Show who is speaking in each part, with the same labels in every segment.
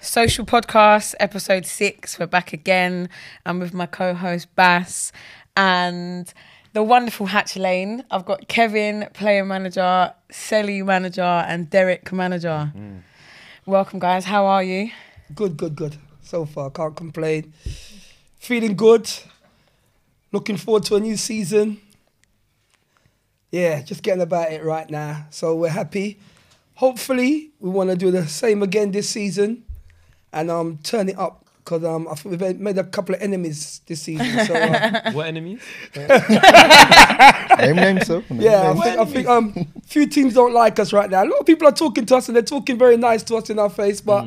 Speaker 1: Social Podcast, episode six. We're back again. I'm with my co host Bass and the wonderful Hatch Lane. I've got Kevin, player manager, Selly manager, and Derek manager. Welcome, guys. How are you?
Speaker 2: Good, good, good. So far, can't complain. Feeling good. Looking forward to a new season. Yeah, just getting about it right now. So we're happy. Hopefully, we want to do the same again this season, and um, turn it up because um, I think we've made- made a couple of enemies this season. So uh,
Speaker 3: What enemies?
Speaker 4: Name name so.
Speaker 2: yeah, I think, I think um, few teams don't like us right now. A lot of people are talking to us, and they're talking very nice to us in our face, but.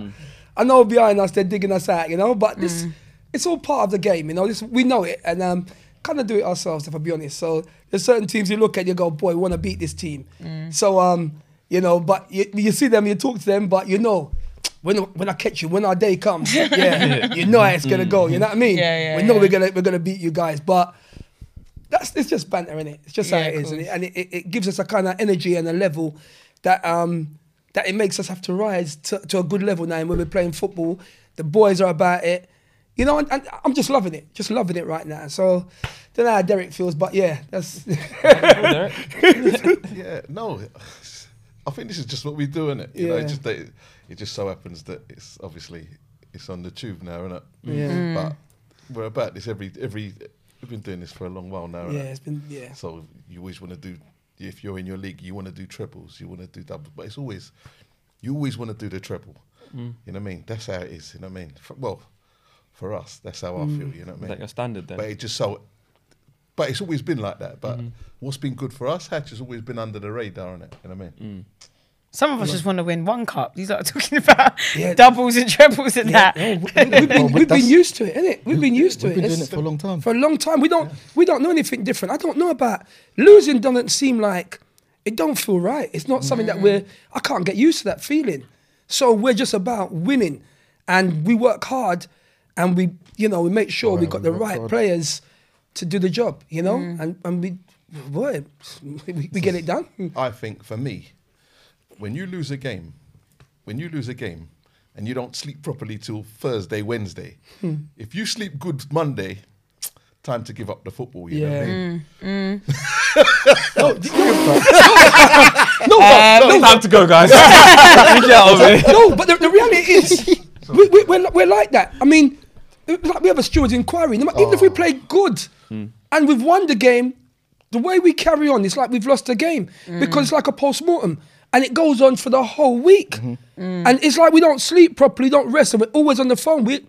Speaker 2: I know behind us they're digging us out, you know. But this,
Speaker 1: Mm.
Speaker 2: it's all part of the game, you know. This we know it, and um, kind of do it ourselves, if I be honest. So there's certain teams you look at, you go, boy, we want to beat this team.
Speaker 1: Mm.
Speaker 2: So um, you know, but you, you see them, you talk to them, but you know. When, when I catch you, when our day comes, yeah, you know how it's gonna go. You know what I mean?
Speaker 1: Yeah, yeah,
Speaker 2: we know
Speaker 1: yeah.
Speaker 2: we're gonna we're gonna beat you guys, but that's it's just banter, innit? It's just
Speaker 1: Yeah,
Speaker 2: how it
Speaker 1: of
Speaker 2: is,
Speaker 1: course.
Speaker 2: innit? and it, it, it gives us a kind of energy and a level that um that it makes us have to rise to, to a good level now. And when we're playing football, the boys are about it, you know. And, and I'm just loving it, just loving it right now. So don't know how Derek feels, but yeah, that's
Speaker 4: yeah, no. I think this is just what we do, innit? You know,
Speaker 2: Yeah.
Speaker 4: it just that it, it just so happens that it's obviously it's on the tube now, innit?
Speaker 2: Yeah.
Speaker 4: But we're about this every every we've been doing this for a long while now,
Speaker 2: yeah,
Speaker 4: innit?
Speaker 2: it's been yeah,
Speaker 4: So you always want to do if you're in your league, you want to do triples, you want to do doubles, but it's always you always want to do the treble. You know what I mean? That's how it is. You know what I mean? For, well, for us, that's how I feel. You know what I mean?
Speaker 3: Is that your standard then?
Speaker 4: But it just so. But it's always been like that. But what's been good for us, Hatch has always been under the radar, innit? You know what I mean?
Speaker 1: Some of us just want to win one cup. These lot are talking about
Speaker 2: Yeah.
Speaker 1: doubles and trebles and that.
Speaker 2: we've been, we've been used to it, innit? We've been used to
Speaker 4: Oh, we've
Speaker 2: it.
Speaker 4: been
Speaker 2: It's-
Speaker 4: doing it
Speaker 2: for,
Speaker 4: for a long time.
Speaker 2: a long time. We don't we don't know anything different. I don't know about losing. Doesn't seem like it. Don't feel right. It's not something
Speaker 4: Mm.
Speaker 2: that we're. I can't get used to that feeling. So we're just about winning, and we work hard, and we you know we make sure we
Speaker 4: yeah,
Speaker 2: got
Speaker 4: we
Speaker 2: the
Speaker 4: work
Speaker 2: right
Speaker 4: hard. Mm.
Speaker 2: players to do the job. You know, and and we. Boy, we, we get it done.
Speaker 4: I think for me, when you lose a game, when you lose a game, and you don't sleep properly till Thursday, Wednesday,
Speaker 2: Hmm.
Speaker 4: if you sleep good Monday, time to give up the football. You know what I
Speaker 2: Yeah.
Speaker 4: mean?
Speaker 2: Mm, No, but, Um, no,
Speaker 3: time to go, guys. Get out of here.
Speaker 2: no, but the, the reality is, we, we, we're, li- we're like that. I mean, it's like we have a steward's inquiry. No matter- Even if
Speaker 4: Oh.
Speaker 2: we play good
Speaker 4: Hmm.
Speaker 2: and we've won the game, the way we carry on, it's like we've lost the game
Speaker 4: Hmm.
Speaker 2: because it's like a post mortem and it goes on for the whole week.
Speaker 4: Mm-hmm.
Speaker 2: And it's like we don't sleep properly, don't rest, and we're always on the phone. We,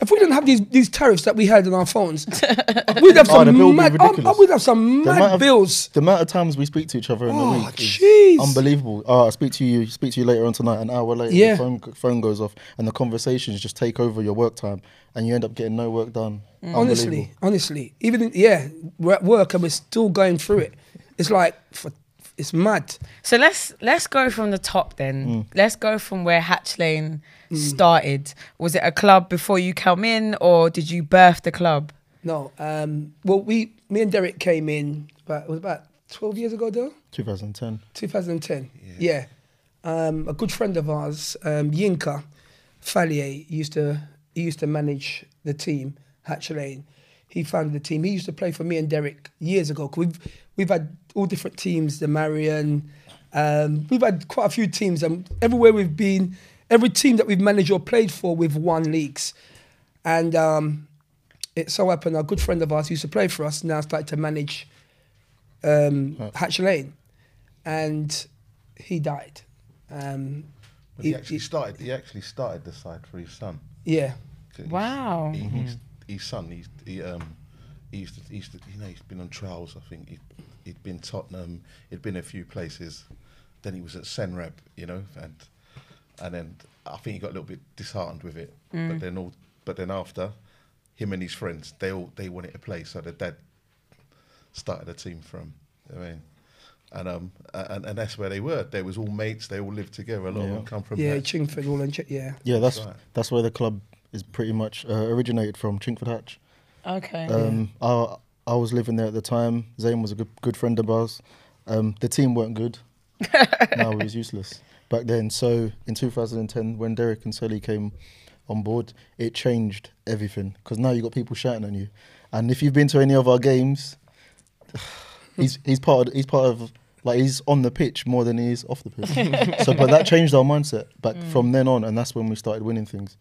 Speaker 2: if we didn't have these, these tariffs that we had on our phones, we'd have
Speaker 4: Oh, the
Speaker 2: some
Speaker 4: bill would be
Speaker 2: mad, oh,
Speaker 4: ridiculous.
Speaker 2: we'd have some
Speaker 4: amount
Speaker 2: mad
Speaker 4: of-
Speaker 2: bills.
Speaker 5: The amount of times we speak to each other in
Speaker 2: Oh,
Speaker 5: a week
Speaker 2: jeez.
Speaker 5: is unbelievable. Oh, I speak to you, speak to you later on tonight. An hour later,
Speaker 2: Yeah.
Speaker 5: the phone, phone goes off, and the conversations just take over your work time, and you end up getting no work done. Unbelievable.
Speaker 2: Mm. Honestly, honestly, even in, yeah, we're at work and we're still going through it. It's like for, it's mad.
Speaker 1: So let's let's go from the top then. Let's go from where Hatch Lane started. Was it a club before you come in, or did you birth the club?
Speaker 2: No, um, well, we, me and Derek came in, about, it was about twelve years ago, though,
Speaker 5: 2010.
Speaker 2: 2010. Yeah, Um, a good friend of ours, um, Yinka Fallier, used to he used to manage the team, Hatch Lane. He founded the team. He used to play for me and Derek years ago. 'cause We've we've had all different teams, the Marion. Um, we've had quite a few teams, and everywhere we've been, every team that we've managed or played for, we've won leagues. And um, it so happened a good friend of ours who used to play for us now started to manage um, Hatch Lane, and he died. Um,
Speaker 4: But he
Speaker 2: It-
Speaker 4: actually
Speaker 2: it-
Speaker 4: started. He actually started the side for his son.
Speaker 2: yeah,
Speaker 4: 'Cause he's-
Speaker 1: Wow.
Speaker 4: He, he's, his son, he's, he, um, he used to, he used to, you know, he's been on trials, I think. He'd, he'd been Tottenham, he'd been a few places. Then he was at Senreb, you know, and and then I think he got a little bit disheartened with it. But then all, but then after, him and his friends, they all they wanted to play, so the dad started a team from. I mean, and um, a- and, and that's where they were. They was all mates. They all lived together. A lot of
Speaker 5: Yeah.
Speaker 4: them come from
Speaker 2: yeah,
Speaker 4: that.
Speaker 2: Chingford all and Ch- yeah.
Speaker 5: Yeah, that's
Speaker 4: Right.
Speaker 5: that's where the club is pretty much uh, originated from, Chingford Hatch.
Speaker 1: Okay.
Speaker 5: Um, I I was living there at the time. Zayn was a good, good friend of ours. Um, the team weren't good. no, he was useless. back then. So in 2010, when Derek and Sully came on board, it changed everything because now you got people shouting at you. And if you've been to any of our games, he's he's part of, he's part of like he's on the pitch more than he is off the pitch. so, but that changed our mindset. But
Speaker 1: Mm.
Speaker 5: from then on, and that's when we started winning things.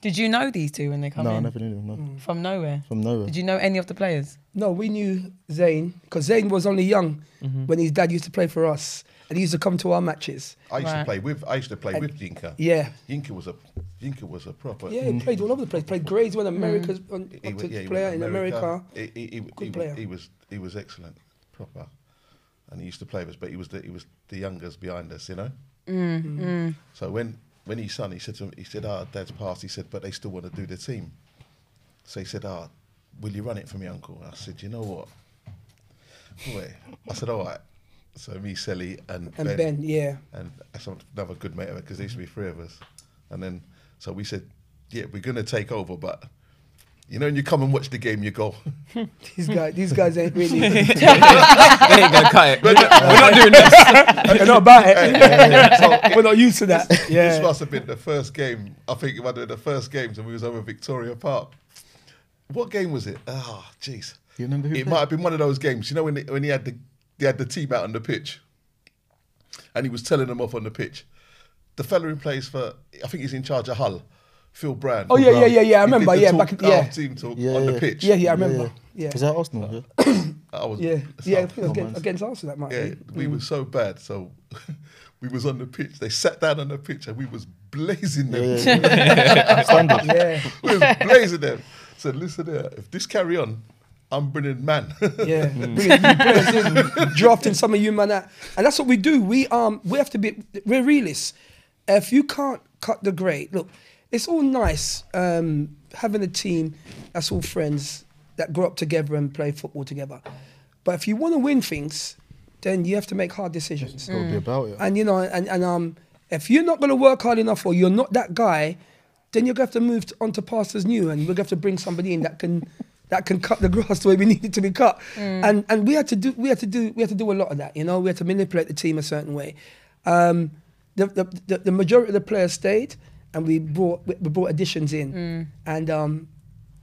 Speaker 1: Did you know these two when they come
Speaker 5: no, I
Speaker 1: in? Mm.
Speaker 5: never knew them. No,
Speaker 1: From nowhere.
Speaker 5: from nowhere.
Speaker 1: Did you know any of the players?
Speaker 2: No, we knew Zayn because Zayn was only young
Speaker 4: Mm-hmm.
Speaker 2: when his dad used to play for us, and he used to come to our matches.
Speaker 4: I used
Speaker 1: Right.
Speaker 4: to play with I used to play with Yinka.
Speaker 2: Yeah,
Speaker 4: Yinka was a Yinka was a proper.
Speaker 2: yeah, he played all over the place. Played grades when America's on,
Speaker 4: Mm. He
Speaker 2: up
Speaker 4: was,
Speaker 2: to
Speaker 4: yeah, he
Speaker 2: player
Speaker 4: was
Speaker 2: in America.
Speaker 4: He, he, he,
Speaker 2: Good
Speaker 4: he
Speaker 2: player.
Speaker 4: Was, he was he was excellent, proper, and he used to play with us. But he was the he was the youngest behind us, you know.
Speaker 2: Mm.
Speaker 4: So when when his son, he said to him, he said, "Ah, dad's passed." He said, "But they still want to do the team." So he said, "Ah, will you run it for me, uncle?" I said, "You know what?" Boy, I said, "All right." So me, Selly, and,
Speaker 2: And ben. yeah,
Speaker 4: and that's another good mate because there used to be three of us. And then, so we said, yeah, we're going to take over, but you know, when you come and watch the game, you go,
Speaker 2: these guys, these guys ain't really.
Speaker 3: They
Speaker 2: they're
Speaker 3: ain't gonna cut it. We're not doing this.
Speaker 2: not about it.
Speaker 4: So
Speaker 2: We're not used to that.
Speaker 4: this
Speaker 2: Yeah,
Speaker 4: must have been the first game. I think one of the first games, and we was over at Victoria Park. What game was it? Ah, jeez.
Speaker 5: You remember who
Speaker 4: It
Speaker 5: played?
Speaker 4: might have been one of those games. You know when they, when he had the they had the team out on the pitch, and he was telling them off on the pitch. The fella who plays for, I think he's in charge of Hull, Phil Brand.
Speaker 2: Oh, yeah, yeah, yeah, yeah, I
Speaker 4: He did
Speaker 2: remember,
Speaker 4: the
Speaker 2: yeah,
Speaker 4: talk-
Speaker 2: back in- yeah.
Speaker 4: our team talk
Speaker 5: Yeah,
Speaker 4: on
Speaker 5: yeah.
Speaker 4: the pitch.
Speaker 2: yeah, yeah, I remember. Yeah,
Speaker 5: Was that Arsenal? Yeah.
Speaker 4: I was,
Speaker 2: yeah, yeah. Mm-hmm. I think it was
Speaker 5: Oh,
Speaker 2: against,
Speaker 5: man.
Speaker 2: against Arsenal that might.
Speaker 4: yeah,
Speaker 2: be.
Speaker 4: we were so bad. So we was on the pitch. They sat down on the pitch, and we was blazing them.
Speaker 5: yeah, yeah. Standard.
Speaker 2: Yeah,
Speaker 4: we was blazing them. Said, listen here, if this carry on, I'm bringing man.
Speaker 2: yeah. Bringing new players in, drafting some of you man out, and that's what we do. We um we have to be we're realists. If you can't cut the grade, look, it's all nice um, having a team that's all friends that grow up together and play football together, but if you want to win things, then you have to make hard decisions.
Speaker 5: It's got to
Speaker 4: Mm.
Speaker 5: be about it.
Speaker 2: And you know, and, and um, if you're not going to work hard enough or you're not that guy, then you're going to have to move to, on to pastures new, and we're going to have to bring somebody in that can that can cut the grass the way we need it to be cut. And and we had to do we had to do we had to do a lot of that. You know, we had to manipulate the team a certain way. Um, the, the, the, the majority of the players stayed, and we brought we we brought additions in, and um,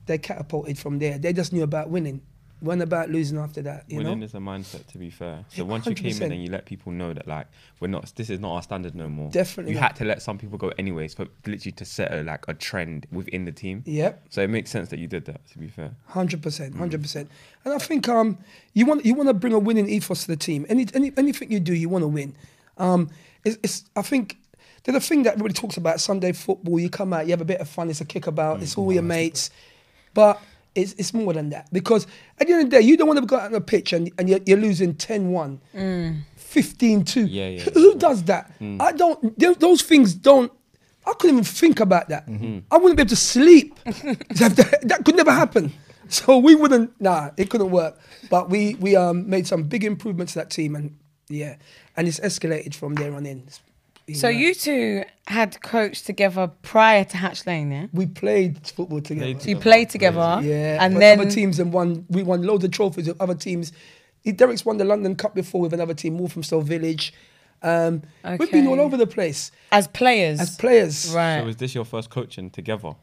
Speaker 2: they catapulted from there. They just knew about winning, weren't about losing after that. You
Speaker 6: Winning
Speaker 2: know,
Speaker 6: is a mindset, to be fair.
Speaker 2: Yeah,
Speaker 6: So once you came
Speaker 2: 100%.
Speaker 6: in and you let people know that like we're not, this is not our standard no more.
Speaker 2: Definitely
Speaker 6: you
Speaker 2: not.
Speaker 6: had to let some people go anyways for literally to set a, like a trend within the team.
Speaker 2: yep.
Speaker 6: So it makes sense that you did that. To be fair,
Speaker 2: Hundred
Speaker 6: Mm.
Speaker 2: percent, hundred percent. And I think um, you want you want to bring a winning ethos to the team. Any, any anything you do, you want to win. Um, it's, it's I think there's a thing that everybody talks about Sunday football. You come out, you have a bit of fun. It's a kickabout.
Speaker 6: Mm,
Speaker 2: It's all your mates, but it's it's more than that because at the end of the day, you don't want to go out on the pitch and, and you're, you're losing 10-1, 15-2.
Speaker 6: Mm. Yeah, yeah,
Speaker 2: Who- Who does that? I don't. Those those things don't. I couldn't even think about that. I wouldn't be able to sleep. that, that could never happen. So we wouldn't. Nah, it couldn't work. But we we um, made some big improvements to that team, and yeah, and it's escalated from there on in. It's been uh,
Speaker 1: So
Speaker 2: nice.
Speaker 1: you two had coached together prior to Hatch Lane, yeah?
Speaker 2: we played football together.
Speaker 1: So you played together,
Speaker 2: yeah,
Speaker 1: and
Speaker 2: but
Speaker 1: then
Speaker 2: other teams and won. We won loads of trophies with other teams. Derek's won the London Cup before with another team, Walthamstow Village. Um, We've been all
Speaker 1: Okay.
Speaker 2: over the place
Speaker 1: as players,
Speaker 2: as players.
Speaker 6: so
Speaker 1: right?
Speaker 6: was this your first coaching together?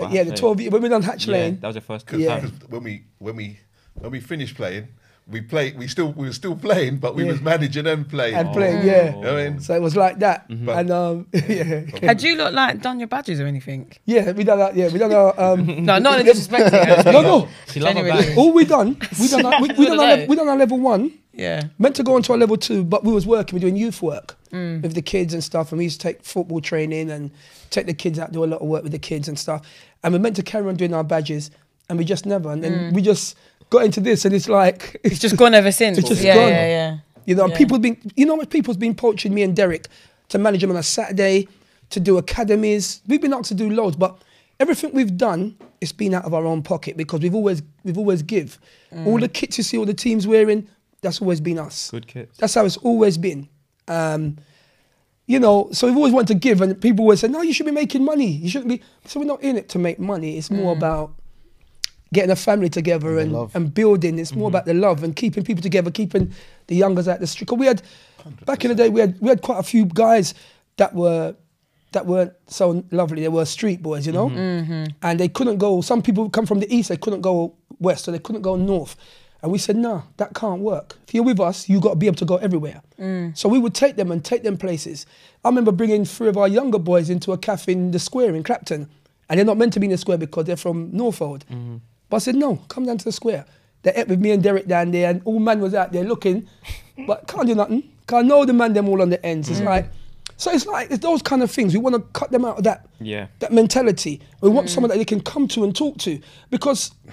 Speaker 2: Uh, yeah, the 12 year, when we done Hatch
Speaker 6: Yeah,
Speaker 2: Lane.
Speaker 6: that was your first.
Speaker 4: Because
Speaker 2: Yeah.
Speaker 4: when we when we when we finished playing, we played. We still we were still playing, but we was Oh. managing and playing.
Speaker 2: And playing, yeah.
Speaker 4: You know what I mean?
Speaker 2: So it was like that. And um, yeah.
Speaker 1: Had you lot like done your badges or anything?
Speaker 2: yeah, we done that. Yeah, we done our. Um,
Speaker 1: No, not in a disrespectful way.
Speaker 2: no, no.
Speaker 6: She loved her
Speaker 1: Genuinely.
Speaker 6: back.
Speaker 2: All we done, we done, our, we, we, done our,
Speaker 1: None of
Speaker 2: lev- we done our level one.
Speaker 1: Yeah.
Speaker 2: meant to go on to a level two, but we was working, we were doing youth work with the kids and stuff, and we used to take football training and take the kids out, do a lot of work with the kids and stuff. And we meant to carry on doing our badges, and we just never. And then we just got into this, and it's like
Speaker 1: It's just gone ever since.
Speaker 2: It's just
Speaker 1: yeah,
Speaker 2: gone.
Speaker 1: yeah, yeah.
Speaker 2: you know,
Speaker 1: Yeah.
Speaker 2: and people been you know what people's been poaching me and Derek to manage them on a Saturday, to do academies. We've been asked to do loads, but everything we've done, it's been out of our own pocket because we've always we've always give. All the kits you see all the teams wearing, that's always been us.
Speaker 6: Good kids.
Speaker 2: That's how it's always been. Um, you know, so we've always wanted to give, and people always say, "No, you should be making money. You shouldn't be." So we're not in it to make money. It's more about getting a family together and,
Speaker 5: love.
Speaker 2: and building. It's more about the love and keeping people together, keeping the youngers out the street. 'Cause we had back in the day, we had we had quite a few guys that were that weren't so lovely. They were street boys, you know, and they couldn't go. Some people come from the east; they couldn't go west, so they couldn't go north. And we said, "Nah, that can't work. If you're with us, you got to be able to go everywhere." So we would take them and take them places. I remember bringing three of our younger boys into a cafe in the square in Clapton, and they're not meant to be in the square because they're from Norfold. But I said, "No, come down to the square." They ate with me and Derek down there, and all man was out there looking, but can't do nothing. Cause I know the man them all on the ends.
Speaker 1: Mm.
Speaker 2: It's like so it's like it's those kind of things. We want to cut them out of that
Speaker 6: Yeah.
Speaker 2: that mentality. We want someone that they can come to and talk to because it's,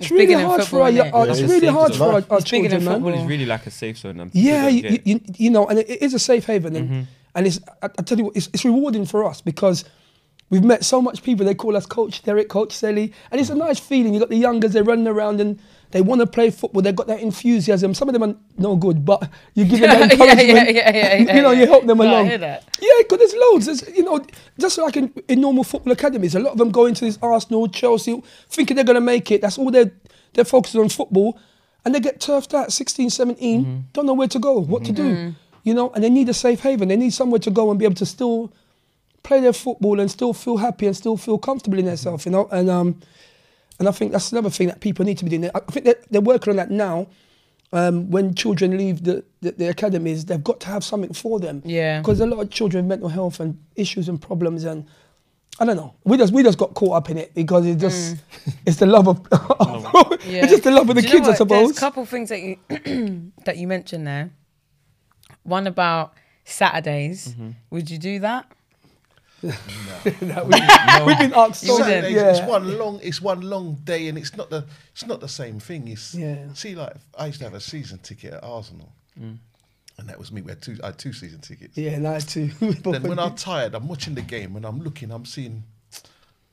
Speaker 1: Mm. It's
Speaker 2: really
Speaker 1: bigger than
Speaker 2: hard for
Speaker 1: football,
Speaker 2: our,
Speaker 1: isn't it?
Speaker 2: our
Speaker 5: Yeah,
Speaker 2: it's
Speaker 5: it's
Speaker 2: really
Speaker 5: safe
Speaker 2: hard
Speaker 5: to
Speaker 2: for our,
Speaker 5: laugh.
Speaker 2: our
Speaker 1: It's bigger than
Speaker 2: children, man.
Speaker 1: football.
Speaker 6: Football is really like a safe zone. I'm
Speaker 2: Yeah,
Speaker 6: they don't
Speaker 2: you,
Speaker 6: get-
Speaker 2: you, you know, and it, it is a safe haven, and and it's I, I tell you what, it's, it's rewarding for us because we've met so much people. They call us Coach Derek, Coach Selly, and it's a nice feeling. You got the youngers, they're running around and they want to play football. They've got that enthusiasm. Some of them are no good, but you give them that
Speaker 1: Yeah, yeah,
Speaker 2: encouragement.
Speaker 1: yeah, yeah, yeah,
Speaker 2: you know, you help them
Speaker 1: yeah. No, I
Speaker 2: along.
Speaker 1: hear that.
Speaker 2: Yeah, because there's loads. There's, you know, just like in, in normal football academies, a lot of them go into this Arsenal, Chelsea, thinking they're going to make it. That's all they're, they're focused on football. And they get turfed out 16, 17,
Speaker 1: Mm-hmm.
Speaker 2: don't know where to go, what to do. You know, and they need a safe haven. They need somewhere to go and be able to still play their football and still feel happy and still feel comfortable in themselves, you know. And um, and I think that's another thing that people need to be doing. I I think they're, they're working on that now. Um, when children leave the, the, the academies, they've got to have something for them.
Speaker 1: Yeah.
Speaker 2: Because a lot of children with mental health and issues and problems and I don't know. We just we just got caught up in it because it just it's the love of
Speaker 1: Mm. Yeah.
Speaker 2: it's just the love of the
Speaker 1: Do you know
Speaker 2: kids, I
Speaker 1: what? There's
Speaker 2: suppose.
Speaker 1: a couple things that you that you mentioned there. One about Saturdays. Would you do that?
Speaker 2: That we, have been asked so
Speaker 1: You
Speaker 2: many-
Speaker 1: wouldn't.
Speaker 4: Saturdays,
Speaker 2: yeah.
Speaker 4: It's one long. It's one long day, and it's not the. It's not the same thing. It's
Speaker 2: Yeah.
Speaker 4: See, like I used to have a season ticket at Arsenal, and that was me. We had two. I had two season tickets.
Speaker 2: yeah, nice too.
Speaker 4: Then when I'm tired, I'm watching the game and I'm looking. I'm seeing.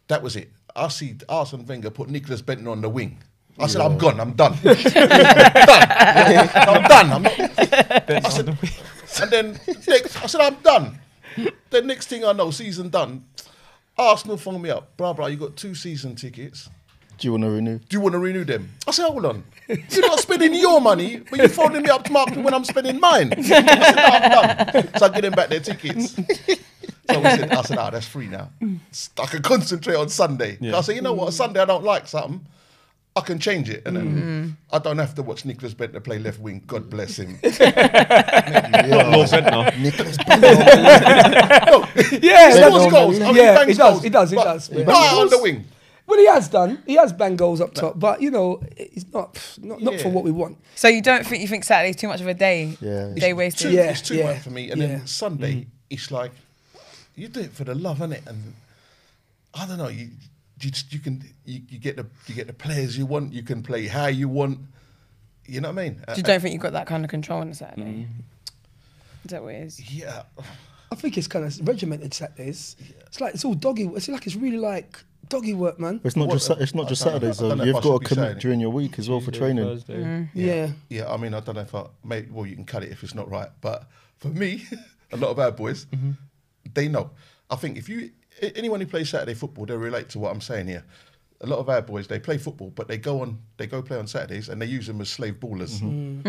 Speaker 4: That was it. I see Arsene Wenger put Nicholas Benton on the wing. I said, I'm gone. I'm done. I'm done. I'm done. I'm not. I said, and then next, I said, I'm done. The next thing I know, season done. Arsenal phoned me up, blah blah. You got two season tickets.
Speaker 5: Do you want to renew?
Speaker 4: Do you want to renew them? I said, hold on. You're not spending your money, but you're phoning me up to mark when I'm spending mine. I said, no, I'm done. So I give them back their tickets. So we said, I said, ah, that's free now. I can concentrate on Sunday. I said, you know what? Sunday I don't like something. I can change it, and then I don't have to watch Nicholas Bentner play left wing. God bless him.
Speaker 6: Lord Bentner.
Speaker 5: Nicholas Bentner.
Speaker 2: yeah,
Speaker 4: He
Speaker 2: that's-
Speaker 4: scores goals. I mean, he
Speaker 2: yeah,
Speaker 4: bangs
Speaker 2: it does,
Speaker 4: goals,
Speaker 2: it does, it
Speaker 4: but
Speaker 2: does.
Speaker 4: he
Speaker 2: yeah.
Speaker 4: not on the wing.
Speaker 2: Well, he has done. He has banged goals up top, but you know, it's not not, not for
Speaker 4: Yeah.
Speaker 2: what we want.
Speaker 1: So you don't think you think Saturday's too much of a day?
Speaker 5: Yeah.
Speaker 1: Day
Speaker 4: It's
Speaker 1: wasted.
Speaker 4: too,
Speaker 2: Yeah,
Speaker 4: it's too
Speaker 2: yeah,
Speaker 4: much for me. And
Speaker 2: yeah. Mm-hmm.
Speaker 4: then Sunday, it's like you do it for the love, innit? And I don't know, you you, just, you can you, you get the you get the players you want, you can play how you want. You know what I mean? Uh,
Speaker 1: You don't think you've got that kind of control on a Saturday?
Speaker 5: Mm.
Speaker 1: Is that what it is?
Speaker 4: yeah,
Speaker 2: I think it's kind of regimented Saturdays. It's like it's all doggy. It's like it's really like doggy work, man.
Speaker 5: It's not
Speaker 4: What-
Speaker 5: just Sa- it's not
Speaker 4: I
Speaker 5: just
Speaker 4: don't know.
Speaker 5: Saturdays
Speaker 4: I
Speaker 5: though.
Speaker 4: don't know if I
Speaker 5: You've
Speaker 4: should
Speaker 5: got
Speaker 4: be
Speaker 5: to commit
Speaker 4: saying it.
Speaker 5: during your week as well for training.
Speaker 6: Thursday.
Speaker 1: Mm.
Speaker 2: yeah.
Speaker 4: yeah. I mean, I don't know if I maybe well you can cut it if it's not right, but for me, a lot of our boys,
Speaker 5: Mm-hmm.
Speaker 4: they know. I think if you a- anyone who plays Saturday football, they relate to what I'm saying here. A lot of our boys, they play football, but they go on, they go play on Saturdays, and they use them as slave ballers.
Speaker 5: Mm-hmm.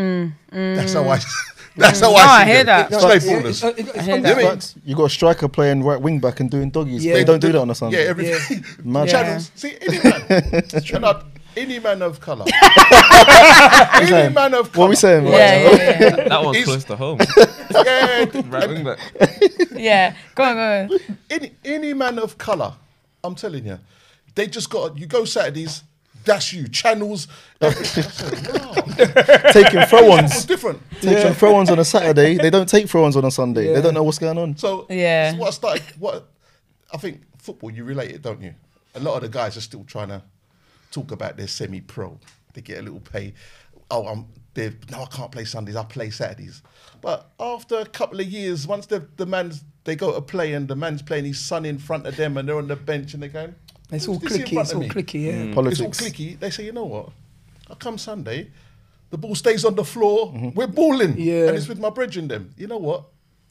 Speaker 4: That's how I. That's how
Speaker 1: Mm. No,
Speaker 4: I.
Speaker 1: I
Speaker 4: see
Speaker 1: hear
Speaker 4: them.
Speaker 1: that.
Speaker 4: Slave
Speaker 2: Yeah,
Speaker 4: ballers.
Speaker 2: it's- uh, it's- it's
Speaker 1: hear
Speaker 2: on-
Speaker 1: that.
Speaker 5: Strikes- You got a striker playing right wing back and doing doggies.
Speaker 2: Yeah.
Speaker 5: They don't do that on a Sunday.
Speaker 4: Yeah, everything.
Speaker 5: Mad.
Speaker 4: Channels. See, any man. and I- any man of colour. any man of colour.
Speaker 5: What we saying?
Speaker 1: Yeah,
Speaker 5: right?
Speaker 1: yeah, yeah. yeah.
Speaker 6: That one's
Speaker 4: It's-
Speaker 6: close to home.
Speaker 4: Yeah,
Speaker 6: right wing back.
Speaker 1: yeah. Go on, go on.
Speaker 4: any any man of color, I'm telling you, they just got you go Saturdays. That's you. Channels. everything. I said, wow.
Speaker 5: Taking
Speaker 4: It's
Speaker 5: throw-ons.
Speaker 4: different.
Speaker 5: Taking throw-ons on a Saturday. They don't take throw-ons on a Sunday. They don't know what's going on.
Speaker 4: So
Speaker 1: Yeah.
Speaker 4: so what I started. What I think football. You relate it, don't you? A lot of the guys are still trying to talk about their semi-pro. They get a little pay. Oh, I'm. They're, no, I can't play Sundays. I play Saturdays. But after a couple of years, once the the man's they go to play and the man's playing his son in front of them and they're on the bench and they're going.
Speaker 2: It's all
Speaker 4: "Who's this in
Speaker 2: clicky.
Speaker 4: front
Speaker 2: It's
Speaker 4: of
Speaker 2: all
Speaker 4: me?"
Speaker 2: clicky. Yeah.
Speaker 5: Politics.
Speaker 4: It's all clicky. They say, you know what? I come Sunday, the ball stays on the floor.
Speaker 5: Mm-hmm.
Speaker 4: We're balling,
Speaker 2: Yeah.
Speaker 4: and it's with my bridging them.
Speaker 1: Mm.
Speaker 4: You know what?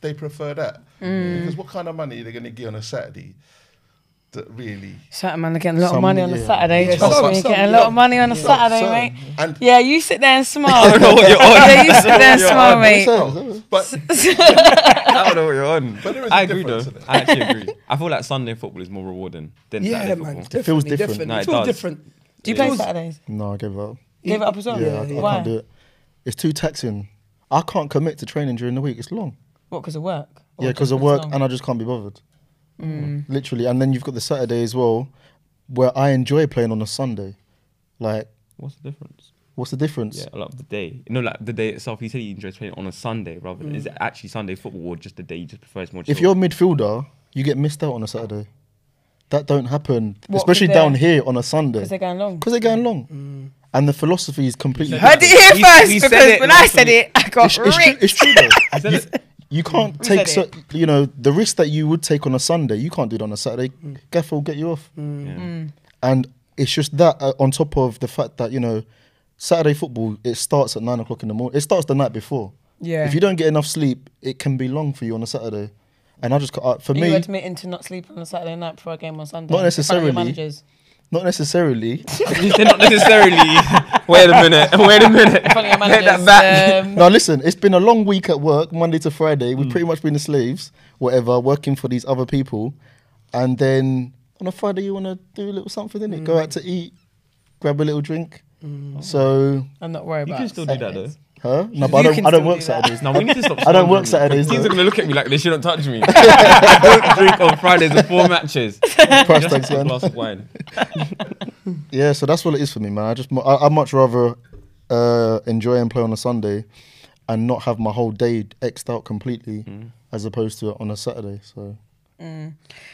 Speaker 4: They prefer that because what kind of money are they going to get on a Saturday? that really.
Speaker 1: Certain man are getting a lot of
Speaker 5: Some-
Speaker 1: money on a
Speaker 5: yeah.
Speaker 1: Saturday.
Speaker 2: Yeah,
Speaker 1: Trust
Speaker 2: some-
Speaker 1: me,
Speaker 2: some,
Speaker 1: getting a lot
Speaker 2: yeah.
Speaker 1: of money on a Saturday,
Speaker 5: some.
Speaker 1: mate.
Speaker 4: And
Speaker 1: Yeah, you sit there and smile.
Speaker 6: I don't know what you're on.
Speaker 1: yeah, you sit there and
Speaker 6: You're
Speaker 1: smile,
Speaker 6: on.
Speaker 1: mate.
Speaker 4: but
Speaker 6: I don't know what you're on.
Speaker 4: But there is a
Speaker 6: I agree though.
Speaker 4: difference, isn't it?
Speaker 6: I actually agree. I feel like Sunday football is more rewarding than
Speaker 2: Yeah,
Speaker 6: Saturday
Speaker 2: man.
Speaker 6: football.
Speaker 5: It feels
Speaker 2: definitely, definitely.
Speaker 5: different.
Speaker 6: No,
Speaker 2: it
Speaker 6: it
Speaker 2: feels
Speaker 6: does.
Speaker 2: different.
Speaker 1: Do you
Speaker 6: It
Speaker 1: play
Speaker 6: is.
Speaker 1: Saturdays?
Speaker 5: No, I gave up.
Speaker 1: Give it up as well.
Speaker 5: Yeah, I, I
Speaker 1: Why?
Speaker 5: can't do it. It's too taxing. I can't commit to training during the week. It's long.
Speaker 1: What? Because of work? Or
Speaker 5: Yeah, because of
Speaker 1: it's
Speaker 5: work,
Speaker 1: long?
Speaker 5: and I just can't be bothered.
Speaker 1: Mm.
Speaker 5: Literally, and then you've got the Saturday as well, where I enjoy playing on a Sunday. Like,
Speaker 6: What's the difference?
Speaker 5: what's the difference?
Speaker 6: Yeah, like the day. No, like the day itself. You said you enjoy playing on a Sunday rather than is
Speaker 1: Mm.
Speaker 6: it actually Sunday football or just the day you just prefer it's more
Speaker 5: If you're
Speaker 6: chill?
Speaker 5: a midfielder, you get missed out on a Saturday. That don't happen,
Speaker 1: What, 'cause
Speaker 5: especially
Speaker 1: they're-
Speaker 5: down here on a Sunday.
Speaker 1: 'Cause they're going long.
Speaker 5: Because they're going long, and the philosophy is completely.
Speaker 6: said
Speaker 1: Heard it
Speaker 5: different.
Speaker 1: here
Speaker 6: We-
Speaker 1: first
Speaker 6: we said
Speaker 1: because
Speaker 6: it
Speaker 1: when I
Speaker 6: last
Speaker 1: said
Speaker 6: week.
Speaker 1: it, I got
Speaker 5: It's, it's, true,
Speaker 1: ripped.
Speaker 5: it's true though.
Speaker 6: said
Speaker 5: you,
Speaker 6: it.
Speaker 5: you can't
Speaker 1: said
Speaker 5: take so,
Speaker 1: it.
Speaker 5: you know the risk that you would take on a Sunday. You can't do it on a Saturday.
Speaker 1: Mm.
Speaker 5: Gaff will get you off.
Speaker 6: Yeah.
Speaker 5: And it's just that uh, on top of the fact that, you know, Saturday football, it starts at nine o'clock in the morning. It starts the night before.
Speaker 1: Yeah.
Speaker 5: If you don't get enough sleep, it can be long for you on a Saturday. And I just, ca- uh, for
Speaker 1: Are you
Speaker 5: me,
Speaker 1: admitting to not sleeping on a Saturday night before a game on Sunday?
Speaker 5: Not
Speaker 1: in front of your
Speaker 5: necessarily.
Speaker 1: managers?
Speaker 5: not necessarily.
Speaker 6: They're not necessarily. wait a minute. Wait a minute.
Speaker 1: In front of your
Speaker 6: Take that
Speaker 1: managers.
Speaker 6: back.
Speaker 1: um,
Speaker 5: now, listen, it's been a long week at work, Monday to Friday.
Speaker 1: Hmm.
Speaker 5: We've pretty much been the slaves, whatever, working for these other people. And then on a Friday, you want to do a little something, innit? Go
Speaker 1: Hmm.
Speaker 5: out to eat, grab a little drink. So,
Speaker 1: I'm not worried
Speaker 6: You
Speaker 1: about
Speaker 6: can still do that though.
Speaker 5: huh? No,
Speaker 1: Hmm.
Speaker 5: but I
Speaker 1: You
Speaker 5: don't,
Speaker 1: can
Speaker 5: I don't
Speaker 1: still do
Speaker 5: work
Speaker 1: that.
Speaker 5: Saturdays.
Speaker 6: No, we need to stop.
Speaker 5: I don't work
Speaker 6: slandering
Speaker 5: Saturdays,
Speaker 6: me. Teams
Speaker 5: though.
Speaker 6: are gonna look at me like they shouldn't touch me. I don't drink on Fridays before matches.
Speaker 5: Price
Speaker 6: Just
Speaker 5: tags,
Speaker 6: a
Speaker 5: man.
Speaker 6: glass of wine.
Speaker 5: Yeah, so that's what it is for me, man. I just mu- I, I'd much rather uh, enjoy and play on a Sunday and not have my whole day xed out completely
Speaker 1: Hmm.
Speaker 5: as opposed to on a Saturday. So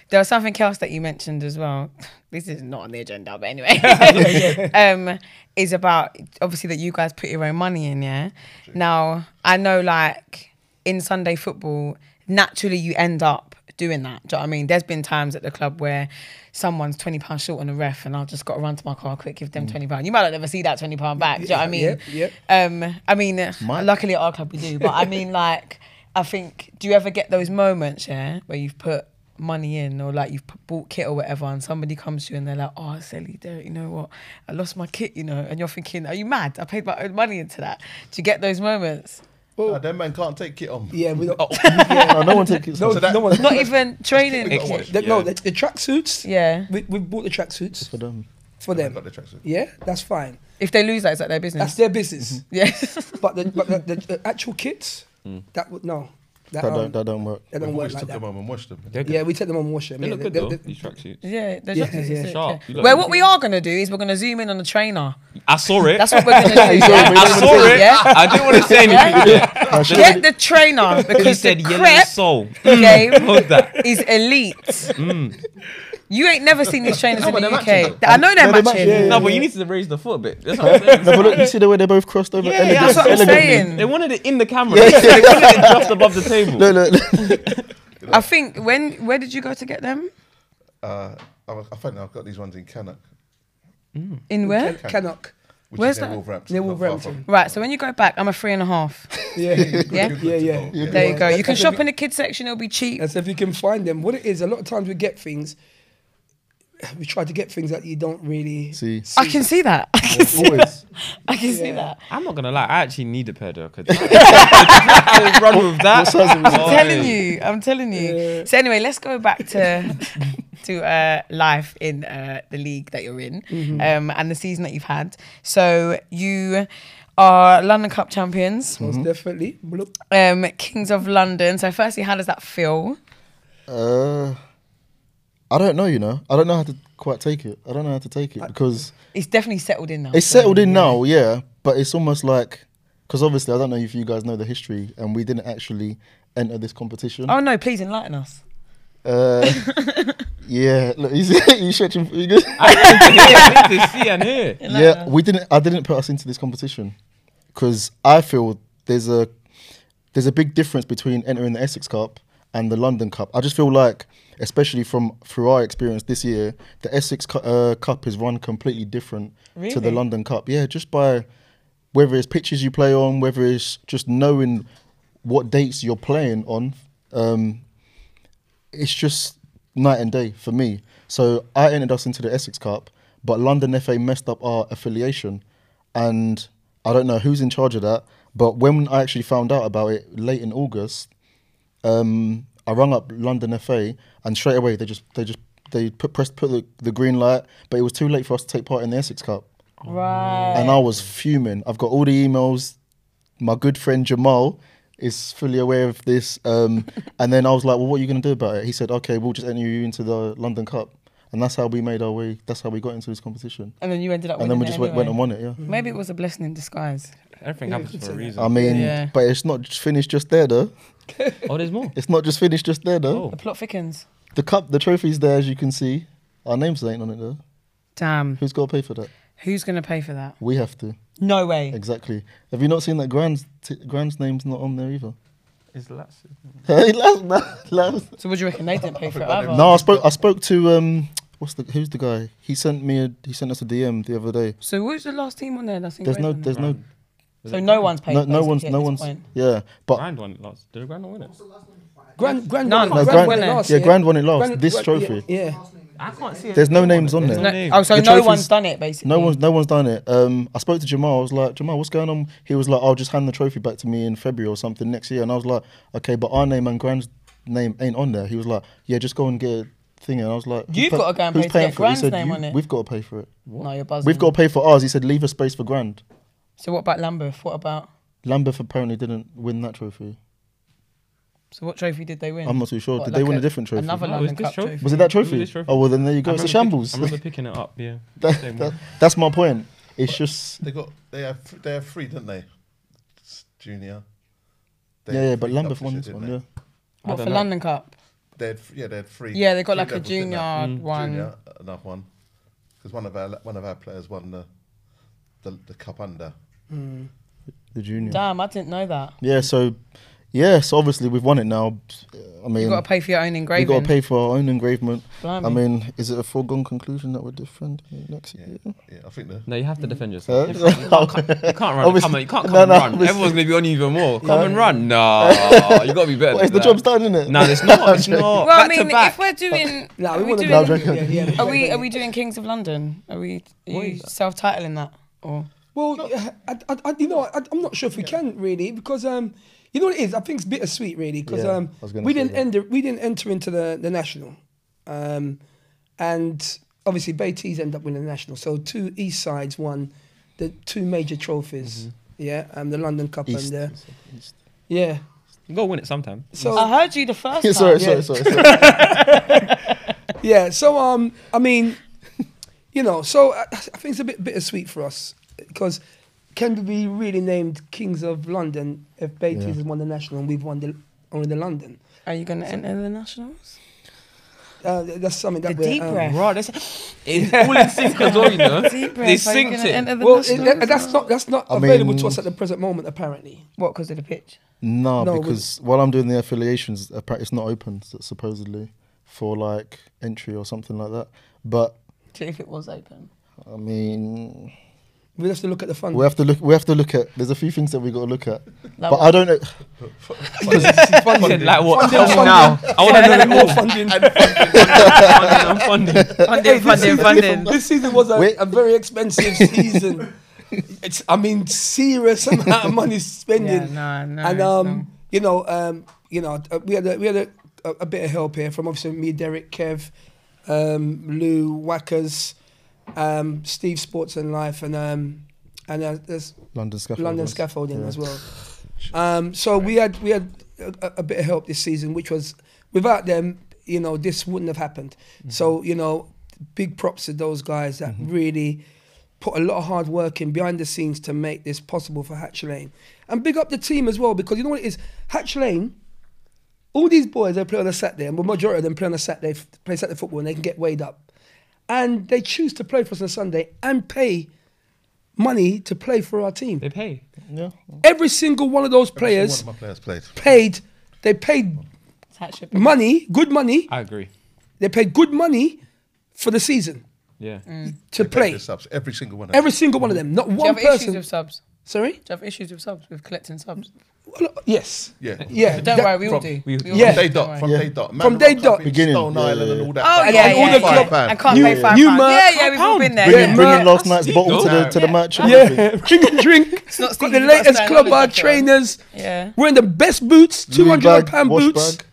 Speaker 1: There was something else that you mentioned as well. This is not on the agenda, but anyway, um, is about obviously that you guys put your own money in. Yeah. Now I know, like in Sunday football, naturally you end up doing that. Do you know what I mean? There's been times at the club where someone's twenty pounds short on the ref, and I've just got to run to my car quick, give
Speaker 6: Mm.
Speaker 1: them twenty pound. You might not never see that twenty pound back. Do you know what I mean?
Speaker 2: Yep, yep.
Speaker 1: Um, I mean, uh,
Speaker 5: Might.
Speaker 1: luckily at our club we do, but I mean, like, I think, do you ever get those moments, yeah, where you've put money in or like you've p- bought kit or whatever, and somebody comes to you and they're like, oh, Sally, there, you know what? I lost my kit, you know, and you're thinking, are you mad? I paid my own money into that. Do you get those moments?
Speaker 4: no, uh, them man can't take it on.
Speaker 2: Yeah, we don't.
Speaker 5: no, no one takes it.
Speaker 2: No,
Speaker 4: So that-
Speaker 2: no one's
Speaker 1: Not even training.
Speaker 4: Ex-
Speaker 1: kit.
Speaker 2: The, No,
Speaker 6: Yeah.
Speaker 2: the, the tracksuits.
Speaker 1: Yeah.
Speaker 2: We, we've bought the tracksuits
Speaker 5: for them.
Speaker 2: for
Speaker 4: Them
Speaker 2: them.
Speaker 4: man got the tracksuit.
Speaker 2: Yeah, that's fine.
Speaker 1: If they lose that, is that their
Speaker 2: That's
Speaker 1: business?
Speaker 2: their business.
Speaker 1: yeah.
Speaker 2: But the, but the, the, the actual kits,
Speaker 1: Hmm.
Speaker 2: that would no, that,
Speaker 5: That
Speaker 2: don't,
Speaker 1: um,
Speaker 5: don't, that don't work.
Speaker 2: that
Speaker 4: We've
Speaker 2: don't work
Speaker 4: always
Speaker 2: like
Speaker 4: took
Speaker 2: that.
Speaker 4: them home and washed them.
Speaker 6: They're good.
Speaker 2: Yeah, we take them on wash them.
Speaker 6: They
Speaker 2: yeah,
Speaker 6: look good
Speaker 2: they-
Speaker 6: though.
Speaker 2: they-
Speaker 6: These tracksuits.
Speaker 1: Yeah, they're
Speaker 2: Yeah,
Speaker 1: just-
Speaker 2: yeah.
Speaker 1: yeah.
Speaker 6: Sharp. You look
Speaker 1: Well,
Speaker 6: good.
Speaker 1: what we are gonna do is we're gonna zoom in on the trainer.
Speaker 6: I saw it.
Speaker 1: That's what we're gonna do.
Speaker 5: You saw it,
Speaker 1: yeah?
Speaker 5: but you
Speaker 6: I
Speaker 5: didn't
Speaker 6: saw it.
Speaker 1: Yeah?
Speaker 6: I didn't want to say anything.
Speaker 5: I should've-
Speaker 1: Get the trainer
Speaker 6: He
Speaker 1: because
Speaker 6: said
Speaker 1: the
Speaker 6: yellow
Speaker 1: crep
Speaker 6: soul.
Speaker 1: game
Speaker 6: Hold that.
Speaker 1: is elite. You ain't never seen these trainers
Speaker 6: No,
Speaker 1: in
Speaker 6: but
Speaker 1: the
Speaker 6: they're
Speaker 1: UK.
Speaker 6: matching,
Speaker 1: I know they're
Speaker 5: No, they're
Speaker 1: matching.
Speaker 5: matching, yeah, yeah.
Speaker 6: No, but you need to raise the foot a bit. That's what I'm
Speaker 5: No,
Speaker 6: saying.
Speaker 5: but look, you see the way they both crossed over.
Speaker 1: Yeah,
Speaker 5: elegant-
Speaker 1: that's what I'm
Speaker 5: elegantly.
Speaker 1: saying.
Speaker 6: They wanted it in the camera. They wanted it just above the table.
Speaker 5: Look, look, look.
Speaker 1: I think when where did you go to get them?
Speaker 4: Uh, I, was- I think I've got these ones in Cannock.
Speaker 1: In where?
Speaker 4: Can-
Speaker 2: Canuck.
Speaker 4: Which
Speaker 1: Where's
Speaker 4: is near
Speaker 1: that?
Speaker 4: Wolverhampton.
Speaker 2: Near
Speaker 4: not far
Speaker 2: Wolverhampton.
Speaker 4: from-
Speaker 1: Right, so when you go back, I'm a three and a half.
Speaker 2: Yeah,
Speaker 1: Yeah?
Speaker 4: Good
Speaker 2: Yeah,
Speaker 4: to
Speaker 2: yeah.
Speaker 4: know,
Speaker 5: You're
Speaker 1: There you go. You can
Speaker 2: That's
Speaker 1: shop
Speaker 2: every-
Speaker 1: in the kids section, it'll be cheap.
Speaker 2: and so if you can find them, what it is, a lot of times we get things. We try to get things that you don't really
Speaker 5: See,
Speaker 1: I can see that. I can see that.
Speaker 5: always.
Speaker 1: I can see
Speaker 2: Yeah.
Speaker 1: that.
Speaker 6: I'm not gonna lie. I actually need a pair though. Cause I run with that.
Speaker 1: I'm telling you. I'm telling you. So anyway, let's go back to to uh, life in uh, the league that you're in um, and the season that you've had. So you are London Cup champions,
Speaker 2: Most definitely. Bloop.
Speaker 1: um, Kings of London. So firstly, how does that feel?
Speaker 5: Uh, I don't know, you know. I don't know how to quite take it. I don't know how to take it because.
Speaker 1: It's definitely settled in now.
Speaker 5: It's settled in now, yeah, but it's almost like because obviously I don't know if you guys know the history, and we didn't actually enter this competition.
Speaker 1: Oh no! Please enlighten us.
Speaker 5: Uh, yeah, look, you see, you stretching you good?
Speaker 6: I need to see and hear.
Speaker 5: Yeah, we didn't. I didn't put us into this competition because I feel there's a there's a big difference between entering the Essex Cup and the London Cup. I just feel like, especially from through our experience this year, the Essex Cu- uh, Cup is run completely different to the
Speaker 1: Really?
Speaker 5: London Cup. Yeah, just by whether it's pitches you play on, whether it's just knowing what dates you're playing on. Um, it's just night and day for me. So I entered us into the Essex Cup, but London FA messed up our affiliation, and I don't know who's in charge of that. But when I actually found out about it late in August, um, I rung up London FA, and straight away they just they just they put pressed put the, the green light, but it was too late for us to take part in the Essex Cup,
Speaker 1: Right.
Speaker 5: and I was fuming. I've got all the emails. My good friend Jamal is fully aware of this, um, and then I was like, "Well, what are you going to do about it?" He said, "Okay, we'll just enter you into the London Cup." And that's how we made our way. That's how we got into this competition.
Speaker 1: and then you ended up.
Speaker 5: Oh. And then we
Speaker 1: winning
Speaker 5: just
Speaker 1: it
Speaker 5: went, went and
Speaker 1: anyway.
Speaker 5: won it. Yeah.
Speaker 1: Maybe it was a blessing in disguise.
Speaker 6: Everything
Speaker 2: Yeah,
Speaker 6: happens for a
Speaker 2: it's-
Speaker 6: reason.
Speaker 5: I mean,
Speaker 1: Yeah.
Speaker 5: but it's not just finished just there though.
Speaker 6: oh, there's more.
Speaker 5: It's not just finished just there though.
Speaker 6: Oh.
Speaker 1: The plot thickens.
Speaker 5: The cup, the trophy's there as you can see. Our names ain't on it though.
Speaker 1: Damn.
Speaker 5: Who's got to pay for that?
Speaker 1: Who's gonna pay for that?
Speaker 5: We have to.
Speaker 1: No way.
Speaker 5: Exactly. Have you not seen that Grand's t- Grand's name's not on there either?
Speaker 6: Is last.
Speaker 5: Hey, last, last, last.
Speaker 1: So what do you reckon they didn't pay for it either?
Speaker 5: No, I spoke. I spoke to um, what's the who's the guy? He sent me a he sent us a DM the other day.
Speaker 1: So who's the last team on there? That's
Speaker 5: There's no
Speaker 1: engraved on
Speaker 5: there's no
Speaker 1: there? So no one's paid.
Speaker 5: no, no one's
Speaker 1: basically at
Speaker 5: no
Speaker 1: this
Speaker 5: one's
Speaker 1: point.
Speaker 5: yeah. But
Speaker 6: Grand won last. Did Grand not win it?
Speaker 2: Grand, grand,
Speaker 1: No,
Speaker 2: won it-
Speaker 1: no,
Speaker 5: no,
Speaker 1: Grand
Speaker 5: Grand,
Speaker 1: won it
Speaker 2: last
Speaker 5: yeah,
Speaker 2: year.
Speaker 5: Grand won it last.
Speaker 2: Grand-
Speaker 5: this
Speaker 2: Grand-
Speaker 5: trophy.
Speaker 2: Yeah, yeah.
Speaker 6: I can't see it.
Speaker 5: There's no names on there.
Speaker 1: No-
Speaker 6: name.
Speaker 1: oh, so
Speaker 5: The
Speaker 1: no
Speaker 5: trophies-
Speaker 1: one's done it basically.
Speaker 5: No one's no one's done it. Um, I spoke to Jamal. I was like, Jamal, what's going on? He was like, I'll just hand the trophy back to me in February or something next year. And I was like, okay, but our name and Grand's name ain't on there. He was like, yeah, just go and get a thing. And I was like, who's
Speaker 1: You've
Speaker 5: pay-
Speaker 1: gotta go and
Speaker 5: who's
Speaker 1: pay to
Speaker 5: paying
Speaker 1: get
Speaker 5: for it? He
Speaker 1: Grand's
Speaker 5: said,
Speaker 1: name
Speaker 5: "You-
Speaker 1: on it."
Speaker 5: We've got to pay for it.
Speaker 1: No, you're buzzing.
Speaker 5: We've got to pay for ours. He said, leave a space for Grand.
Speaker 1: So what about Lambeth? What about?
Speaker 5: Lambeth apparently didn't win that trophy.
Speaker 1: So what trophy did they win?
Speaker 5: I'm not too sure.
Speaker 1: What,
Speaker 5: Did
Speaker 1: like
Speaker 5: they
Speaker 1: a-
Speaker 5: win a different trophy?
Speaker 1: Another
Speaker 6: Oh,
Speaker 1: London
Speaker 6: is this
Speaker 1: Cup
Speaker 6: trophy?
Speaker 1: trophy.
Speaker 5: was it that
Speaker 6: Who was
Speaker 5: trophy?
Speaker 6: this trophy?
Speaker 5: Oh well, then there you
Speaker 6: I
Speaker 5: go. It's a
Speaker 6: remember
Speaker 5: shambles.
Speaker 6: Pick, I remember picking it up. Yeah. Same
Speaker 5: That-
Speaker 6: one.
Speaker 5: that- that's my point. It's just
Speaker 4: They got they have they have three, don't they? It's junior. They
Speaker 5: yeah,
Speaker 4: had
Speaker 5: yeah. But
Speaker 4: three
Speaker 5: Lambeth
Speaker 4: cups
Speaker 5: won
Speaker 4: year,
Speaker 5: this
Speaker 4: didn't
Speaker 5: one.
Speaker 4: they?
Speaker 5: Yeah.
Speaker 6: I
Speaker 1: What
Speaker 6: don't
Speaker 1: for
Speaker 6: know.
Speaker 1: London Cup?
Speaker 4: They had, yeah, they had three.
Speaker 1: Yeah, they got
Speaker 4: three
Speaker 1: like a
Speaker 4: levels, didn't they?
Speaker 1: junior
Speaker 5: Mm.
Speaker 1: one.
Speaker 4: Junior, another one. Because one of our one of our players won the the, the cup under.
Speaker 5: The junior.
Speaker 1: Damn, I didn't know that.
Speaker 5: Yeah, so yeah, so obviously we've won it now. I mean,
Speaker 1: You
Speaker 2: Um,
Speaker 1: got to pay for your own
Speaker 5: we
Speaker 1: engraving.
Speaker 5: got to pay for our own engravement.
Speaker 1: Blimey.
Speaker 5: I mean, is it a foregone conclusion that we're different next year?
Speaker 4: Yeah, I think the
Speaker 6: No, you have to defend yourself.
Speaker 5: Huh?
Speaker 6: You can't- you can't you can't run.
Speaker 5: Obviously-
Speaker 6: Come on, you can't come
Speaker 5: No,
Speaker 6: and
Speaker 5: no,
Speaker 6: run.
Speaker 5: obviously-
Speaker 6: Everyone's gonna be on you even more. Come and run. No, you gotta be better.
Speaker 5: Well, it's
Speaker 6: than
Speaker 5: the
Speaker 6: that.
Speaker 5: job's done, isn't it?
Speaker 6: No, it's not. It's not.
Speaker 1: Well, I
Speaker 6: back
Speaker 1: mean,
Speaker 6: to back.
Speaker 1: if we're doing,
Speaker 2: Nah,
Speaker 1: are,
Speaker 2: we
Speaker 1: we
Speaker 2: wouldn't
Speaker 1: doing
Speaker 5: No,
Speaker 2: have
Speaker 5: I'm joking.
Speaker 2: Yeah, yeah,
Speaker 1: are
Speaker 2: yeah.
Speaker 1: we are we doing Kings of London? Are we are you self titling that or
Speaker 2: Well, yeah, I, I, I- you know, I, I'm not sure if we can really because um, you know what it is. I think it's bittersweet really because
Speaker 5: Yeah,
Speaker 2: um,
Speaker 5: I was gonna
Speaker 2: we
Speaker 5: say
Speaker 2: didn't
Speaker 5: that.
Speaker 2: enter we didn't enter into the the national, um, and obviously Beatties end up winning the national. So two East sides won the two major trophies. Yeah, and the London Cup
Speaker 5: Mm-hmm. East.
Speaker 2: and the yeah.
Speaker 6: You gotta win it sometime.
Speaker 2: So
Speaker 1: I heard you the first
Speaker 5: Yeah,
Speaker 1: time.
Speaker 5: sorry,
Speaker 2: yeah.
Speaker 5: sorry, sorry, sorry.
Speaker 2: yeah. So um, I mean, you know, so I, I think it's a bit bittersweet for us because can we be really named kings of London if Beatties
Speaker 5: Yeah.
Speaker 2: has won the national and we've won the only the London?
Speaker 1: Are you going to enter the nationals?
Speaker 2: Uh, th- that's something
Speaker 1: The
Speaker 2: that we're.
Speaker 1: deep
Speaker 2: um,
Speaker 1: breath.
Speaker 6: Right, that's it's all in sync as well, you know.
Speaker 1: Deep breath.
Speaker 6: They
Speaker 1: Are you
Speaker 6: synced
Speaker 1: gonna
Speaker 6: it.
Speaker 1: enter the
Speaker 2: Well, it,
Speaker 1: nationals?
Speaker 2: that- that's not that's not
Speaker 5: I
Speaker 2: available
Speaker 5: mean-
Speaker 2: to us at the present moment, apparently.
Speaker 1: what because of the pitch?
Speaker 5: no,
Speaker 2: No, we-
Speaker 5: because while I'm doing the affiliations, appa- it's not open so- supposedly for like entry or something like that. But
Speaker 1: So if it was open,
Speaker 5: I mean,
Speaker 2: We'll have to look at the fund.
Speaker 5: we have to look. We have to look at. There's a few things that we got to look at.
Speaker 1: Like
Speaker 5: but
Speaker 1: what?
Speaker 5: I don't know.
Speaker 6: Funding, like
Speaker 2: Funding,
Speaker 6: what? Tell me
Speaker 2: funding.
Speaker 6: now. I want to know it all.
Speaker 2: funding.
Speaker 6: Funding, funding, funding.
Speaker 1: funding, funding, funding.
Speaker 2: This season was a,
Speaker 5: Wait.
Speaker 2: a very expensive season. It's, I mean, serious amount of money spending.
Speaker 1: Yeah, no, no,
Speaker 2: and
Speaker 1: it's
Speaker 2: um,
Speaker 1: not.
Speaker 2: you know, um, you know, uh, we had a, we had a, a, a bit of help here from obviously me, Derek, Kev, um, Lou, Wackers, um, Steve, Sports and Life, and um, and uh, there's
Speaker 5: London scaffolding.
Speaker 2: London scaffolding
Speaker 5: Yeah.
Speaker 2: as well. Um, so we had we had a, a- a bit of help this season, which was without them, you know, this wouldn't have happened.
Speaker 5: Mm-hmm.
Speaker 2: So you know, big props to those guys that really put a lot of hard work in behind the scenes to make this possible for Hatch Lane, and big up the team as well because you know what it is, Hatch Lane. All these boys they play on a Saturday, and the majority of them play on a Saturday, f- play Saturday football, and they can get weighed up, and they choose to play for us on Sunday and pay money to play for our team.
Speaker 6: They pay.
Speaker 5: Yeah.
Speaker 2: Every single one of those
Speaker 4: one
Speaker 2: players
Speaker 4: of my players played.
Speaker 2: paid. They paid
Speaker 1: Hatship.
Speaker 2: money, good money.
Speaker 6: I agree.
Speaker 2: They paid good money for the season
Speaker 6: Yeah.
Speaker 1: Mm.
Speaker 2: to
Speaker 4: They played
Speaker 2: play.
Speaker 4: the subs, every single one. of
Speaker 2: Every
Speaker 4: them.
Speaker 2: single one of them, not
Speaker 1: Do you
Speaker 2: one
Speaker 1: have issues
Speaker 2: person.
Speaker 1: with subs?
Speaker 2: Sorry,
Speaker 1: Do you have issues with subs with collecting subs?
Speaker 2: yes.
Speaker 4: Yeah.
Speaker 2: Yeah.
Speaker 1: Don't
Speaker 2: that-
Speaker 1: worry, we all
Speaker 6: From-
Speaker 1: do. We
Speaker 6: we-
Speaker 1: all
Speaker 4: From
Speaker 2: Yeah.
Speaker 1: do,
Speaker 4: day
Speaker 1: don't
Speaker 4: dot.
Speaker 1: worry.
Speaker 4: From
Speaker 5: Yeah.
Speaker 4: day dot. Man
Speaker 2: From
Speaker 4: was
Speaker 2: day
Speaker 4: up
Speaker 2: dot.
Speaker 4: in Stone
Speaker 5: Beginning,
Speaker 4: Island
Speaker 5: yeah.
Speaker 4: and all that.
Speaker 1: Oh
Speaker 4: And
Speaker 1: yeah,
Speaker 4: all
Speaker 1: yeah,
Speaker 4: the
Speaker 1: yeah.
Speaker 4: five
Speaker 1: I
Speaker 4: pounds.
Speaker 1: can't
Speaker 2: You-
Speaker 1: pay five
Speaker 2: you
Speaker 1: pounds.
Speaker 2: murk-
Speaker 1: Yeah, yeah, we've all been there.
Speaker 5: Bringing,
Speaker 1: yeah.
Speaker 5: bringing
Speaker 1: Yeah.
Speaker 5: last night's bottle to the to the match. and everything.
Speaker 2: Yeah. Drink, drink.
Speaker 1: It's not
Speaker 2: Got
Speaker 1: Steve,
Speaker 2: the
Speaker 1: you've got
Speaker 2: latest
Speaker 1: Stone
Speaker 2: club
Speaker 1: Island to
Speaker 2: bar
Speaker 1: go.
Speaker 2: trainers.
Speaker 1: Yeah.
Speaker 2: We're in the best boots, two
Speaker 5: Louis
Speaker 2: hundred odd
Speaker 5: bag,
Speaker 2: pound
Speaker 5: wash
Speaker 2: boots.
Speaker 5: bag.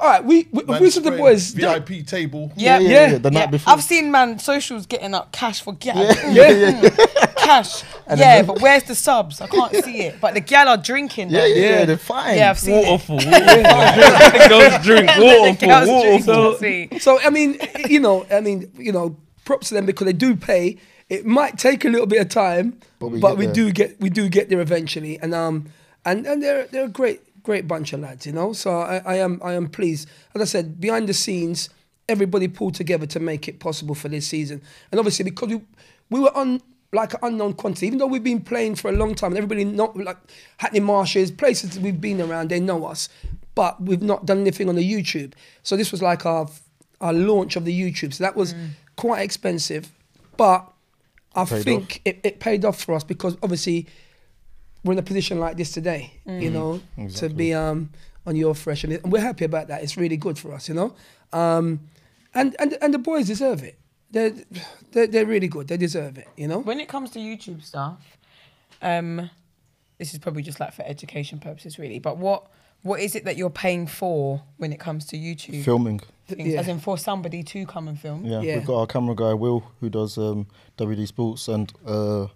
Speaker 2: All right, we we,
Speaker 4: Man
Speaker 2: we said the
Speaker 4: sprayed
Speaker 2: boys.
Speaker 4: VIP table.
Speaker 1: Yeah.
Speaker 5: yeah,
Speaker 2: Yeah.
Speaker 5: yeah, The night
Speaker 1: Yeah.
Speaker 5: before.
Speaker 1: I've seen man socials getting up cash for gal. Mm.
Speaker 5: yeah, yeah, yeah,
Speaker 1: Cash. yeah, but where's the subs? I can't see it. But the gal are drinking.
Speaker 5: yeah, yeah,
Speaker 1: though.
Speaker 5: yeah. They're fine.
Speaker 1: Yeah, I've seen it.
Speaker 6: Waterfall, waterfall. Girls drink
Speaker 1: the
Speaker 6: waterfall,
Speaker 1: girls drink,
Speaker 6: waterfall.
Speaker 1: that's it.
Speaker 2: So I mean, you know, I mean, you know, props to them because they do pay. It might take a little bit of time, but we,
Speaker 5: we get there.
Speaker 2: do get we do get there eventually, and um, and and they're they're a great great bunch of lads, you know. So I, I am I am pleased. As I said, behind the scenes, everybody pulled together to make it possible for this season, and obviously because we we were on. Like an unknown quantity, even though we've been playing for a long time, and everybody not like Hackney Marshes, places we've been around, they know us, but we've not done anything on the YouTube. So this was like our our launch of the YouTube. So that was quite expensive, but I
Speaker 5: Paid
Speaker 2: think it, it paid off for us because obviously we're in a position like this today, you know, to be um, on your fresh and, it- and we're happy about that. It's really good for us, you know, um, and and and the boys deserve it. They're, they're they're really good. They deserve it, you know.
Speaker 1: When it comes to YouTube stuff, um, this is probably just like for education purposes, really. But what what is it that you're paying for when it comes to YouTube?
Speaker 5: Filming.
Speaker 1: things,
Speaker 2: Yeah.
Speaker 1: as in for somebody to come and film.
Speaker 5: Yeah.
Speaker 2: Yeah.
Speaker 5: we've got our camera guy Will who does um, WD Sports and uh,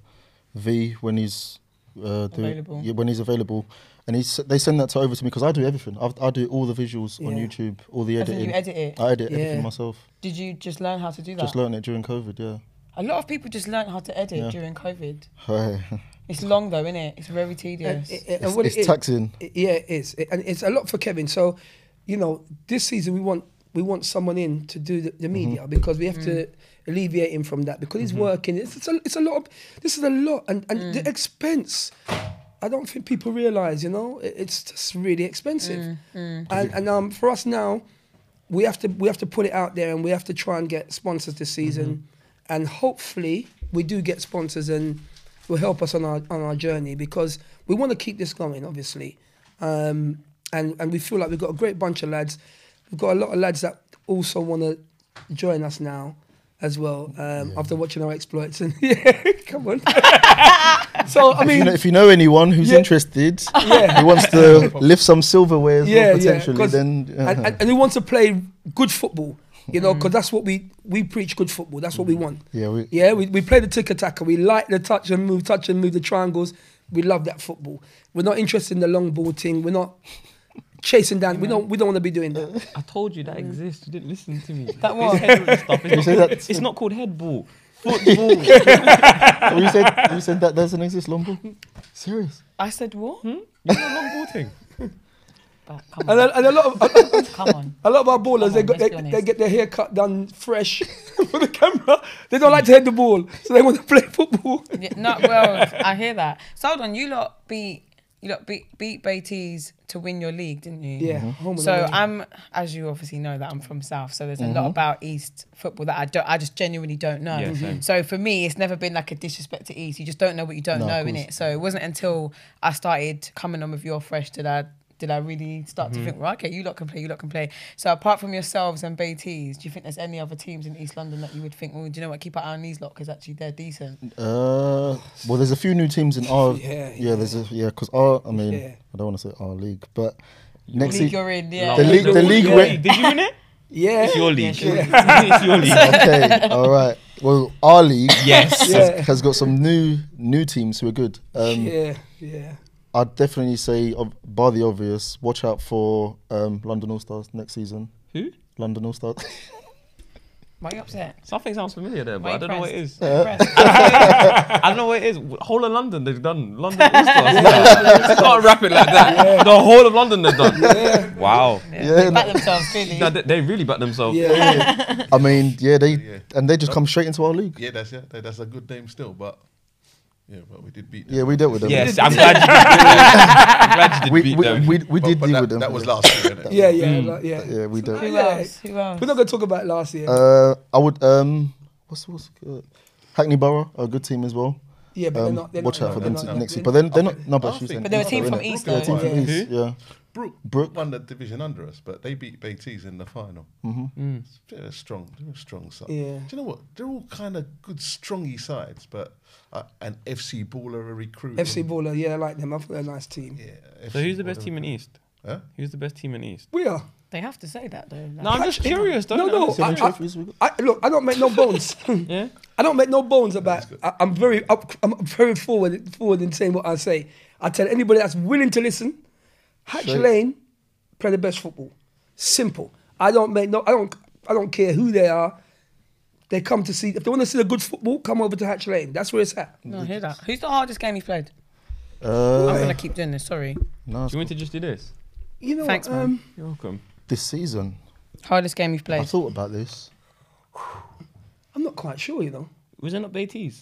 Speaker 5: V when he's uh, doing-
Speaker 1: Available.
Speaker 5: yeah, when he's available, and he's they send that to over to me because I do everything. I've, I do all the visuals on
Speaker 2: Yeah.
Speaker 5: YouTube, all the
Speaker 1: As in
Speaker 5: editing.
Speaker 1: you edit it?
Speaker 5: I edit
Speaker 2: Yeah.
Speaker 5: everything myself.
Speaker 1: Did you just learn how to do that?
Speaker 5: Just learned it during COVID. Yeah.
Speaker 1: a lot of people just learned how to edit
Speaker 5: Yeah.
Speaker 1: during COVID.
Speaker 5: Hi.
Speaker 1: It's long though, isn't it? It's very
Speaker 2: And-
Speaker 1: tedious.
Speaker 2: and- and
Speaker 5: It's-
Speaker 2: what it
Speaker 5: it's
Speaker 2: is-
Speaker 5: taxing.
Speaker 2: it- yeah, it is, It- and it's a lot for Kevin. So, you know, this season we want we want someone in to do the, the media
Speaker 5: Mm-hmm.
Speaker 2: because we have to alleviate him from that because he's working. It's, it's, a, it's a lot. Of, this is a lot, and and the expense. I don't think people realise. You know, it, it's just really expensive, and and um for us now, we have to we have to put it out there and we have to try and get sponsors this season and hopefully we do get sponsors and will help us on our on our journey because we want to keep this going obviously um, and and we feel like we've got a great bunch of lads we've got a lot of lads that also want to join us now as well um, after watching our exploits and yeah come on so I
Speaker 5: You
Speaker 2: mean
Speaker 5: know, if you know anyone who's
Speaker 2: Yeah.
Speaker 5: interested, who wants to lift some silverware as well potentially,
Speaker 2: 'cause-
Speaker 5: then uh,
Speaker 2: and, and, and we want to play good football, you
Speaker 1: Mm.
Speaker 2: know, because that's what we we preach good football. That's what we want.
Speaker 5: Yeah, we-
Speaker 2: yeah, we, we play the tick attacker. We like the touch and move, touch and move, the triangles. We love that football. We're not interested in the long ball thing. We're not chasing down. We don't we don't want to be doing that.
Speaker 6: I told you that
Speaker 1: Mm.
Speaker 6: exists. You didn't listen to me.
Speaker 1: That
Speaker 6: This
Speaker 1: what?
Speaker 6: headball stuff, It's,
Speaker 5: say
Speaker 6: not,
Speaker 5: that-
Speaker 6: it's not called headball. Football.
Speaker 5: you said you said that doesn't exist, Lombo. Serious.
Speaker 1: I said what?
Speaker 2: Hmm?
Speaker 6: you know, long ball thing.
Speaker 1: But come
Speaker 2: And
Speaker 1: on,
Speaker 2: a, and a lot of
Speaker 1: come on.
Speaker 2: a lot of our ballers
Speaker 1: Come on,
Speaker 2: they, got,
Speaker 1: let's
Speaker 2: they,
Speaker 1: be honest.
Speaker 2: they get their hair cut done fresh for the camera. They don't like to hit the ball, so they want to play football.
Speaker 1: Yeah, no, well, I hear that. So hold on, you lot beat you lot beat beat Beatties to win your league, didn't you?
Speaker 2: Yeah, home and
Speaker 1: So uh,
Speaker 2: away.
Speaker 1: I'm, as you obviously know, that I'm from South. So there's a
Speaker 5: Mm-hmm.
Speaker 1: lot about East football that I don't, I just genuinely don't know.
Speaker 6: Yeah, same.
Speaker 1: So for me, it's never been like a disrespect to East. You just don't know what you don't
Speaker 5: No,
Speaker 1: know,
Speaker 5: of
Speaker 1: in it. So it wasn't until I started coming on with your fresh did I did I really start
Speaker 6: Mm-hmm.
Speaker 1: to think, well, okay, you lot can play, you lot can play. So apart from yourselves and Beatties, do you think there's any other teams in East London that you would think, well, do you know what, keep an eye on these lot because actually they're decent.
Speaker 5: Uh, well, there's a few new teams in our
Speaker 2: Yeah,
Speaker 5: yeah, there's a yeah because our I mean
Speaker 2: Yeah.
Speaker 5: I don't want to say our league, but next
Speaker 1: league
Speaker 5: league
Speaker 1: you're in, yeah.
Speaker 5: The league- the league
Speaker 6: Your
Speaker 5: went-
Speaker 6: Did you win it?
Speaker 2: Yeah,
Speaker 6: It's your league. it's your league.
Speaker 5: okay, all right. Well, our league
Speaker 6: Yes.
Speaker 2: Yeah.
Speaker 5: has, has got some new new teams who are good. Um,
Speaker 2: yeah, yeah.
Speaker 5: I'd definitely say, ob- bar the obvious, watch out for um, London All Stars next season.
Speaker 6: Who?
Speaker 5: London All Stars.
Speaker 1: Why are you upset?
Speaker 6: Something sounds familiar there, but
Speaker 1: Why
Speaker 6: I don't know what it
Speaker 1: impressed?
Speaker 5: Uh,
Speaker 6: is.
Speaker 1: Impressed?
Speaker 6: I don't know what it is. Whole of London they've done. London All Stars. Can't wrap it like that. The whole of London they've done. Wow.
Speaker 1: Yeah, they
Speaker 5: no.
Speaker 1: back themselves, really.
Speaker 6: No, they, they really back themselves.
Speaker 5: I mean, yeah, they
Speaker 4: Yeah.
Speaker 5: and they just come straight into our league.
Speaker 4: Yeah, that's yeah, that- that's a good name still, but yeah, but we did beat them.
Speaker 5: Yeah, we dealt with them.
Speaker 6: Yes, I'm glad you did. I'm glad you did
Speaker 5: we
Speaker 6: beat
Speaker 5: we,
Speaker 6: them.
Speaker 5: we, we
Speaker 4: But-
Speaker 5: did
Speaker 4: but
Speaker 5: deal
Speaker 4: that,
Speaker 5: with them.
Speaker 4: That was last year, innit?
Speaker 2: Yeah, yeah, like, yeah.
Speaker 5: Yeah, we dealt.
Speaker 1: Who
Speaker 2: Yeah.
Speaker 1: else? Who else?
Speaker 2: We're not gonna talk about last year.
Speaker 5: Uh, I would. Um, what's what's good? Hackney Borough, are a good team as well.
Speaker 2: Yeah, but
Speaker 5: Um,
Speaker 2: they're not. They're
Speaker 5: watch
Speaker 2: not,
Speaker 5: out for
Speaker 2: they're
Speaker 5: them
Speaker 2: not-
Speaker 5: to-
Speaker 2: they're
Speaker 5: next year.
Speaker 2: not-
Speaker 5: But then they're not. No,
Speaker 4: I
Speaker 5: but
Speaker 4: don't
Speaker 5: sheey's
Speaker 4: think-
Speaker 1: But they were a team from
Speaker 4: Brooke
Speaker 1: East,
Speaker 5: Yeah,
Speaker 1: though.
Speaker 5: they're a team from East. Yeah.
Speaker 4: Brooke,
Speaker 5: Brooke.
Speaker 4: won the division under us, but they beat BTs in the final. Mm-hmm.
Speaker 6: Mm.
Speaker 4: They're a strong, they're a strong side.
Speaker 2: Yeah.
Speaker 4: Do you know what? They're all kind of good, strongy sides, but uh, an FC baller, a recruit.
Speaker 2: FC Baller, yeah, I like them. I think they're a nice team.
Speaker 4: Yeah.
Speaker 6: So
Speaker 4: FC
Speaker 6: who's the best
Speaker 4: Baller.
Speaker 6: team in East?
Speaker 4: Huh?
Speaker 6: Who's the best team in East?
Speaker 2: We are.
Speaker 1: They have to say that though. like-
Speaker 6: No, I'm just curious. Don't
Speaker 2: No,
Speaker 6: know.
Speaker 2: no. I,
Speaker 5: Seven
Speaker 2: I,
Speaker 5: trophies we got.
Speaker 2: I, look, I don't make no bones.
Speaker 6: Yeah.
Speaker 2: I don't make no bones about. I, I'm very, up, I'm very forward, forward in saying what I say. I tell anybody that's willing to listen, Hatch
Speaker 5: Sure.
Speaker 2: Lane play the best football. Simple. I don't make no. I don't. I don't care who they are. They come to see. If they want to see the good football, come over to Hatch Lane. That's where it's at.
Speaker 1: No, I hear that. Who's the hardest game you've played?
Speaker 5: Uh,
Speaker 1: I'm gonna keep doing this. Sorry.
Speaker 5: no,
Speaker 6: Do you want to just do this?
Speaker 2: You know.
Speaker 1: Thanks,
Speaker 2: what,
Speaker 1: man.
Speaker 2: um,
Speaker 6: You're welcome.
Speaker 5: this season,
Speaker 1: Hardest game you've
Speaker 5: I
Speaker 1: played.
Speaker 5: thought about this.
Speaker 2: I'm not quite sure. You know.
Speaker 6: Was it not BTs?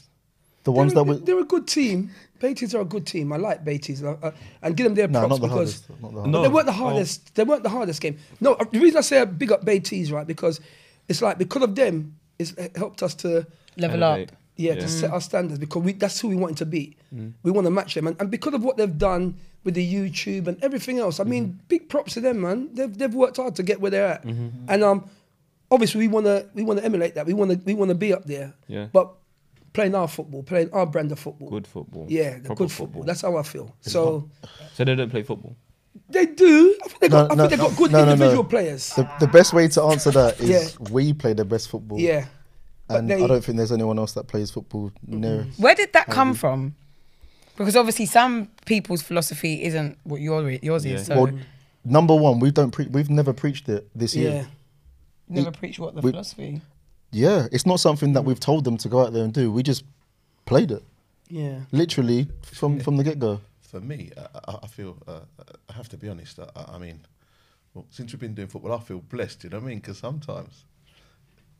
Speaker 5: The ones
Speaker 2: they're,
Speaker 5: that
Speaker 2: a-
Speaker 5: were
Speaker 2: they're a good team. Beatties are a good team. I like Beatties, and, I- I- and give them their
Speaker 5: no,
Speaker 2: props
Speaker 5: not the
Speaker 2: because
Speaker 5: hardest. Not the
Speaker 6: No.
Speaker 5: hardest.
Speaker 2: they weren't the
Speaker 6: Oh.
Speaker 2: hardest. They weren't the hardest game. No, uh, the reason I say I big up Beatties, right? Because it's like because of them, it's it helped us to
Speaker 1: Level
Speaker 6: Elevate.
Speaker 1: up.
Speaker 2: yeah,
Speaker 6: Yeah. Mm.
Speaker 2: to set our standards because we that's who we wanted to be. We want to match them, and, and because of what they've done with the YouTube and everything else, I mean,
Speaker 6: Mm-hmm.
Speaker 2: big props to them, man. They've they've worked hard to get where they're at, and um, obviously we want to we want to emulate that. We want to we want to be up there,
Speaker 6: Yeah.
Speaker 2: but playing our football, playing our brand of football.
Speaker 6: Good football.
Speaker 2: Yeah, the
Speaker 6: Proper
Speaker 2: good football. That's how I feel. So
Speaker 6: so they don't play football.
Speaker 2: they do. I think they got,
Speaker 5: No,
Speaker 2: I
Speaker 5: no,
Speaker 2: think they got good
Speaker 5: no, no, no.
Speaker 2: individual players.
Speaker 5: The, the best way to answer that is we play the best football.
Speaker 2: yeah. But
Speaker 5: and
Speaker 2: they-
Speaker 5: I don't think there's anyone else that plays football near us.
Speaker 1: Where did that come from? Because obviously some people's philosophy isn't what your, yours
Speaker 6: Yeah.
Speaker 1: is. So
Speaker 5: Well, number one, we don't pre- we've never preached it this
Speaker 2: Yeah.
Speaker 5: year.
Speaker 1: never preach what the
Speaker 5: we-
Speaker 1: philosophy.
Speaker 5: Yeah, it's not something that we've told them to go out there and do. We just played it
Speaker 2: Yeah.
Speaker 5: literally from from the get go.
Speaker 4: For me, I- I, I feel, uh, I have to be honest, I, I mean, well, since we've been doing football, I feel blessed, you know what I mean? Because sometimes,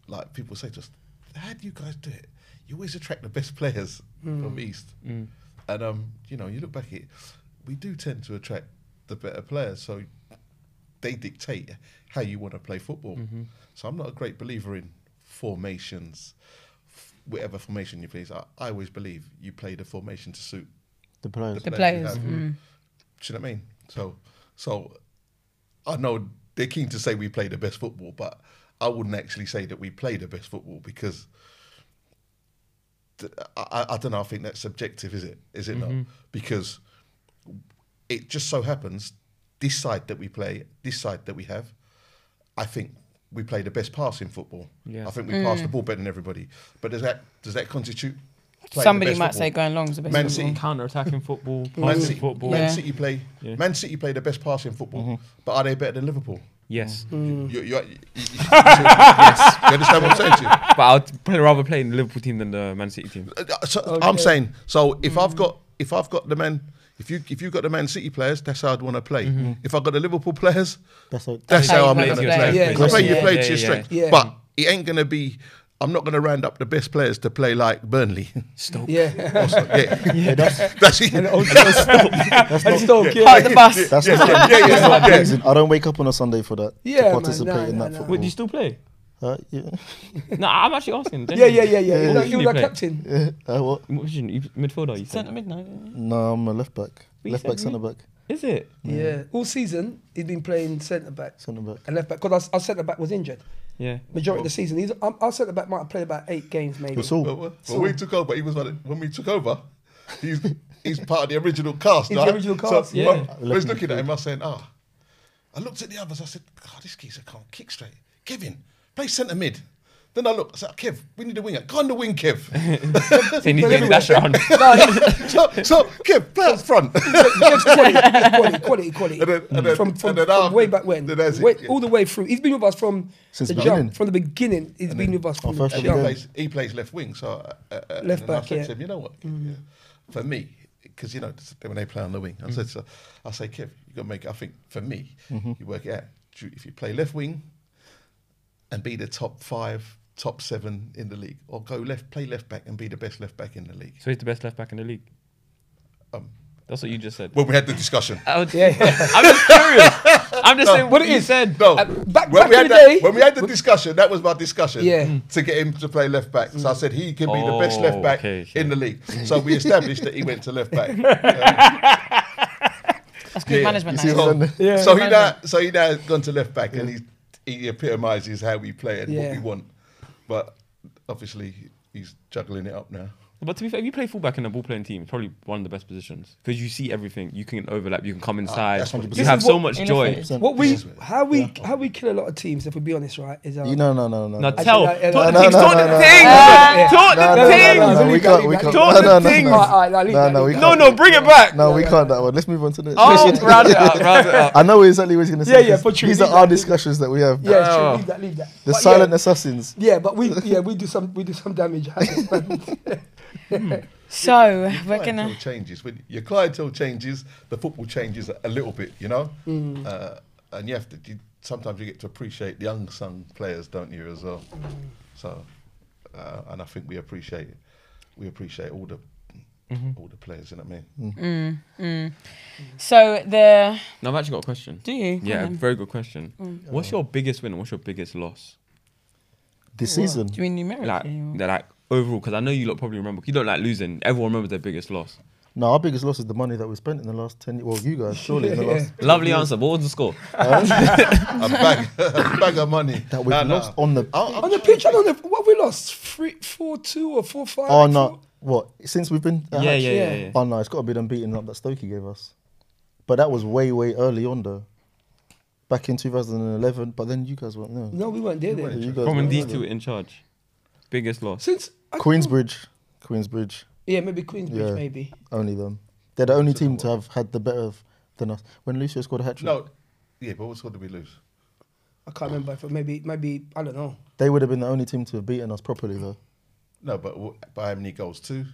Speaker 4: like, people say to us, how do you guys do it? You always attract the best players from East. And, um, you know, you look back at it, we do tend to attract the better players. So they dictate how you want to play football. So I'm not a great believer in formations, f- whatever formation you please. I, I always believe you play the formation to suit
Speaker 5: The players.
Speaker 1: The
Speaker 4: players
Speaker 1: players,
Speaker 4: you
Speaker 1: mm.
Speaker 4: have. Do you know what I mean? So, so I know they're keen to say we play the best football, but I wouldn't actually say that we play the best football because th- I, I, I don't know. I think that's subjective, is it? Is it not? Because it just so happens this side that we play, this side that we have, I think we play the best pass in football.
Speaker 6: Yeah.
Speaker 4: I think we pass
Speaker 1: Mm.
Speaker 4: the ball better than everybody. But does that does that constitute? playing the
Speaker 1: Somebody
Speaker 4: best
Speaker 1: might
Speaker 4: football?
Speaker 1: say going long is the best.
Speaker 4: Man
Speaker 1: football.
Speaker 4: City
Speaker 6: Counter attacking
Speaker 2: Mm.
Speaker 6: football,
Speaker 4: Man
Speaker 6: passing
Speaker 4: City,
Speaker 6: football.
Speaker 4: Man
Speaker 1: Yeah.
Speaker 4: City play.
Speaker 6: Yeah. Mm-hmm.
Speaker 4: Man City play the best pass in football, but are they better than Liverpool?
Speaker 6: Yes.
Speaker 2: Mm.
Speaker 4: You, you, you, you- yes. you understand what I'm saying to you?
Speaker 6: But I'd play, rather play in the Liverpool team than the Man City team.
Speaker 4: Uh, So I'm saying, so if I've got if I've got the man, if you if you got the Man City players, that's how I'd want to play.
Speaker 6: Mm-hmm.
Speaker 4: If I've got the Liverpool players,
Speaker 5: That's how,
Speaker 4: that's
Speaker 1: How
Speaker 4: how
Speaker 1: you
Speaker 4: I'm
Speaker 1: wanna
Speaker 4: going to
Speaker 1: play.
Speaker 4: play.
Speaker 2: Yeah,
Speaker 4: The way you
Speaker 1: yeah,
Speaker 4: play
Speaker 6: yeah,
Speaker 4: to your
Speaker 6: yeah.
Speaker 4: strength,
Speaker 2: Yeah.
Speaker 4: but it ain't going to be. I'm not going to round up the best players to play like Burnley.
Speaker 6: Stoke.
Speaker 2: Yeah.
Speaker 4: Also, yeah.
Speaker 5: yeah, that's,
Speaker 4: that's it.
Speaker 2: And
Speaker 5: that's not
Speaker 2: Stoke,
Speaker 1: Part
Speaker 2: yeah.
Speaker 1: of the bus.
Speaker 5: that's not, that's not pleasing. I don't wake up on a Sunday for that.
Speaker 2: Yeah,
Speaker 5: to
Speaker 2: man,
Speaker 5: participate
Speaker 2: no,
Speaker 5: in
Speaker 2: no,
Speaker 5: that
Speaker 2: no.
Speaker 6: Wait, do
Speaker 5: football.
Speaker 6: you still play?
Speaker 5: Uh, yeah.
Speaker 6: No, I'm actually asking.
Speaker 2: Yeah, yeah, yeah, yeah. You know,
Speaker 6: What
Speaker 2: you
Speaker 6: position
Speaker 2: were
Speaker 6: you
Speaker 2: the
Speaker 6: play?
Speaker 2: captain.
Speaker 5: Uh, what?
Speaker 6: What position? You midfielder, you
Speaker 1: Centre
Speaker 6: said.
Speaker 1: midnight. didn't you?
Speaker 5: No, I'm a left back,
Speaker 6: you
Speaker 5: left
Speaker 6: said
Speaker 5: back,
Speaker 6: you-
Speaker 5: centre back,
Speaker 6: Is it?
Speaker 2: Yeah. All season he's been playing centre back
Speaker 5: centre back.
Speaker 2: and left back because our, our centre back was injured
Speaker 6: Yeah.
Speaker 2: majority of
Speaker 5: Oh.
Speaker 2: the season. He's our, our centre back might have played about eight games maybe.
Speaker 5: It's all.
Speaker 4: But when when we took over, he was one of- when we took over. He's he's part of the original cast.
Speaker 2: He's the
Speaker 4: right?
Speaker 2: original
Speaker 4: So
Speaker 2: cast,
Speaker 4: I-
Speaker 6: yeah.
Speaker 4: I was looking at him. I was saying, ah. I looked at the others. I said, God, this geezer can't kick straight. Kevin, play centre mid. Then I looked. I said, Kev, we need a winger. Go on the wing, Kev.
Speaker 6: Saying he's getting dash around.
Speaker 4: so, so Kev, play up front.
Speaker 2: Just quality, just quality, quality, quality.
Speaker 4: And then- and then-
Speaker 2: from from,
Speaker 4: and then
Speaker 2: from
Speaker 4: after-
Speaker 2: way back when,
Speaker 4: then that's it,
Speaker 2: way,
Speaker 4: yeah.
Speaker 2: all the way through. He's been with us from
Speaker 5: Since
Speaker 2: the
Speaker 5: the
Speaker 2: jump,
Speaker 5: beginning.
Speaker 2: from the beginning. He's been with us from the
Speaker 5: first
Speaker 4: And
Speaker 5: Should
Speaker 4: he,
Speaker 5: we
Speaker 2: jump.
Speaker 5: go?
Speaker 4: plays, he plays left wing. So uh, uh, uh, and then I
Speaker 2: back, yeah.
Speaker 4: said
Speaker 2: Mm.
Speaker 4: to him, you know what? For me, because you know this- when they play on the
Speaker 6: Mm.
Speaker 4: wing, I said, so, I say, Kev, you got to make. I think for me,
Speaker 6: Mm-hmm.
Speaker 4: you work it out. Do you- If you play left wing, and be the top five, top seven in the league, or go left, play left back, and be the best left back in the league.
Speaker 6: So he's the best left back in the league.
Speaker 4: Um,
Speaker 6: That's what you just said.
Speaker 4: When we had the discussion,
Speaker 2: Uh,
Speaker 6: I would-
Speaker 2: Um. Yeah, yeah.
Speaker 6: I'm just curious. I'm just saying what
Speaker 4: it
Speaker 6: he said.
Speaker 4: No,
Speaker 2: Uh, back-
Speaker 4: when
Speaker 2: back
Speaker 4: we
Speaker 2: in
Speaker 4: had
Speaker 2: the
Speaker 4: that-
Speaker 2: day-
Speaker 4: when we had the discussion, that was my discussion.
Speaker 2: Yeah. Mm.
Speaker 4: to get him to play left back. So I said he can be the best
Speaker 6: Oh,
Speaker 4: left back
Speaker 6: okay, okay.
Speaker 4: in the league. So we established that he went to left back.
Speaker 1: That's good
Speaker 4: Yeah.
Speaker 1: management.
Speaker 5: You see
Speaker 1: That.
Speaker 5: what
Speaker 4: So,
Speaker 5: I'm saying?
Speaker 4: so he now,
Speaker 1: Management.
Speaker 4: so he now has gone to left back, and he he epitomises how we play and what
Speaker 2: Yeah.
Speaker 4: we want. But obviously, he's juggling it up now.
Speaker 6: But to be fair, if you play fullback in a ball playing team, it's probably one of the best positions because you see everything. You can overlap. You can
Speaker 5: Ah,
Speaker 6: come inside.
Speaker 4: that's 100%.
Speaker 6: you have so
Speaker 2: This
Speaker 6: much
Speaker 1: is
Speaker 6: joy.
Speaker 1: innocent.
Speaker 2: What we
Speaker 4: This is-
Speaker 2: how we how we kill a lot of teams, if we be honest, right? Is um,
Speaker 5: You no, no, no, no.
Speaker 6: Now
Speaker 5: no.
Speaker 2: no,
Speaker 6: tell,
Speaker 2: no,
Speaker 6: talk
Speaker 5: no,
Speaker 6: the things,
Speaker 5: no,
Speaker 6: talk
Speaker 5: no,
Speaker 6: the
Speaker 5: no,
Speaker 6: things, talk
Speaker 5: No,
Speaker 6: the
Speaker 5: no, no, no,
Speaker 6: things.
Speaker 5: no, we
Speaker 2: Leave that,
Speaker 5: can't,
Speaker 2: leave
Speaker 5: we
Speaker 2: that.
Speaker 5: can't.
Speaker 6: Talk
Speaker 5: No,
Speaker 6: the
Speaker 5: no, no,
Speaker 6: things.
Speaker 5: no.
Speaker 2: Alright, alright, now leave
Speaker 5: No,
Speaker 2: that,
Speaker 5: no,
Speaker 2: leave
Speaker 5: we
Speaker 2: that.
Speaker 6: No,
Speaker 5: can't.
Speaker 6: no, bring it back.
Speaker 5: No, we can't that one. Let's move on to the next.
Speaker 6: Oh, round it up, round it up.
Speaker 5: I know exactly what he's going to say.
Speaker 2: Yeah, yeah,
Speaker 5: 'cause
Speaker 2: but you
Speaker 5: These
Speaker 2: leave
Speaker 5: are our
Speaker 2: that.
Speaker 5: discussions that we have.
Speaker 2: Yeah, it's true,
Speaker 6: Oh.
Speaker 2: leave that, leave that.
Speaker 5: The
Speaker 2: But
Speaker 5: silent
Speaker 2: yeah,
Speaker 5: assassins.
Speaker 2: yeah, but we yeah we do some we do some damage.
Speaker 1: So we're
Speaker 4: Clientele
Speaker 1: gonna.
Speaker 4: changes when your clientele changes, the football changes a- a little bit, you know.
Speaker 1: Mm.
Speaker 4: Uh, and you have to. You, sometimes you get to appreciate the unsung players, don't you, as well?
Speaker 1: Mm.
Speaker 4: So, uh, and I think we appreciate we appreciate all the
Speaker 1: Mm-hmm.
Speaker 4: all the players. You know what I mean?
Speaker 1: mm, So the
Speaker 6: No, I've actually got a question.
Speaker 1: do you? Mm. Come
Speaker 6: Yeah,
Speaker 1: on.
Speaker 6: very good question. What's your biggest win and what's your biggest loss?
Speaker 5: This season.
Speaker 1: Do you mean numerically?
Speaker 6: Like,
Speaker 1: or-
Speaker 6: they're like overall, because I know you lot probably remember. You don't like losing. Everyone remembers their biggest loss.
Speaker 5: No, our biggest loss is the money that we spent in the last 10 years. Well, you guys, surely in the last.
Speaker 6: Lovely answer. What was the score?
Speaker 4: Mm. A bag, a bag of money
Speaker 5: That we've
Speaker 4: Nah, nah.
Speaker 5: lost on the.
Speaker 6: Oh,
Speaker 4: I'm- I'm
Speaker 2: on the
Speaker 4: trying
Speaker 2: pitch,
Speaker 4: to
Speaker 2: I don't know what we lost three, four, two or four, five.
Speaker 5: Oh,
Speaker 2: four-
Speaker 5: no. What? Since we've been. at
Speaker 6: yeah,
Speaker 5: Hatch?
Speaker 6: yeah, yeah, yeah.
Speaker 5: Oh, no, it's got to be them beating up that Stoke gave us. But that was way, way early on, though. Back in 2011. But then you guys weren't there.
Speaker 2: No, we weren't there then.
Speaker 5: You
Speaker 6: From
Speaker 5: guys
Speaker 6: when
Speaker 5: weren't
Speaker 6: these
Speaker 5: there.
Speaker 6: two were in charge. Biggest loss.
Speaker 2: Since I-
Speaker 5: Queensbridge. Queensbridge.
Speaker 2: Yeah, maybe Queensbridge,
Speaker 5: Yeah.
Speaker 2: maybe.
Speaker 5: Only them. They're the only team to have had the better of than us. When Lucio scored a hat
Speaker 4: think-
Speaker 5: trick,
Speaker 4: No, yeah, but what score did we lose?
Speaker 2: I can't remember if it- maybe maybe I don't know.
Speaker 5: they would have been the only team to have beaten us properly, though.
Speaker 4: No, but w- by how many goals? Two.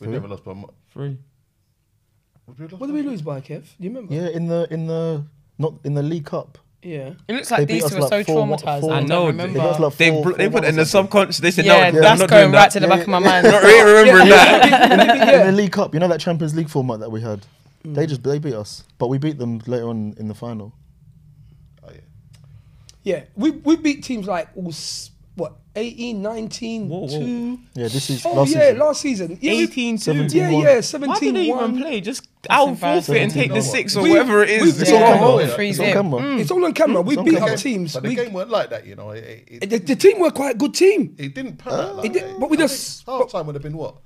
Speaker 4: We never lost by. Mo-
Speaker 6: Three.
Speaker 4: would we have lost
Speaker 2: What did
Speaker 4: by
Speaker 2: we
Speaker 4: more?
Speaker 2: lose by, Kev? Do you remember?
Speaker 5: Yeah, in the in the not in the League Cup.
Speaker 2: Yeah.
Speaker 1: It looks
Speaker 5: They
Speaker 1: like
Speaker 5: beat
Speaker 1: these
Speaker 5: us
Speaker 1: two are
Speaker 5: like
Speaker 1: so
Speaker 5: four-
Speaker 1: traumatized.
Speaker 5: four-
Speaker 1: I
Speaker 6: I
Speaker 1: don't
Speaker 6: know,
Speaker 1: remember.
Speaker 5: They lost like
Speaker 6: They,
Speaker 5: four-
Speaker 6: br- they
Speaker 5: four
Speaker 6: put it in the
Speaker 5: goals or something.
Speaker 6: subconscious. They said,
Speaker 1: yeah,
Speaker 6: no, I'm
Speaker 1: that's
Speaker 6: not
Speaker 1: going
Speaker 6: doing
Speaker 1: right
Speaker 6: that.
Speaker 1: to the back of my mind.
Speaker 6: Not really remembering that.
Speaker 5: in the League Cup. You know that Champions League format that we had. They just they beat us, but we beat them later on in the final.
Speaker 4: Oh yeah.
Speaker 2: Yeah. We we beat teams like all s- what 18, 19,
Speaker 6: Whoa, whoa.
Speaker 2: 2.
Speaker 5: Yeah, this is
Speaker 2: Oh
Speaker 5: last
Speaker 2: yeah,
Speaker 5: season.
Speaker 2: last season. Yeah, we-
Speaker 6: 18
Speaker 5: 17.
Speaker 2: Yeah, yeah, 17
Speaker 6: Why did they even play? Just out
Speaker 1: embarrassing.
Speaker 6: forfeit and take the
Speaker 4: You know
Speaker 6: six
Speaker 4: what?
Speaker 6: or
Speaker 2: We-
Speaker 6: whatever it is.
Speaker 2: we-
Speaker 6: It's
Speaker 2: Yeah.
Speaker 6: all come
Speaker 1: Yeah.
Speaker 6: on.
Speaker 4: Yeah.
Speaker 1: Freeze
Speaker 5: It's on
Speaker 1: it.
Speaker 5: camera.
Speaker 2: It's all on camera. We
Speaker 5: on
Speaker 2: beat
Speaker 5: camera.
Speaker 2: up teams.
Speaker 4: But the
Speaker 2: We-
Speaker 4: game weren't like that, you know. It, it,
Speaker 2: the, the team were quite a good team.
Speaker 4: it didn't pan out like
Speaker 2: It did-
Speaker 4: that.
Speaker 2: but we
Speaker 4: I think
Speaker 2: just-
Speaker 4: half time would have been what?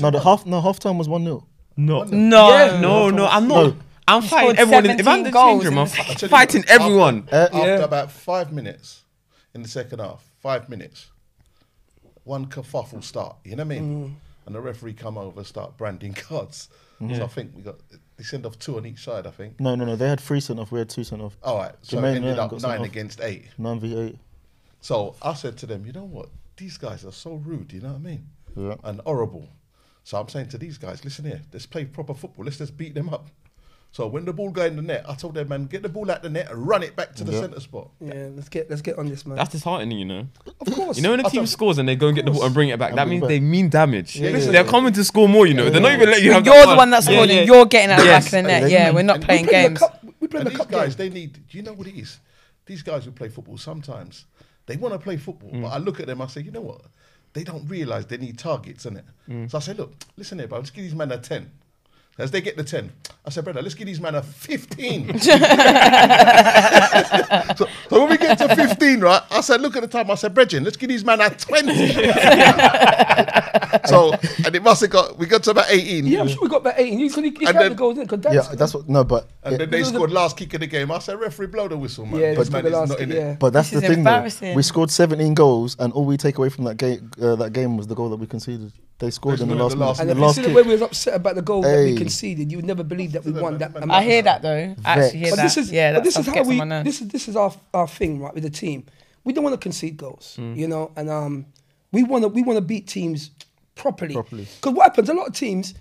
Speaker 5: No, the half no half time was one 0
Speaker 6: No, no,
Speaker 2: Yeah.
Speaker 6: no, no. I'm not.
Speaker 5: No.
Speaker 6: I'm fighting
Speaker 1: scored
Speaker 6: everyone. In, if
Speaker 1: 17
Speaker 6: I'm the
Speaker 1: goals
Speaker 6: change room,
Speaker 1: in
Speaker 6: I'm
Speaker 1: the
Speaker 6: fi-
Speaker 4: I'll tell you
Speaker 6: fighting
Speaker 4: what, after-
Speaker 6: everyone.
Speaker 4: After,
Speaker 2: Uh, yeah.
Speaker 4: about five minutes in the second half, five minutes, one kerfuffle start. You know what I mean?
Speaker 2: Mm.
Speaker 4: And the referee come over, start branding cards. So I think we got they send off two on each side. I think.
Speaker 5: No, no, no. They had three sent off. We had two sent off.
Speaker 4: All right, so
Speaker 5: Jermaine
Speaker 4: it ended
Speaker 5: Lerner
Speaker 4: up
Speaker 5: got sent
Speaker 4: nine
Speaker 5: off.
Speaker 4: against eight.
Speaker 5: Nine v eight.
Speaker 4: So I said to them, you know what? These guys are so rude, you know what I mean?
Speaker 5: Yeah.
Speaker 4: And horrible. So I'm saying to these guys, listen here, let's play proper football. Let's just beat them up. So when the ball go in the net, I told them, man, get the ball out the net and run it back to the
Speaker 5: Yeah.
Speaker 4: centre spot.
Speaker 2: Yeah, let's get let's get on this man.
Speaker 6: That's disheartening, you know.
Speaker 2: of course.
Speaker 6: You know when a
Speaker 4: I
Speaker 6: team
Speaker 4: don't-
Speaker 6: scores and they go and get the ball and bring it back,
Speaker 5: And
Speaker 6: that
Speaker 5: bring
Speaker 6: means
Speaker 5: it back.
Speaker 6: they mean damage.
Speaker 5: Yeah, yeah,
Speaker 6: They're
Speaker 5: yeah.
Speaker 6: coming to score more, you know. They're not even letting you have.
Speaker 1: You're
Speaker 6: that
Speaker 1: the one that scored,
Speaker 6: Yeah,
Speaker 1: and
Speaker 6: yeah.
Speaker 1: you're getting out of the
Speaker 6: Yes.
Speaker 1: back of the net. Yeah, we're not
Speaker 4: We
Speaker 1: playing
Speaker 2: we played a
Speaker 1: games.
Speaker 2: cup- we played
Speaker 4: And
Speaker 2: a
Speaker 4: these
Speaker 2: cup
Speaker 4: guys,
Speaker 2: game.
Speaker 4: they need, do you know what it is? These guys who play football sometimes, they want to play football.
Speaker 2: Mm.
Speaker 4: But I look at them, I say, you know what? They don't realise they need targets, innit?
Speaker 2: Mm.
Speaker 4: So I say, look, listen here, bro, let's give these men a 10. As they get the 10, I said, brother, let's give these men a 15. So, so when we get to 15, right, I said, look at the time. I said, Bridging, let's give these man at 20. so, and it must have got, we got to about 18.
Speaker 2: Yeah, I'm sure we got about 18. You could you
Speaker 4: And
Speaker 2: had the
Speaker 4: then-
Speaker 2: goals in because
Speaker 5: Yeah, that's what. No, but
Speaker 4: And then
Speaker 5: it-
Speaker 4: they scored last kick of the game. I said, referee, blow the whistle, man.
Speaker 2: yeah,
Speaker 4: this
Speaker 2: that's
Speaker 4: man
Speaker 2: the
Speaker 4: is
Speaker 2: last.
Speaker 4: not in
Speaker 2: Yeah.
Speaker 4: it.
Speaker 5: but that's
Speaker 1: This
Speaker 5: the
Speaker 1: is
Speaker 5: thing. Though.
Speaker 1: embarrassing.
Speaker 5: We scored 17 goals, and all we take away from that game uh, that game was the goal that we conceded. They scored in the
Speaker 4: scored
Speaker 5: last
Speaker 4: the
Speaker 5: minute.
Speaker 2: And if
Speaker 5: in the last
Speaker 4: last
Speaker 2: you see the way
Speaker 5: kick.
Speaker 2: we was upset about the goal that we
Speaker 5: Hey.
Speaker 2: conceded, you would never believe that we won that. amount
Speaker 1: I
Speaker 2: of
Speaker 1: hear
Speaker 2: time.
Speaker 1: that though. I actually hear
Speaker 2: But
Speaker 1: that.
Speaker 2: this is
Speaker 1: yeah,
Speaker 2: but
Speaker 1: that
Speaker 2: this is
Speaker 1: stuff
Speaker 2: how
Speaker 1: gets on
Speaker 2: we
Speaker 1: my nerves.
Speaker 2: this is this is our our thing right with the team. We don't want to concede goals,
Speaker 1: Mm.
Speaker 2: you know, and um, we want to we want to beat teams properly.
Speaker 5: Properly.
Speaker 2: Because what happens? A lot of teams,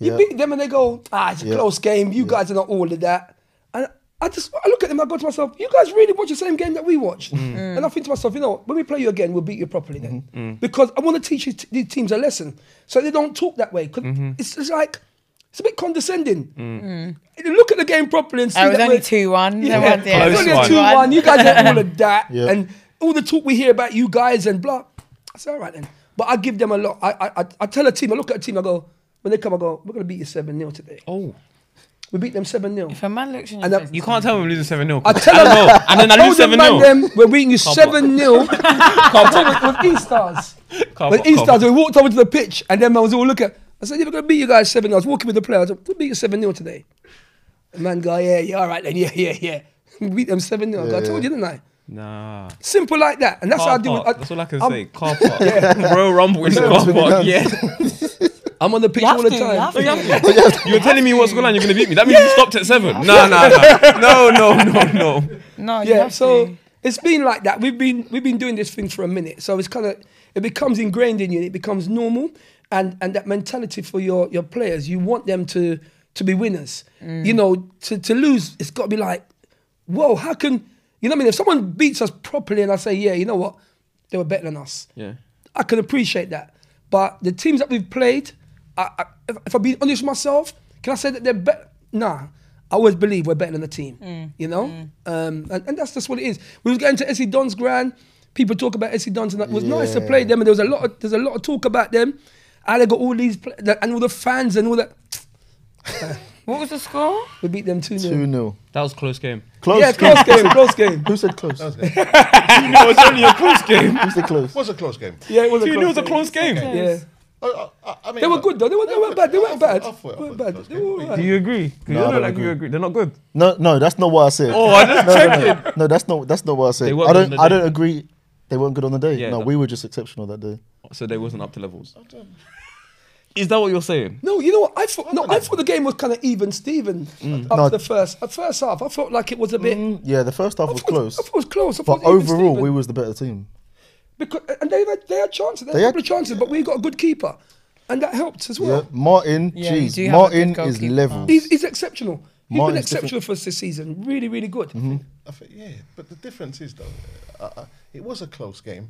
Speaker 2: you
Speaker 5: Yeah.
Speaker 2: beat them and they go, ah, it's a
Speaker 5: Yeah.
Speaker 2: close game. You guys are not all of that. And I just I look at them. I go to myself, you guys really watch the same game that we watched.
Speaker 1: Mm.
Speaker 2: And I think to myself, you know, what, when we play you again, we'll beat you properly then,
Speaker 1: Mm-hmm.
Speaker 2: because I want to teach these t- these teams a lesson
Speaker 1: Mm-hmm. Mm.
Speaker 2: so they don't talk that way. because It's, it's like. It's a bit condescending. You Look at the game properly and see
Speaker 1: I was
Speaker 2: that
Speaker 1: only
Speaker 2: we're-
Speaker 1: two one.
Speaker 2: Yeah,
Speaker 1: No one did.
Speaker 2: it's
Speaker 6: Close
Speaker 2: only a
Speaker 6: one.
Speaker 2: two one. You guys are all of that,
Speaker 5: Yeah.
Speaker 2: and all the talk we hear about you guys and blah. I say, all right then. But I give them a lot. I I, I, I tell a team. I look at a team. I go when they come. I go. We're gonna beat you seven 0 today.
Speaker 6: Oh,
Speaker 2: We beat them seven 0
Speaker 1: If a man looks in
Speaker 2: And
Speaker 1: your
Speaker 2: that-
Speaker 1: face,
Speaker 6: you can't tell me I'm losing seven 0
Speaker 2: I tell them.
Speaker 6: and then I lose
Speaker 2: told the
Speaker 6: seven
Speaker 2: man
Speaker 6: 0
Speaker 2: Them, we're beating you
Speaker 6: block.
Speaker 2: seven 0 with, with E stars. With E stars, we walked over to the pitch, and then I was all looking. I said, "Yeah, we're gonna beat you guys seven 0 I was walking with the players. We'll beat you seven 0 today. The man, go, yeah, yeah, all right then, yeah, yeah, yeah. We beat them seven 0 I, go, I
Speaker 5: Yeah,
Speaker 2: told
Speaker 5: yeah.
Speaker 2: you, didn't I?
Speaker 6: Nah.
Speaker 2: Simple like that, and that's
Speaker 6: Car
Speaker 2: how I do.
Speaker 6: park.
Speaker 2: it. I-
Speaker 6: That's all I can
Speaker 2: I'm-
Speaker 6: say. Car park. Royal Rumble is car
Speaker 5: it's really
Speaker 6: park.
Speaker 5: done.
Speaker 6: Yeah.
Speaker 2: I'm on the pitch
Speaker 1: You have
Speaker 2: all the
Speaker 1: to, you
Speaker 2: time. Oh,
Speaker 1: have to.
Speaker 6: you were telling me what's going on. You're gonna beat me. That means you stopped at seven. Nah, nah, nah. No, no, no, no.
Speaker 1: No, you
Speaker 2: yeah,
Speaker 1: have
Speaker 2: so
Speaker 1: to.
Speaker 2: it's been like that. We've been we've been doing this thing for a minute, so it's kind of it becomes ingrained in you. It becomes normal, and and that mentality for your your players, you want them to to be winners.
Speaker 1: Mm.
Speaker 2: You know, to to lose, it's got to be like, whoa, how can you know what I mean? If someone beats us properly, and I say, yeah, you know what, they were better than us.
Speaker 6: Yeah.
Speaker 2: I can appreciate that. But the teams that we've played, I, I, if, if I'm being honest with myself, can I say that they're better? Nah. I always believe we're better than the team, you know? Um, and, and that's just what it is. We was getting to Essie Don's grand. People talk about Essie Don's and that. It was nice to
Speaker 5: Yeah.
Speaker 2: play them. And there was a lot of, there's a lot of talk about them. And they got all these, pla and all the fans and all that.
Speaker 1: What was the score?
Speaker 2: We beat them 2 0.
Speaker 5: 2 0.
Speaker 6: That was close game.
Speaker 5: Close.
Speaker 2: Yeah, close game, close game.
Speaker 5: Who said close? Who
Speaker 4: That was good. It
Speaker 6: No, it's only a close game.
Speaker 5: said close?
Speaker 4: was a close game.
Speaker 2: Yeah, it was a
Speaker 6: Two
Speaker 2: close
Speaker 6: 0 was a
Speaker 2: game.
Speaker 6: close game.
Speaker 2: Yeah.
Speaker 4: I, I, I mean,
Speaker 2: They were
Speaker 4: like-
Speaker 2: good though. They, were, they weren't bad. They
Speaker 4: I
Speaker 2: weren't bad.
Speaker 4: thought- I thought it
Speaker 2: They
Speaker 4: was
Speaker 2: weren't
Speaker 4: a
Speaker 2: bad.
Speaker 4: close
Speaker 2: They
Speaker 4: game.
Speaker 2: were all
Speaker 6: Do
Speaker 2: right.
Speaker 6: you agree? 'Cause
Speaker 5: No,
Speaker 6: you
Speaker 5: I
Speaker 6: look
Speaker 5: don't
Speaker 6: like you
Speaker 5: agree.
Speaker 6: agree. They're not good.
Speaker 5: No, no, that's not what I said.
Speaker 6: Oh, I just
Speaker 5: no,
Speaker 6: checked
Speaker 5: no,
Speaker 6: it.
Speaker 5: no. no, that's not that's not what I said.
Speaker 6: They weren't
Speaker 5: I
Speaker 6: on
Speaker 5: don't
Speaker 6: the
Speaker 5: I
Speaker 6: day.
Speaker 5: don't agree. They weren't good on the day.
Speaker 6: Yeah,
Speaker 5: no,
Speaker 6: no.
Speaker 5: we were just exceptional that day.
Speaker 6: So they wasn't up to levels. Is that what you're saying?
Speaker 2: No, you know what? I thought no, I thought the game was kind of even, Steven,
Speaker 4: Mm.
Speaker 2: up
Speaker 5: No.
Speaker 2: to the first at first half. I felt like it was a bit.
Speaker 1: Mm.
Speaker 5: Yeah, the first half
Speaker 2: I
Speaker 5: was
Speaker 2: thought-
Speaker 5: close,
Speaker 2: I thought it was close. I
Speaker 5: but
Speaker 2: thought it was even,
Speaker 5: overall
Speaker 2: Steven.
Speaker 5: we was the better team.
Speaker 2: because and they had they had chances. They,
Speaker 5: They
Speaker 2: had a
Speaker 5: had-
Speaker 2: couple of chances, but we got a good keeper, and that helped as
Speaker 5: Yeah,
Speaker 2: well.
Speaker 5: Martin,
Speaker 1: Yeah, you
Speaker 5: jeez,
Speaker 1: do have a
Speaker 5: Martin
Speaker 1: good
Speaker 5: is
Speaker 1: goalkeeper.
Speaker 5: level.
Speaker 2: He's, he's exceptional. He's been
Speaker 5: Martin's
Speaker 2: exceptional for us this season. Really, really good.
Speaker 5: Mm-hmm.
Speaker 4: I think, yeah, but the difference is though, uh, uh, it was a close game.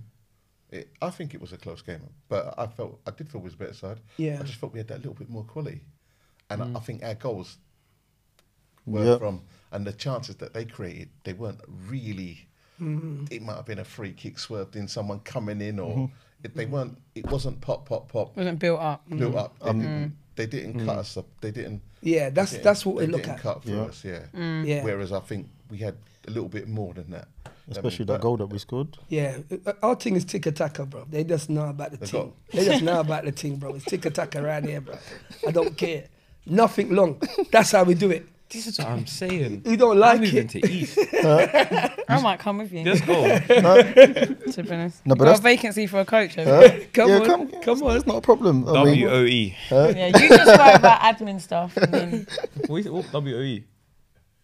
Speaker 4: It, I think it was a close game, but I felt I did feel we was the better side.
Speaker 2: Yeah. Mm.
Speaker 4: I just felt we had that little bit more quality, and I, I think our goals were
Speaker 5: Yep.
Speaker 4: from and the chances that they created, they weren't really.
Speaker 2: Mm-hmm.
Speaker 4: It might have been a free kick swerved in someone coming in, or
Speaker 5: Mm-hmm.
Speaker 4: if they weren't. It wasn't pop, pop, pop
Speaker 1: Wasn't built up.
Speaker 2: Mm-hmm.
Speaker 4: built up.
Speaker 5: Mm-hmm.
Speaker 4: They didn't, they didn't
Speaker 5: Mm.
Speaker 4: cut us up. They didn't.
Speaker 2: Yeah, that's
Speaker 4: Yeah,
Speaker 2: that's what
Speaker 4: they
Speaker 2: we look
Speaker 4: didn't
Speaker 2: at. Mm.
Speaker 4: Cut for
Speaker 5: Yeah.
Speaker 4: us, yeah.
Speaker 2: Yeah.
Speaker 4: Whereas I think we had a little bit more than that. I mean,
Speaker 5: Especially
Speaker 4: but
Speaker 5: that goal that we scored.
Speaker 2: Yeah, uh, our thing is tick attacker, bro. They just know about the team.
Speaker 4: got-
Speaker 2: They just know about the team, bro. It's tick attacker around here, bro. I don't care. Nothing long. That's how we do it.
Speaker 6: This is what I'm saying.
Speaker 2: We don't
Speaker 6: I'm
Speaker 2: like
Speaker 6: moving
Speaker 2: it.
Speaker 6: to East.
Speaker 1: I might come with you.
Speaker 6: Let's go.
Speaker 1: To be honest,
Speaker 5: No,
Speaker 1: got
Speaker 5: but that's-
Speaker 1: a vacancy for a coach. haven't you?
Speaker 5: Huh?
Speaker 2: Come
Speaker 5: yeah,
Speaker 2: on,
Speaker 5: come,
Speaker 2: come
Speaker 5: come
Speaker 2: on.
Speaker 5: on, it's not a problem. I mean,
Speaker 6: W
Speaker 5: uh,
Speaker 6: O E.
Speaker 1: Yeah, you just worry about admin stuff. and then-
Speaker 6: What is it? Oh, W O E.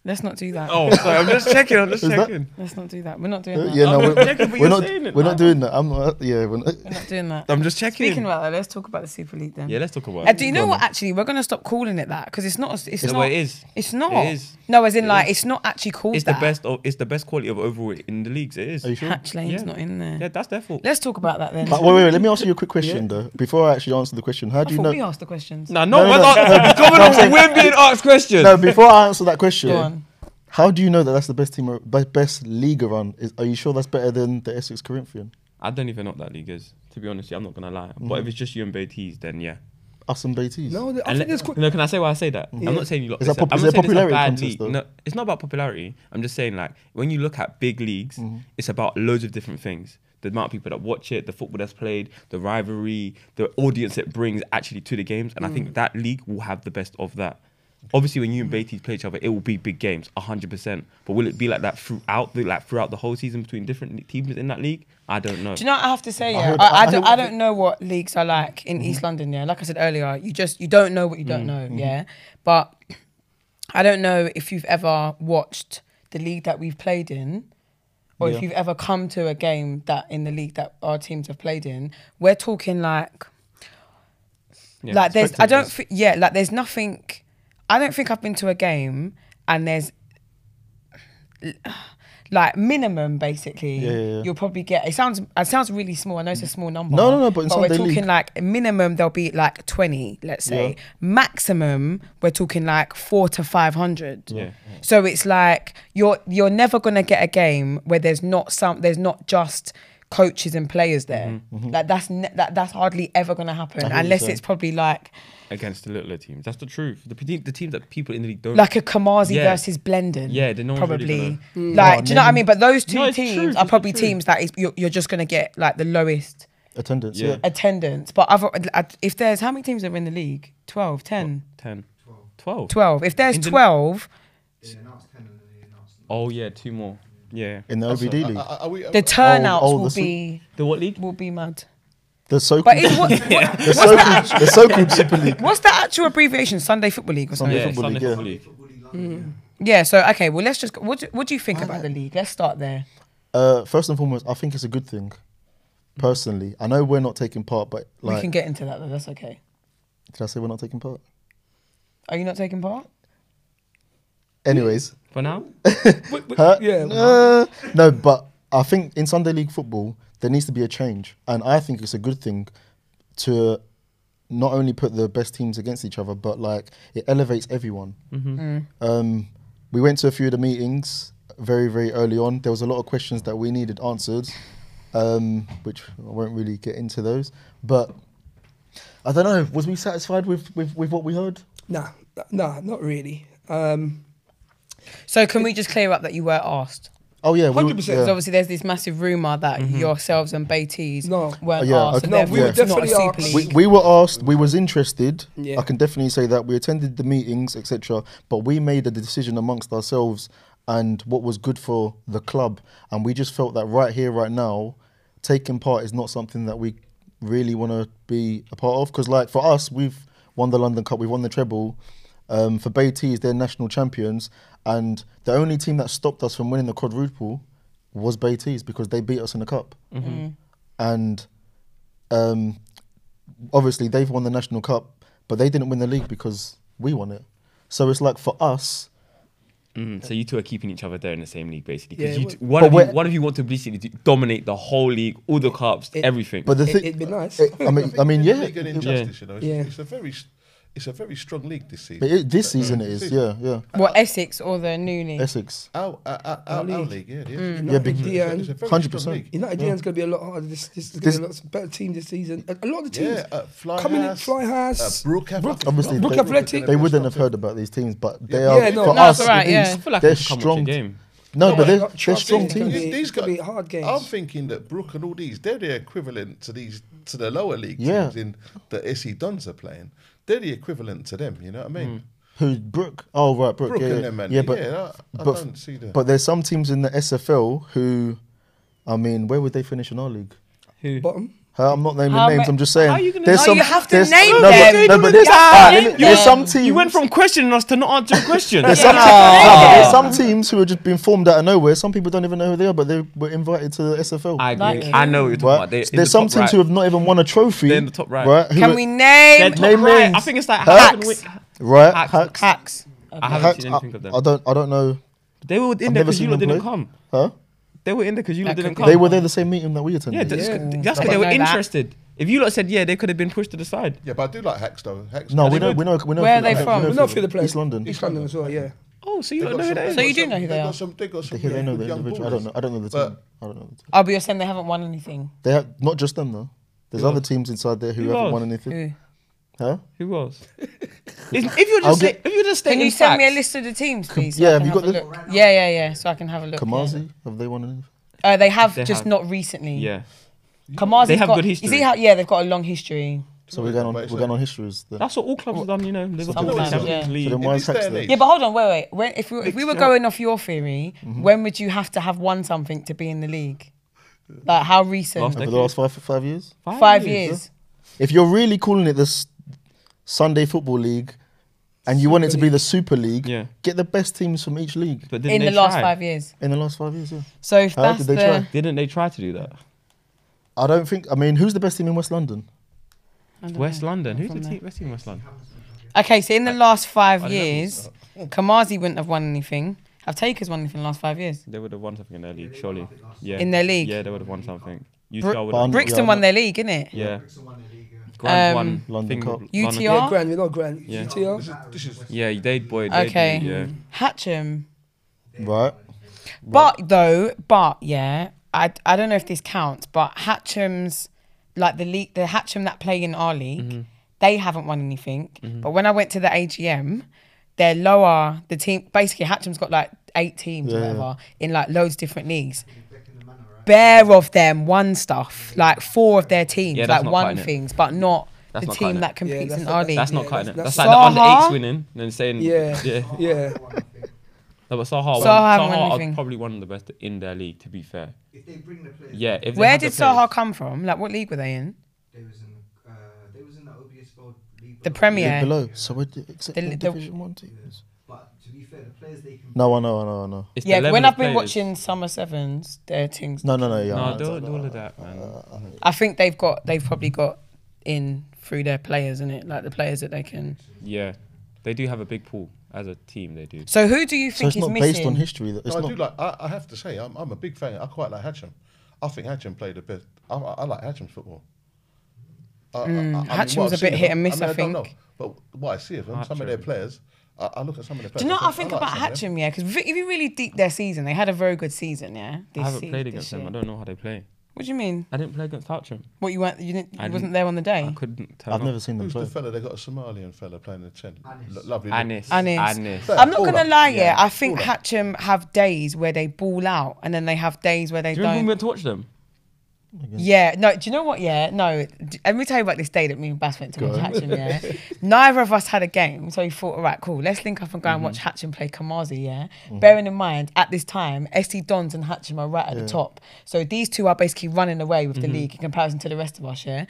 Speaker 1: let's not do that.
Speaker 6: Oh, sorry. I'm just checking. I'm just
Speaker 5: Is that-
Speaker 6: checking.
Speaker 1: Let's not do that. We're not doing
Speaker 5: uh,
Speaker 1: that.
Speaker 5: yeah, no, we're,
Speaker 6: Yeah, but
Speaker 5: we're
Speaker 6: you're
Speaker 5: not
Speaker 6: saying it
Speaker 5: we're
Speaker 6: now.
Speaker 5: not doing that. I'm not, yeah, we're not,
Speaker 1: We're not doing that.
Speaker 6: I'm just checking.
Speaker 1: Speaking about that, let's talk about the Super League then.
Speaker 6: yeah, let's talk about
Speaker 1: Uh,
Speaker 6: it.
Speaker 1: do you know what? Actually, we're gonna stop calling it that because it's not. It's
Speaker 6: No,
Speaker 1: not.
Speaker 6: it is.
Speaker 1: It's not.
Speaker 6: It is.
Speaker 1: No, as in
Speaker 6: It
Speaker 1: like
Speaker 6: is.
Speaker 1: it's not actually called
Speaker 6: It's
Speaker 1: that.
Speaker 6: the best. Of, it's the best quality of overall in the leagues. It is.
Speaker 5: Are you sure?
Speaker 1: Hatch Lane's
Speaker 6: Yeah.
Speaker 1: not in there.
Speaker 6: Yeah, that's their fault.
Speaker 1: Let's talk about that then.
Speaker 5: But wait, wait, wait, let me ask you a quick question though. Before I actually answer the question, how
Speaker 1: I
Speaker 5: do
Speaker 1: thought
Speaker 5: you know?
Speaker 1: we asked the questions.
Speaker 6: Nah, no,
Speaker 5: No, no,
Speaker 6: one's
Speaker 5: no,
Speaker 6: asked- Come on, we're being asked questions.
Speaker 5: No, before I answer that question,
Speaker 1: Go on.
Speaker 5: how do you know that that's the best team, ar- be- best league around? Is, are you sure that's better than the Essex Corinthian?
Speaker 6: I don't even know what that league is. To be honest, yeah, I'm not gonna lie.
Speaker 5: Mm-hmm.
Speaker 6: But if it's just you and BTs, then yeah.
Speaker 5: Us and BTs?
Speaker 2: No, I
Speaker 6: And
Speaker 2: think there's
Speaker 6: let-
Speaker 2: quite
Speaker 6: no, can I say why I say that? I'm not saying you lot.
Speaker 5: Is that
Speaker 6: it's a-
Speaker 5: pop-
Speaker 6: I'm
Speaker 5: is
Speaker 6: not
Speaker 5: there
Speaker 6: saying it's a
Speaker 5: popularity
Speaker 6: bad
Speaker 5: contest,
Speaker 6: league.
Speaker 5: though?
Speaker 6: No, it's not about popularity. I'm just saying like when you look at big leagues,
Speaker 5: Mm-hmm.
Speaker 6: it's about loads of different things. The amount of people that watch it, the football that's played, the rivalry, the audience it brings actually to the games, and I
Speaker 5: Mm.
Speaker 6: think that league will have the best of that. Obviously, when you and Beatty play each other, it will be big games, hundred percent. But will it be like that throughout the like throughout the whole season between different teams in that league? I don't know.
Speaker 1: Do you know what I have to say? Yeah, I,
Speaker 5: heard-
Speaker 1: I,
Speaker 5: I- I
Speaker 1: don't,
Speaker 5: heard-
Speaker 1: I don't know what leagues are like in East London. Yeah, like I said earlier, you just you don't know what you don't know. Yeah, but I don't know if you've ever watched the league that we've played in, or if
Speaker 5: Yeah.
Speaker 1: you've ever come to a game that in the league that our teams have played in. We're talking like
Speaker 6: Yeah,
Speaker 1: like there's I don't
Speaker 5: spectators.
Speaker 1: thi- yeah like there's nothing. I don't think I've been to a game and there's like minimum basically
Speaker 5: Yeah, yeah, yeah.
Speaker 1: you'll probably get it sounds it sounds really small i know it's a small number
Speaker 5: No, no, no, but in some
Speaker 1: we're
Speaker 5: they
Speaker 1: talking
Speaker 5: leak.
Speaker 1: like minimum there'll be like 20 let's say
Speaker 5: Yeah.
Speaker 1: maximum we're talking like 4 to 500
Speaker 6: Yeah.
Speaker 1: so it's like you're you're never going to get a game where there's not some there's not just coaches and players there like that's ne- that, that's hardly ever going to happen
Speaker 5: Mm-hmm, hear you
Speaker 1: unless
Speaker 5: saying.
Speaker 1: it's probably like
Speaker 6: against the littler teams. That's the truth. The, pe- the teams that people in the league don't
Speaker 1: like a Kamazi
Speaker 6: Yeah.
Speaker 1: versus Blendon.
Speaker 6: Yeah, then no one's
Speaker 1: probably.
Speaker 6: really gonna-
Speaker 1: Like,
Speaker 5: Oh,
Speaker 1: do you know what I
Speaker 5: maybe.
Speaker 1: mean? But those two
Speaker 6: No, it's true,
Speaker 1: teams
Speaker 6: it's
Speaker 1: are
Speaker 6: the
Speaker 1: probably
Speaker 6: truth.
Speaker 1: teams that is you're, you're just gonna get like the lowest
Speaker 5: Attendance,
Speaker 6: Yeah.
Speaker 5: yeah.
Speaker 1: attendance. But other if there's how many teams are in the league? 12, 10,
Speaker 6: 10, 12.
Speaker 1: 12. If there's
Speaker 6: In the-
Speaker 1: twelve,
Speaker 6: Oh yeah, two more. Yeah.
Speaker 5: In the OBD league.
Speaker 4: Are, are we,
Speaker 1: the turnouts
Speaker 5: oh,
Speaker 1: will
Speaker 5: the su-
Speaker 1: be
Speaker 6: The what league?
Speaker 1: will be mad.
Speaker 5: the so-called,
Speaker 1: But it's what, what-
Speaker 5: the so-called, the so-called Super League.
Speaker 1: what's the actual abbreviation? Sunday Football League or something?
Speaker 5: Sunday
Speaker 6: Yeah,
Speaker 5: Football
Speaker 6: Sunday
Speaker 5: League, yeah.
Speaker 6: Football League.
Speaker 2: Mm.
Speaker 1: Yeah. So okay, well let's just go- what do, what do you think about the league? Let's start there.
Speaker 5: Uh, first and foremost, I think it's a good thing. Personally, I know we're not taking part, but like,
Speaker 1: we can get into that though. That's okay.
Speaker 5: did I say we're not taking part?
Speaker 1: Are you not taking part?
Speaker 5: Anyways,
Speaker 6: For now? Wait, wait,
Speaker 5: huh?
Speaker 2: Yeah.
Speaker 5: Uh, no, but I think in Sunday League football there needs to be a change, and I think it's a good thing to not only put the best teams against each other, but like it elevates everyone. Um, we went to a few of the meetings very, very early on. There was a lot of questions that we needed answered, um, which I won't really get into those. But I don't know. Was we satisfied with with, with what we heard?
Speaker 2: Nah, nah, not really. Um,
Speaker 1: So can we just clear up that you were asked?
Speaker 5: Oh yeah, we were-
Speaker 2: 100%.
Speaker 1: Because
Speaker 5: yeah. Mm-hmm.
Speaker 1: obviously there's this massive rumor that yourselves and Beatties
Speaker 2: No.
Speaker 1: weren't
Speaker 5: Oh, Yeah,
Speaker 1: asked.
Speaker 5: okay.
Speaker 1: and
Speaker 5: No,
Speaker 1: therefore
Speaker 5: we were
Speaker 1: it's not a
Speaker 2: definitely
Speaker 1: super
Speaker 2: asked.
Speaker 5: We,
Speaker 1: league.
Speaker 5: we were asked. We was interested.
Speaker 2: Yeah.
Speaker 5: I can definitely say that we attended the meetings, etc. But we made a decision amongst ourselves and what was good for the club. And we just felt that right here, right now, taking part is not something that we really want to be a part of. Because like for us, we've won the London Cup, we've won the treble. Um, for Beatties, they're national champions, and the only team that stopped us from winning the quadruple was Beatties because they beat us in the cup. And um, obviously they've won the national cup, but they didn't win the league because we won it. So it's like for us,
Speaker 6: Mm, so you two are keeping each other there in the same league, basically.
Speaker 2: Yeah,
Speaker 6: Because you
Speaker 2: we-
Speaker 6: t- one,
Speaker 5: But
Speaker 6: of you,
Speaker 5: we're-
Speaker 6: one of you want to basically do- dominate the whole league, all the cups,
Speaker 2: it-
Speaker 6: everything.
Speaker 5: but the
Speaker 2: It-
Speaker 5: thing, uh, um,
Speaker 2: it'd be nice.
Speaker 5: I mean, I mean, yeah,
Speaker 4: League and
Speaker 5: it-
Speaker 4: injustice, you know. It's,
Speaker 2: Yeah.
Speaker 4: it's a very, s- it's a very strong league this season. uh,
Speaker 5: but it- this season it is, yeah, yeah.
Speaker 1: Well, Essex or the new league.
Speaker 5: Essex,
Speaker 4: Our, our, our, our, our
Speaker 2: league. Mm.
Speaker 4: league, yeah, it is.
Speaker 2: United
Speaker 5: big-
Speaker 2: DN,
Speaker 4: It's a- it's a very strong
Speaker 5: 100%.
Speaker 4: league.
Speaker 2: United DN's going to be a lot harder. This, this is going to be a lot better team this season. A, a lot of the teams
Speaker 4: Yeah, uh, Fly
Speaker 2: coming
Speaker 4: House,
Speaker 2: in. Fly House.
Speaker 4: uh, Brook Ath-
Speaker 5: obviously,
Speaker 2: Brook
Speaker 5: they,
Speaker 2: Athletic.
Speaker 5: they wouldn't have heard about these teams, but they
Speaker 4: Yeah,
Speaker 5: are
Speaker 2: yeah, no,
Speaker 5: for
Speaker 2: no,
Speaker 5: us.
Speaker 1: it's alright,
Speaker 5: it
Speaker 1: yeah.
Speaker 5: is-
Speaker 1: I
Speaker 6: feel like I
Speaker 5: they're
Speaker 6: could come watch a
Speaker 5: strong.
Speaker 6: game.
Speaker 5: No, but they're,
Speaker 2: Trust
Speaker 5: they're
Speaker 2: me,
Speaker 5: strong
Speaker 2: it's gonna
Speaker 5: teams.
Speaker 2: be- it's gonna be hard games.
Speaker 4: I'm thinking that Brook and all these, they're the equivalent to these to the lower league
Speaker 5: Yeah.
Speaker 4: teams in the SE Dons are playing. They're the equivalent to them. You know what I mean?
Speaker 5: Mm. Who Brook? Oh right, Brook.
Speaker 4: Brook
Speaker 5: yeah,
Speaker 4: and
Speaker 5: yeah.
Speaker 4: them, man.
Speaker 5: yeah, but
Speaker 4: Yeah, I- I
Speaker 5: but,
Speaker 4: don't see the-
Speaker 5: but there's some teams in the SFL who, I mean, where would they finish in our league?
Speaker 2: bottom.
Speaker 5: Huh? I'm not naming
Speaker 1: How
Speaker 5: names.
Speaker 1: ma-
Speaker 5: I'm just saying.
Speaker 6: how are you gonna
Speaker 5: there's
Speaker 1: know?
Speaker 5: some,
Speaker 1: You have to
Speaker 5: there's-
Speaker 1: name
Speaker 5: no, but-
Speaker 1: them.
Speaker 5: no, but there's,
Speaker 1: You have to
Speaker 5: alright,
Speaker 1: name
Speaker 5: there were some
Speaker 1: them.
Speaker 5: teams.
Speaker 6: you went from questioning us to not answering questions.
Speaker 5: There's some, no, but there's some teams who are just being formed out of nowhere. Some people don't even know who they are, but they were invited to the SFL.
Speaker 6: I agree.
Speaker 1: Like-
Speaker 6: I know what you're talking
Speaker 5: right?
Speaker 6: about. They- in
Speaker 5: So
Speaker 6: the
Speaker 5: there's some
Speaker 6: top
Speaker 5: teams
Speaker 6: right.
Speaker 5: who have not even won a trophy.
Speaker 6: They're in the top right.
Speaker 5: who
Speaker 1: Can
Speaker 5: are-
Speaker 1: we
Speaker 6: They're
Speaker 1: name
Speaker 6: top
Speaker 5: Name
Speaker 6: right. I
Speaker 5: names.
Speaker 6: think it's like
Speaker 5: Hacks.
Speaker 6: Hacks and Wi-
Speaker 5: right?
Speaker 6: Hacks.
Speaker 5: Hacks.
Speaker 1: hacks?
Speaker 6: I haven't
Speaker 5: Hacks,
Speaker 6: seen anything of them.
Speaker 5: I, I don't. I don't know.
Speaker 6: they were in there
Speaker 5: never
Speaker 6: because
Speaker 5: seen
Speaker 6: you lot
Speaker 5: them
Speaker 6: didn't
Speaker 5: play.
Speaker 6: come.
Speaker 5: Huh?
Speaker 6: They were in there because you lot
Speaker 1: That
Speaker 6: didn't
Speaker 1: could
Speaker 6: come.
Speaker 1: be-
Speaker 5: They were there the same meeting that we
Speaker 6: Yeah,
Speaker 5: attended.
Speaker 6: that's
Speaker 2: Yeah.
Speaker 6: because they
Speaker 1: Don't
Speaker 6: were
Speaker 1: know that.
Speaker 6: interested. If you lot said yeah, they could have been pushed to the side.
Speaker 4: Yeah, but I do like Hacks though. Hacks.
Speaker 5: No,
Speaker 4: They
Speaker 5: we know,
Speaker 4: would-
Speaker 5: we know. We know.
Speaker 1: Where
Speaker 5: a few-
Speaker 1: are they
Speaker 5: we know
Speaker 1: from?
Speaker 5: a
Speaker 1: We
Speaker 2: We're
Speaker 5: few
Speaker 2: not
Speaker 5: of
Speaker 2: for the
Speaker 5: them.
Speaker 2: players.
Speaker 5: East London.
Speaker 2: East London as well, yeah.
Speaker 6: Oh, so you
Speaker 4: they
Speaker 6: lot
Speaker 4: got
Speaker 6: know who
Speaker 4: some-
Speaker 6: that
Speaker 4: they
Speaker 6: is.
Speaker 1: So you
Speaker 4: got
Speaker 1: do
Speaker 4: some-
Speaker 1: know who
Speaker 4: they
Speaker 1: they
Speaker 4: got
Speaker 1: are?
Speaker 4: some- They got some.
Speaker 5: They they
Speaker 4: really
Speaker 5: know the
Speaker 4: good young
Speaker 5: individual. I
Speaker 4: ballers.
Speaker 5: don't know. I don't know the team. I don't know. The team.
Speaker 1: Oh, but you're saying they haven't won anything.
Speaker 5: They have not just them though. There's other teams inside there who
Speaker 6: Who
Speaker 5: haven't
Speaker 6: else?
Speaker 5: won anything.
Speaker 1: Who?
Speaker 5: Huh?
Speaker 6: Who else? Is- if you're
Speaker 5: I'll
Speaker 6: just say,
Speaker 5: get-
Speaker 6: if you're just
Speaker 1: Can
Speaker 6: stating
Speaker 1: you send me a
Speaker 6: facts-
Speaker 1: list of the teams, please?
Speaker 5: yeah,
Speaker 1: I
Speaker 5: have
Speaker 1: can
Speaker 5: you got
Speaker 1: a
Speaker 5: the-
Speaker 1: look? Yeah, yeah, yeah. So I can have a look. yeah.
Speaker 5: Kamazi, have they won anything?
Speaker 1: Uh, they have
Speaker 6: They
Speaker 1: just
Speaker 6: have.
Speaker 1: not recently.
Speaker 6: Yeah.
Speaker 1: Kamazi's
Speaker 6: They have
Speaker 1: got,
Speaker 6: good
Speaker 1: You
Speaker 6: history.
Speaker 1: see how? Yeah, they've got a long history.
Speaker 5: So we're going on.
Speaker 4: Wait,
Speaker 5: We're
Speaker 4: so-
Speaker 5: going on histories. Then.
Speaker 6: That's what all clubs have done, you know. Liverpool,
Speaker 1: Sometimes,
Speaker 6: Champions
Speaker 1: yeah.
Speaker 6: League.
Speaker 5: So then
Speaker 4: In
Speaker 5: why
Speaker 4: this
Speaker 5: is Hacks
Speaker 4: day and
Speaker 5: there?
Speaker 4: age,
Speaker 1: Yeah, but hold on, wait, wait. When, if we if we were
Speaker 6: Mixed up.
Speaker 1: going off your theory,
Speaker 5: Mm-hmm.
Speaker 1: when would you have to have won something to be in the league? Like how recent?
Speaker 6: Last
Speaker 5: Over
Speaker 6: decade.
Speaker 5: the last five five years.
Speaker 1: Five years.
Speaker 5: If you're really calling it the S- Sunday Football League, and you want it to be the Super League,
Speaker 6: Yeah.
Speaker 5: get the best teams from each league
Speaker 6: But
Speaker 1: in
Speaker 6: didn't
Speaker 1: the
Speaker 6: they
Speaker 1: last
Speaker 6: try?
Speaker 1: five years.
Speaker 5: in the last five years. Yeah.
Speaker 1: So if
Speaker 5: How
Speaker 1: that's
Speaker 5: Oh, did they
Speaker 1: the
Speaker 6: Didn't they try to do that?
Speaker 5: I don't think. I mean, who's the best team in West London?
Speaker 6: West London. Who's the
Speaker 1: from
Speaker 6: team? West team in West London.
Speaker 1: okay, so in the last five
Speaker 6: I love
Speaker 1: years, Kamazi wouldn't have won anything. Have Takers won anything in the last five years?
Speaker 6: They would have won something in their league, surely. Yeah.
Speaker 1: In their league?
Speaker 6: Yeah, they would have won something.
Speaker 1: Br-
Speaker 6: UTR would
Speaker 5: Barn-
Speaker 6: have.
Speaker 1: Brixton
Speaker 5: yeah,
Speaker 1: won
Speaker 5: but-
Speaker 1: their league, innit?
Speaker 6: Yeah.
Speaker 1: Um,
Speaker 6: Grand won
Speaker 5: London
Speaker 6: thing-
Speaker 5: Cup.
Speaker 1: UTR?
Speaker 2: Yeah, grand, you know, grand.
Speaker 6: Yeah.
Speaker 2: GTR.
Speaker 4: This is, this is
Speaker 6: Yeah, they boy. They'd,
Speaker 1: Okay.
Speaker 6: Yeah.
Speaker 1: Hatcham.
Speaker 5: Right.
Speaker 1: But though, but yeah, I, I don't know if this counts, but Hatcham's like the league, the Hatcham that play in our league,
Speaker 6: Mm-hmm.
Speaker 1: they haven't won anything. But when I went to the AGM, they're lower. The team basically Hatcham's got like eight teams or
Speaker 5: Yeah.
Speaker 1: whatever in like loads of different leagues. Bare of them won stuff, like four of their teams,
Speaker 6: Yeah, that's
Speaker 1: like
Speaker 6: not
Speaker 1: won
Speaker 6: cutting it.
Speaker 1: things, but not the
Speaker 6: That's not cutting
Speaker 1: team
Speaker 6: it.
Speaker 1: that
Speaker 2: Yeah,
Speaker 1: competes
Speaker 2: that's
Speaker 1: in
Speaker 2: not-
Speaker 1: our
Speaker 2: that's-
Speaker 1: league.
Speaker 6: That's not
Speaker 2: Yeah,
Speaker 6: cutting it.
Speaker 2: that's-
Speaker 6: That's like the under
Speaker 1: Saha?
Speaker 6: eights winning and saying
Speaker 2: Yeah,
Speaker 6: yeah.
Speaker 2: yeah.
Speaker 6: No, but Saha, won,
Speaker 1: Saha haven't won
Speaker 6: Saha
Speaker 1: anything.
Speaker 6: are probably one of the best in their league. To be fair,
Speaker 7: If they bring the players,
Speaker 6: yeah. If they
Speaker 1: Where
Speaker 6: have the
Speaker 1: did Saha
Speaker 6: players-
Speaker 1: come from? Like, what league were they in?
Speaker 7: they was in the, uh, they was in the OBS World League.
Speaker 1: The
Speaker 7: below.
Speaker 1: Premier. Um, Yeah.
Speaker 5: League below. So we're d- except
Speaker 1: The-
Speaker 5: for
Speaker 1: the-
Speaker 5: Division One teams.
Speaker 7: But to be fair, the players they can.
Speaker 5: No, I know, I know, I know.
Speaker 6: It's the
Speaker 1: Yeah,
Speaker 6: level
Speaker 1: when
Speaker 6: of
Speaker 1: I've been
Speaker 6: players.
Speaker 1: watching Summer Sevens, their teams.
Speaker 5: No, no, no. Yeah.
Speaker 6: No,
Speaker 5: I
Speaker 6: do
Speaker 5: know,
Speaker 6: do all
Speaker 5: I
Speaker 6: of
Speaker 5: know.
Speaker 6: that, man.
Speaker 1: I think they've got they've probably got in through their players, isn't it? Like the players that they can.
Speaker 6: Yeah, they do have a big pool as a team. They do.
Speaker 1: So who do you
Speaker 5: So
Speaker 1: think
Speaker 5: it's
Speaker 1: is
Speaker 5: not
Speaker 1: missing?
Speaker 5: based on history. though. It's
Speaker 4: No, I
Speaker 5: not.
Speaker 4: do like. I, I have to say, I'm, I'm a big fan. I quite like Hatcham. I think Hatcham played a bit. I, I, I like Hatcham's football. I- I- I- I mean, what
Speaker 1: Hatcham's
Speaker 4: I've
Speaker 1: a bit
Speaker 4: seen of
Speaker 1: hit
Speaker 4: them-
Speaker 1: and miss, I
Speaker 4: don't
Speaker 1: think.
Speaker 4: know, but what I see of them, some of their
Speaker 6: Hatcham.
Speaker 4: players, I, I look at some of their players.
Speaker 1: do you know what I
Speaker 4: like
Speaker 1: think about
Speaker 4: some of them.
Speaker 1: Hatcham? Yeah, because if you really deep their season, they had a very good season. Yeah, this
Speaker 6: I haven't
Speaker 1: se-
Speaker 6: played
Speaker 1: this
Speaker 6: against them.
Speaker 1: year.
Speaker 6: I don't know how they play.
Speaker 1: What do you mean?
Speaker 6: I didn't play against Hatcham.
Speaker 1: What you weren't? You didn't.
Speaker 6: I
Speaker 1: You wasn't
Speaker 6: didn't-
Speaker 1: there on the
Speaker 6: I
Speaker 1: day.
Speaker 6: couldn't tell.
Speaker 5: I've never seen them
Speaker 4: Who's
Speaker 5: play.
Speaker 4: the fella? They got a Somalian fella playing in the ten.
Speaker 7: Anis.
Speaker 4: Lo- Lovely.
Speaker 6: Anis.
Speaker 1: Anis.
Speaker 6: Anis.
Speaker 4: Fair.
Speaker 1: I'm not
Speaker 4: All
Speaker 1: gonna
Speaker 4: right.
Speaker 1: lie. Yeah,
Speaker 6: Yeah.
Speaker 1: I think Hatcham have days where they ball out, and then they have days where they
Speaker 6: Do you remember when
Speaker 1: don't.
Speaker 6: we went to watch them?
Speaker 1: Yeah, no, do you know what? Yeah, no. d- Let me tell you about this day that me and Bass went to watch Hatcham, yeah. Neither of us had a game, so we thought, all right, cool, let's link up and go
Speaker 6: Mm-hmm.
Speaker 1: and watch Hatcham play Kamazi, yeah. Bearing in mind, at this time, SC Dons and Hatcham are right at the top. So these two are basically running away
Speaker 6: Mm-hmm.
Speaker 1: with the league in comparison to the rest of us, yeah.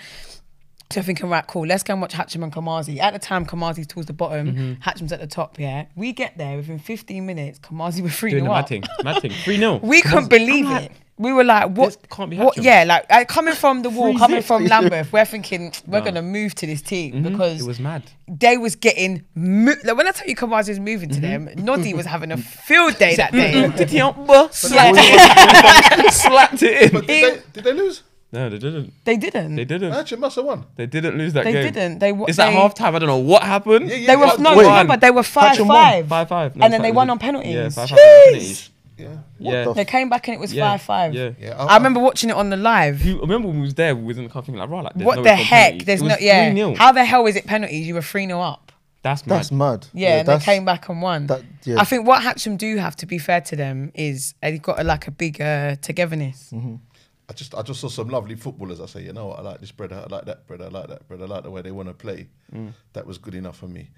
Speaker 1: So thinking, right, cool, let's go and watch Hatcham and Kamazi. At the time, Kamazi's towards the bottom,
Speaker 6: Mm-hmm.
Speaker 1: Hatcham's at the top, yeah. We get there within 15 minutes, Kamazi were 3
Speaker 6: Doing the
Speaker 1: nil
Speaker 6: mad
Speaker 1: up.
Speaker 6: thing. Mad thing. Three 0
Speaker 1: We couldn't believe it. We were like, what?
Speaker 6: This can't be
Speaker 1: what-
Speaker 6: happening.
Speaker 1: Yeah, like uh, coming from the wall, coming from Lambeth, we're thinking we're gonna move to this team because
Speaker 6: Mm-hmm. It was mad.
Speaker 1: they was getting. Mo- like, when I tell you, Kamaz was moving to them.
Speaker 6: Mm-hmm.
Speaker 1: Noddy was having a field day that day.
Speaker 6: Slapped it. Slapped it
Speaker 4: But
Speaker 6: in.
Speaker 4: did they, did they lose?
Speaker 6: No, they didn't.
Speaker 1: They didn't.
Speaker 6: They
Speaker 1: They,
Speaker 6: didn't.
Speaker 4: Hatcham must have won.
Speaker 6: didn't lose that
Speaker 1: They
Speaker 6: game.
Speaker 1: didn't. They wa-
Speaker 6: It's at
Speaker 1: they-
Speaker 6: half time. I don't know what happened.
Speaker 4: Yeah, yeah.
Speaker 1: were
Speaker 4: Wait,
Speaker 1: no,
Speaker 6: wait.
Speaker 1: remember they were five
Speaker 5: Hatcham won.
Speaker 1: five,
Speaker 6: Five five.
Speaker 1: and then they won on penalties.
Speaker 6: Yeah, five five.
Speaker 1: Jeez.
Speaker 4: Yeah.
Speaker 6: Yeah.
Speaker 1: They came back and it was
Speaker 6: Yeah,
Speaker 1: five five.
Speaker 6: Yeah.
Speaker 4: Yeah.
Speaker 1: I remember watching it on the live.
Speaker 6: You remember when we was there, we was in the car thinking like, right, like, there's
Speaker 1: what
Speaker 6: no way
Speaker 1: the
Speaker 6: for a
Speaker 1: heck?
Speaker 6: penalty.
Speaker 1: There's
Speaker 6: It was
Speaker 1: no. Yeah.
Speaker 6: 3-0.
Speaker 1: How the hell is it penalties? You were three 0 up.
Speaker 6: That's mad.
Speaker 5: That's mad.
Speaker 1: Yeah, and they
Speaker 5: that's-
Speaker 1: came back and won.
Speaker 5: that- yeah.
Speaker 1: I think what Hatcham do have, to be fair to them, is they've got a, like a big uh, togetherness.
Speaker 4: I just I just saw some lovely footballers. I say, you know what, I like this bread, I like that bread, I like that bread, I like the way they want to play.
Speaker 1: Mm.
Speaker 4: That was good enough for me.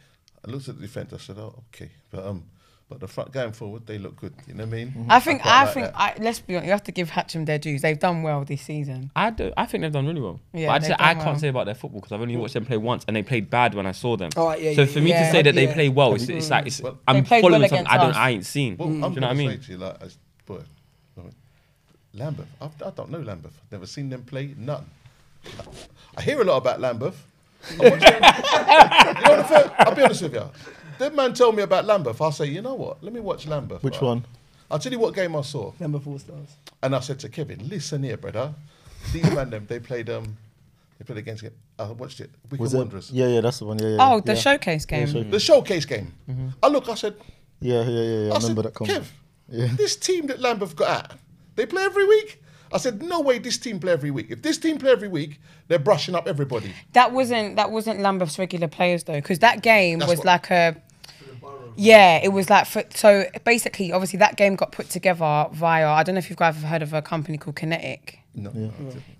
Speaker 4: I looked at the defence, I said, Oh, okay. But um but the front going forward, they look good, you know what I mean?
Speaker 1: Mm-hmm. I think,
Speaker 4: quite
Speaker 1: I,
Speaker 4: like
Speaker 1: think,
Speaker 4: that.
Speaker 1: I, let's be honest, you have to give Hatcham their dues. They've done well this season.
Speaker 6: I do. I think they've done really well.
Speaker 1: Yeah,
Speaker 6: but I, just,
Speaker 1: they've done
Speaker 6: I can't
Speaker 1: well.
Speaker 6: say about their football because I've only watched them play once, and they played bad when I saw them.
Speaker 2: All right, yeah,
Speaker 6: so
Speaker 2: yeah,
Speaker 6: for me
Speaker 1: Oh, yeah.
Speaker 6: to say that they
Speaker 2: Yeah.
Speaker 6: play well, it's, it's like it's,
Speaker 4: Well,
Speaker 1: They
Speaker 6: I'm
Speaker 1: played
Speaker 6: following
Speaker 1: well
Speaker 6: something
Speaker 1: against
Speaker 6: I don't,
Speaker 1: us.
Speaker 6: I ain't seen.
Speaker 1: Mm.
Speaker 4: well,
Speaker 6: Do
Speaker 4: I'm
Speaker 6: you know what I
Speaker 4: gonna say
Speaker 6: mean?
Speaker 4: to you, like I s- boy, boy, Lambeth. I've, I don't know Lambeth. I've never seen them play none. I hear a lot about Lambeth. I watch them. you know what the fir- I'll be honest with you. That man told me about Lambeth. I'll say, you know what? Let me watch Lambeth.
Speaker 5: Which
Speaker 4: right?
Speaker 5: one?
Speaker 4: I'll tell you what game I saw.
Speaker 2: Number four stars.
Speaker 4: And I said to Kevin, listen here, brother. These man them, they played um they played against I watched it. Wicked
Speaker 5: Was it?
Speaker 4: Wanderers.
Speaker 5: Yeah, yeah, that's the one. Yeah, yeah.
Speaker 1: Oh, the
Speaker 5: yeah.
Speaker 1: showcase game.
Speaker 5: so-
Speaker 4: The showcase game. I look, I said,
Speaker 5: Mm-hmm. Yeah, yeah, yeah. yeah. I,
Speaker 4: I,
Speaker 5: remember
Speaker 4: said,
Speaker 5: that comment.
Speaker 4: Kev, this team that Lambeth got at, they play every week. I said, no way this team play every week. If this team play every week, they're brushing up everybody.
Speaker 1: That wasn't that wasn't Lambeth's regular players though, because that game
Speaker 4: That's
Speaker 1: was
Speaker 4: what-
Speaker 1: like a. Yeah, it was like for, so. Basically, obviously, that game got put together via. I don't know if you guys have heard of a company called Kinetic.
Speaker 4: No.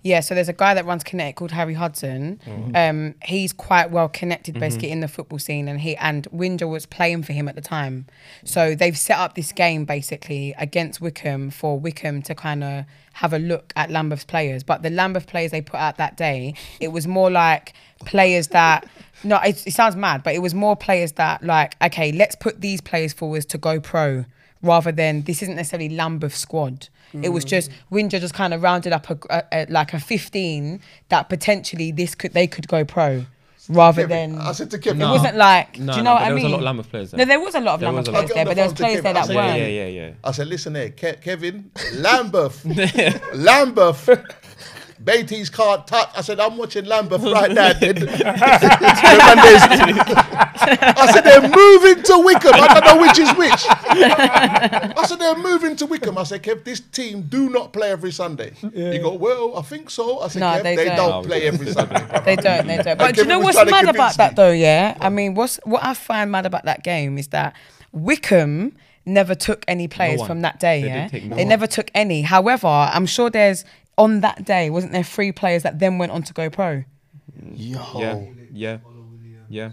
Speaker 1: Yeah, so there's a guy that runs Kinetic called Harry Hudson. Um, he's quite well connected basically in the football scene, and he and Winder was playing for him at the time. So they've set up this game basically against Wickham for Wickham to kind of have a look at Lambeth's players. But the Lambeth players they put out that day, it was more like players that. No, it, it sounds mad, but it was more players that like, okay, let's put these players forwards to go pro rather than this isn't necessarily Lambeth squad. It was just Winger just kind of rounded up a, a, a- like a 15 that potentially this could they could go pro. rather
Speaker 4: Kevin,
Speaker 1: than
Speaker 4: I said to Kevin,
Speaker 1: it
Speaker 6: No.
Speaker 1: wasn't like.
Speaker 6: No,
Speaker 1: do you know
Speaker 6: no, but
Speaker 1: what I
Speaker 6: there
Speaker 1: mean?
Speaker 6: was a lot of Lambeth players there.
Speaker 1: No, there was a lot of
Speaker 6: There
Speaker 1: Lambeth
Speaker 6: was a lot.
Speaker 1: players there, but there was
Speaker 4: I'll
Speaker 1: players
Speaker 4: get
Speaker 1: there
Speaker 4: on
Speaker 1: that
Speaker 4: the
Speaker 1: weren't.
Speaker 4: phone
Speaker 6: yeah, yeah, yeah, yeah.
Speaker 4: I said, listen here, Ke- Kevin, Lambeth, Lambeth. Beatties can't touch. I said, I'm watching Lambeth right now. dude." Fernandez. I said, they're moving to Wickham. I don't know which is which. I said, they're moving to Wickham. I said, Kev, this team do not play every Sunday. He go, well, I think so. I said,
Speaker 1: No,
Speaker 4: Kev,
Speaker 1: they
Speaker 4: they,
Speaker 1: don't.
Speaker 4: don't,
Speaker 6: No,
Speaker 4: play
Speaker 6: they
Speaker 4: every Sunday.
Speaker 1: They don't, they don't. But
Speaker 4: And
Speaker 1: do you
Speaker 4: Kevin
Speaker 1: know
Speaker 4: was
Speaker 1: what's
Speaker 4: trying to
Speaker 1: mad
Speaker 4: convince
Speaker 1: about that
Speaker 4: me.
Speaker 1: though? Yeah, I mean, what's what I find mad about that game is that Wickham never took any players
Speaker 6: one.
Speaker 1: from that day.
Speaker 6: They
Speaker 1: yeah,
Speaker 6: didn't take no
Speaker 1: they
Speaker 6: one.
Speaker 1: never took any. However, I'm sure there's on that day wasn't there three players that then went on to go pro.
Speaker 5: Yo.
Speaker 6: Yeah, yeah,
Speaker 7: Follow Williams.
Speaker 6: yeah.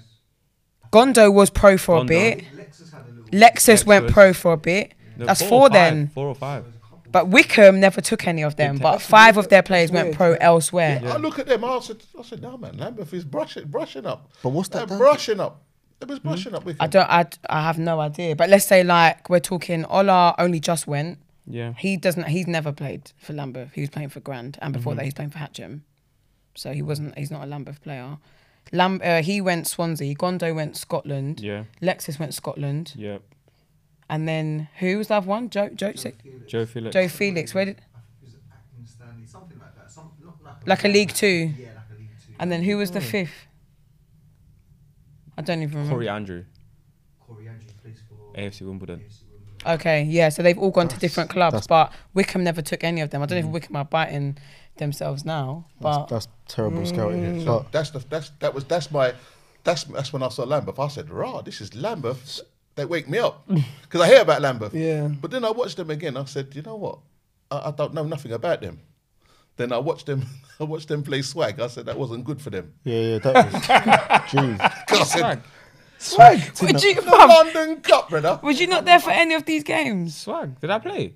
Speaker 1: Gondo was pro for a
Speaker 6: Gondo.
Speaker 1: bit.
Speaker 7: Lexus had a little.
Speaker 1: Lexus went
Speaker 6: Lexus.
Speaker 1: pro for a bit.
Speaker 6: No,
Speaker 1: That's
Speaker 6: or
Speaker 1: four,
Speaker 6: five,
Speaker 1: then.
Speaker 6: Four or five.
Speaker 1: But Wickham never took any of them. But five of their players went pro elsewhere.
Speaker 4: I look at them. I said, I said, no, man, Lambeth is brushing, brushing up.
Speaker 5: But what's that
Speaker 4: They're
Speaker 5: done?
Speaker 4: brushing up. It was brushing up with
Speaker 1: I don't. I, I have no idea. But let's say like we're talking. Ola only just went.
Speaker 6: Yeah.
Speaker 1: He doesn't. He's never played for Lambeth. He was playing for Grand, and
Speaker 5: Mm-hmm.
Speaker 1: before that, he's playing for Hatcham. So he wasn't. He's not a Lambeth player. Lam, uh, he went Swansea. Gondo went Scotland.
Speaker 6: Yeah.
Speaker 1: Lexus went Scotland,
Speaker 6: Yeah.
Speaker 1: and then who was the other one? Joe Joe Joe,
Speaker 6: Joe Felix.
Speaker 1: Joe Felix. Where did?
Speaker 7: I think it was Acton Stanley, something like that. Some, not like,
Speaker 1: Like a League Two.
Speaker 7: Yeah, like a League Two.
Speaker 1: And then who was
Speaker 5: Oh.
Speaker 1: the fifth? I don't even remember.
Speaker 6: Corey Andrew.
Speaker 7: Corey Andrews plays for
Speaker 6: AFC Wimbledon.
Speaker 7: AFC Wimbledon.
Speaker 1: Okay, yeah. So they've all gone to different clubs,
Speaker 5: that's- Mm.
Speaker 1: but Wickham never took any of them. I don't know if Wickham are biting themselves now, but
Speaker 5: That's, that's terrible scouting.
Speaker 4: So
Speaker 5: But
Speaker 4: that's the that's that was that's my that's that's when I saw Lambeth. I said, "Rah, this is Lambeth." They wake me up because I hear about Lambeth.
Speaker 2: Yeah.
Speaker 4: But then I watched them again. I said, "You know what? I, I don't know nothing about them." Then I watched them. I watched them play swag. I said that wasn't good for them.
Speaker 5: yeah, yeah, that was. Jeez.
Speaker 4: 'Cause I said,
Speaker 2: Swag.
Speaker 1: would you,
Speaker 4: the London Cup, brother.
Speaker 1: was you not there for any of these games?
Speaker 6: Swag. Did I play?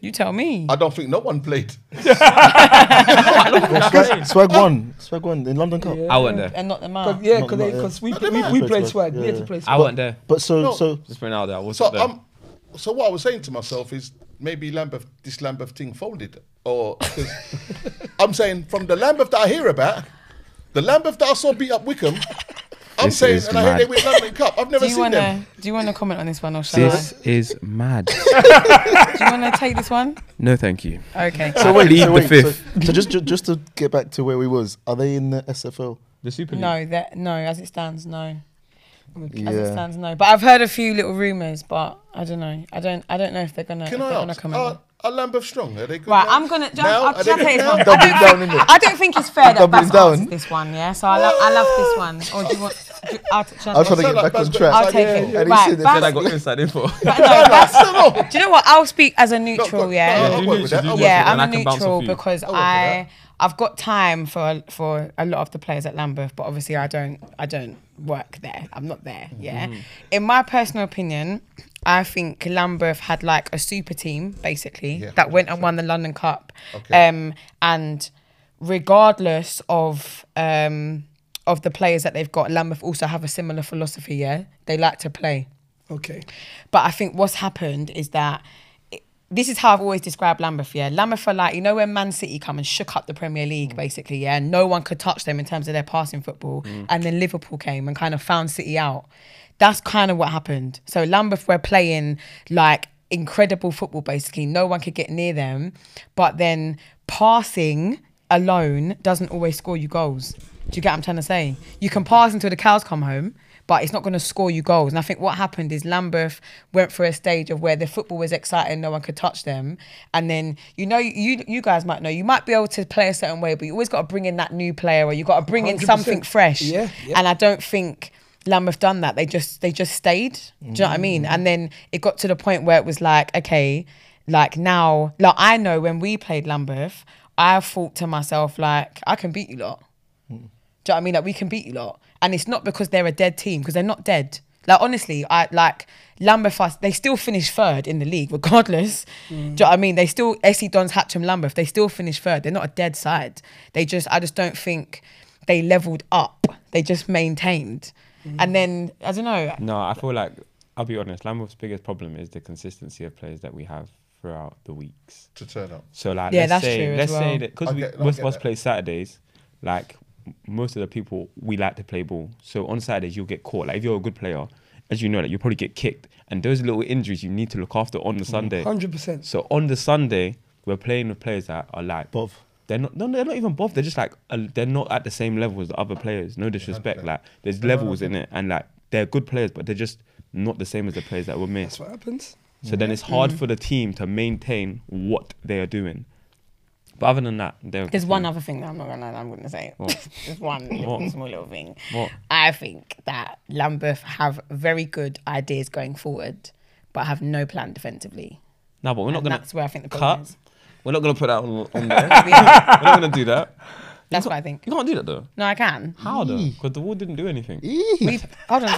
Speaker 1: You tell me.
Speaker 4: I don't think no one played.
Speaker 5: Swag, swag one. Swag one in London Cup.
Speaker 6: I wasn't there.
Speaker 1: and not the man.
Speaker 2: Yeah,
Speaker 5: Not- not yet.
Speaker 2: because we,
Speaker 4: No, they
Speaker 2: we,
Speaker 4: might.
Speaker 2: we played
Speaker 5: Played
Speaker 2: swag.
Speaker 5: swag,
Speaker 2: We had to
Speaker 5: yeah.
Speaker 2: play swag.
Speaker 6: I wasn't there.
Speaker 5: But so
Speaker 4: No.
Speaker 5: so
Speaker 6: Just putting it out there. I
Speaker 4: So
Speaker 6: wasn't there.
Speaker 4: um, so what I was saying to myself is maybe Lambeth, this Lambeth thing folded, or 'cause I'm saying from the Lambeth that I hear about, the Lambeth that I saw beat up Wickham. I'm
Speaker 6: This
Speaker 4: saying,
Speaker 6: is
Speaker 4: and I hear
Speaker 6: mad.
Speaker 4: they win London Cup. I've never
Speaker 1: Do you
Speaker 4: seen them.
Speaker 1: wanna do you wanna comment on this one or shall
Speaker 6: this is mad.
Speaker 1: I? Do you wanna take this one?
Speaker 6: No, thank you.
Speaker 1: Okay.
Speaker 5: so wait,
Speaker 6: Lead
Speaker 5: so
Speaker 6: the
Speaker 5: wait,
Speaker 6: fifth.
Speaker 5: So, so just, just just to get back to where we was, are they in the SFL?
Speaker 6: The Super League.
Speaker 1: No, that no, as it stands, no. As it
Speaker 5: Yeah.
Speaker 1: stands, no. But I've heard a few little rumours, but I don't know. I don't I don't know if they're gonna
Speaker 4: Can
Speaker 1: if
Speaker 4: I
Speaker 1: they're gonna
Speaker 4: ask?
Speaker 1: come
Speaker 4: Are, are Lambeth strong? Are they good?
Speaker 1: Right,
Speaker 4: now?
Speaker 1: I'm gonna. Just,
Speaker 4: Now?
Speaker 1: I'll,
Speaker 4: Are
Speaker 1: shall
Speaker 4: they
Speaker 1: I tell you this one.
Speaker 4: good now?
Speaker 1: I don't,
Speaker 5: down,
Speaker 1: think,
Speaker 5: innit?
Speaker 1: I don't think it's fair that
Speaker 5: Doubling
Speaker 1: Bass
Speaker 5: down.
Speaker 1: answers this one. Yeah, so I love I love this one. Or do you want? Do, I'll, shall I
Speaker 5: I'm
Speaker 1: take it?
Speaker 5: trying to get
Speaker 4: Sound like
Speaker 5: back on
Speaker 4: Basque-
Speaker 5: track.
Speaker 1: I'll take
Speaker 4: Yeah.
Speaker 1: it.
Speaker 5: And he
Speaker 1: Right,
Speaker 5: said that-
Speaker 1: Bass-
Speaker 6: Then I got inside info.
Speaker 1: but no, Bass- do you know what? I'll speak as a
Speaker 4: No,
Speaker 1: neutral.
Speaker 4: go-
Speaker 1: yeah.
Speaker 4: no, I'll
Speaker 6: You
Speaker 4: work
Speaker 6: do
Speaker 4: with
Speaker 6: need
Speaker 4: that.
Speaker 6: to
Speaker 4: I'll
Speaker 6: do
Speaker 4: work
Speaker 1: Yeah,
Speaker 6: it,
Speaker 1: I'm
Speaker 6: Oh, and I can bounce
Speaker 1: neutral
Speaker 6: off you. Oh,
Speaker 1: because
Speaker 4: work with
Speaker 1: I I've got time for for a lot of the players at Lambeth, but obviously I don't I don't work there. I'm not there.
Speaker 6: Mm-hmm.
Speaker 1: Yeah. In my personal opinion, I think Lambeth had like a super team basically
Speaker 4: Yeah,
Speaker 1: that went and won the London Cup.
Speaker 4: Okay.
Speaker 1: Um and regardless of um of the players that they've got, Lambeth also have a similar philosophy, yeah. They like to play.
Speaker 2: Okay.
Speaker 1: But I think what's happened is that it- this is how I've always described Lambeth. Yeah, Lambeth are like you know when Man City come and shook up the Premier League basically. Yeah, and no one could touch them in terms of their passing football, and then Liverpool came and kind of found City out. That's kind of what happened. So Lambeth were playing like incredible football basically. No one could get near them, but then passing alone doesn't always score you goals. Do you get what I'm trying to say? You can pass until the cows come home, but it's not going to score you goals. And I think what happened is Lambeth went through a stage of where the football was exciting, no one could touch them. And then, you know, you you guys might know, you might be able to play a certain way, but you always got to bring in that new player or you got to bring in
Speaker 2: 100%.
Speaker 1: something fresh.
Speaker 2: Yeah, yeah.
Speaker 1: And I don't think Lambeth done that. They just they just stayed. Do you know
Speaker 2: Mm.
Speaker 1: what I mean? And then it got to the point where it was like, okay, like now, like I know when we played Lambeth, I thought to myself like, I can beat you lot. Do you know what I mean? Like we can beat you lot, and it's not because they're a dead team because they're not dead. Like honestly, I like Lambeth. us- They still finished third in the league, regardless. Do you know what I mean? They still SC Dons, Hatcham, Lambeth. They still finished third. They're not a dead side. They just, I just don't think they leveled up. They just maintained, and then I don't know.
Speaker 6: No, I feel like I'll be honest. Lambeth's biggest problem is the consistency of players that we have throughout the weeks.
Speaker 4: to turn up.
Speaker 6: So like,
Speaker 1: Yeah,
Speaker 6: let's
Speaker 1: that's
Speaker 6: say
Speaker 1: true as
Speaker 6: let's
Speaker 1: well.
Speaker 6: say that because
Speaker 4: I
Speaker 6: we
Speaker 4: get- I
Speaker 6: most
Speaker 4: get
Speaker 6: of us
Speaker 4: that.
Speaker 6: play Saturdays, like most of the people we like to play ball. So on Saturdays you'll get caught. Like if you're a good player, as you know, like you'll probably get kicked, and those little injuries you need to look after on the Sunday.
Speaker 2: Hundred percent.
Speaker 6: So on the Sunday we're playing with players that are like
Speaker 5: Above.
Speaker 6: They're not. No, they're not even both. They're just like uh, they're not at the same level as the other players. No disrespect. Like there's levels in it, and like they're good players, but they're just not the same as the players that were missed.
Speaker 2: That's what happens.
Speaker 6: So then it's
Speaker 1: Mm.
Speaker 6: hard for the team to maintain what they are doing. But other than that, they're
Speaker 1: There's one other thing that I'm not gonna I'm gonna say. There's one little, small little thing.
Speaker 6: What?
Speaker 1: I think that Lambeth have very good ideas going forward, but have no plan defensively.
Speaker 6: No, but we're not
Speaker 1: And
Speaker 6: gonna.
Speaker 1: that's where I think the problem
Speaker 6: cut.
Speaker 1: is.
Speaker 6: We're not gonna put that on, on there.
Speaker 1: Yeah,
Speaker 6: we're not gonna do that.
Speaker 1: that's what I think.
Speaker 6: You can't do that though.
Speaker 1: No, I can.
Speaker 6: How though? Because the wall didn't do anything.
Speaker 1: We, hold on a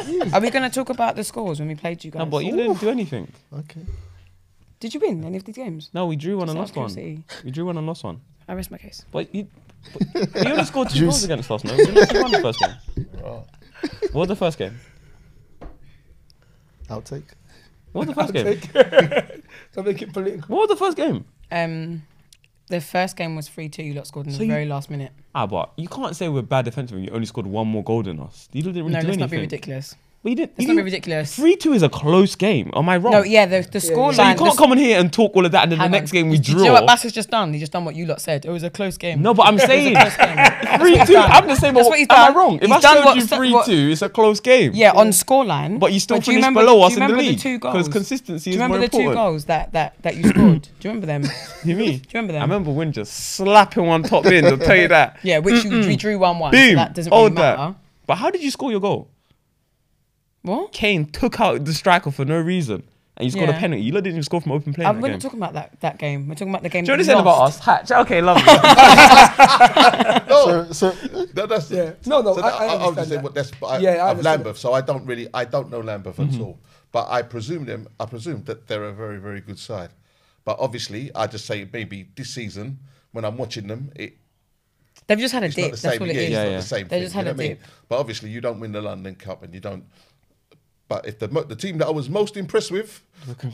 Speaker 1: second. Are we gonna talk about the scores when we played you guys?
Speaker 6: No, but you didn't do anything.
Speaker 5: Okay.
Speaker 1: Did you win any of these games?
Speaker 6: No, we drew one and
Speaker 1: Just
Speaker 6: lost
Speaker 1: out of
Speaker 6: one.
Speaker 1: curiosity.
Speaker 6: We drew one and lost one.
Speaker 1: I rest my case.
Speaker 6: But you, but you only scored two goals against us, no? You only won the first game. What was the first game?
Speaker 5: Outtake.
Speaker 6: What was the first game?
Speaker 2: Don't make it political.
Speaker 6: What was the first game?
Speaker 1: Um, the first game was three two. You lot scored in the
Speaker 6: you-
Speaker 1: very last minute.
Speaker 6: Ah, but you can't say we're bad defensively. You only scored one more goal than us. You didn't really
Speaker 1: No, let's
Speaker 6: do anything.
Speaker 1: not be ridiculous.
Speaker 6: But you didn't.
Speaker 1: Let's
Speaker 6: you
Speaker 1: not be
Speaker 6: didn't-
Speaker 1: ridiculous.
Speaker 6: Three two is a close game. Am I wrong?
Speaker 1: No, yeah, the, the scoreline.
Speaker 6: So you
Speaker 1: the
Speaker 6: can't come in here and talk all of that, and then the
Speaker 1: Hang
Speaker 6: next
Speaker 1: on.
Speaker 6: game we
Speaker 1: Did
Speaker 6: draw.
Speaker 1: You know what Bass has just done? He just done what you lot said. It was a close game.
Speaker 6: no, but I'm saying
Speaker 1: Close game.
Speaker 6: three two.
Speaker 1: done.
Speaker 6: I'm the same.
Speaker 1: That's
Speaker 6: but
Speaker 1: what he's
Speaker 6: am
Speaker 1: done.
Speaker 6: I wrong? If
Speaker 1: He's
Speaker 6: I
Speaker 1: done
Speaker 6: showed
Speaker 1: what-
Speaker 6: you
Speaker 1: so-
Speaker 6: three
Speaker 1: what-
Speaker 6: two, it's a close game.
Speaker 1: Yeah, on scoreline.
Speaker 6: But you still
Speaker 1: do you
Speaker 6: finished
Speaker 1: remember-
Speaker 6: below
Speaker 1: do
Speaker 6: us
Speaker 1: you
Speaker 6: in the
Speaker 1: remember
Speaker 6: league
Speaker 1: The two goals?
Speaker 6: because
Speaker 1: Do
Speaker 6: consistency
Speaker 1: you
Speaker 6: is more
Speaker 1: remember the two
Speaker 6: important.
Speaker 1: goals that that that, that you scored? do you remember them?
Speaker 6: You
Speaker 1: Do
Speaker 6: mean?
Speaker 1: you remember them?
Speaker 6: I remember when just slapping one top in. I'll tell you that.
Speaker 1: Yeah, which you, we drew one one.
Speaker 6: Boom.
Speaker 1: So that doesn't
Speaker 6: Hold
Speaker 1: really matter.
Speaker 6: that. But how did you score your goal?
Speaker 1: What?
Speaker 6: Kane took out the striker for no reason, and you scored a
Speaker 1: Yeah.
Speaker 6: penalty. You lot didn't even score from open play. in
Speaker 1: Uh,
Speaker 6: that
Speaker 1: we're
Speaker 6: game.
Speaker 1: not talking about that, that game. We're talking about the game.
Speaker 6: Do you
Speaker 1: that we
Speaker 6: understand about
Speaker 1: lost.
Speaker 6: us? Hatch. Okay, lovely.
Speaker 4: Oh,
Speaker 5: So, so
Speaker 4: That, that's
Speaker 2: Yeah. No, no,
Speaker 4: So
Speaker 2: I-
Speaker 4: that-
Speaker 2: I
Speaker 4: I'm
Speaker 2: understand
Speaker 4: just saying
Speaker 2: that.
Speaker 4: what that's. But I,
Speaker 2: Yeah, I
Speaker 4: yeah, of
Speaker 2: understand Mm-hmm.
Speaker 4: Lambeth, so I don't really, I don't know Lambeth at all. But I presume them. I presume that they're a very, very good side. But obviously, I just say maybe this season when I'm watching them, it,
Speaker 1: They've just had a
Speaker 4: it's not
Speaker 1: dip.
Speaker 4: the
Speaker 1: That's
Speaker 4: same.
Speaker 1: all
Speaker 4: Yeah,
Speaker 1: it
Speaker 4: it's
Speaker 1: is.
Speaker 4: not
Speaker 6: yeah.
Speaker 4: the same.
Speaker 1: They
Speaker 4: thing,
Speaker 1: just
Speaker 4: you
Speaker 1: had
Speaker 4: know
Speaker 1: a
Speaker 4: what I mean?
Speaker 1: dip.
Speaker 4: But obviously, you don't win the London Cup, and you don't. But if the mo- the team that I was most impressed with,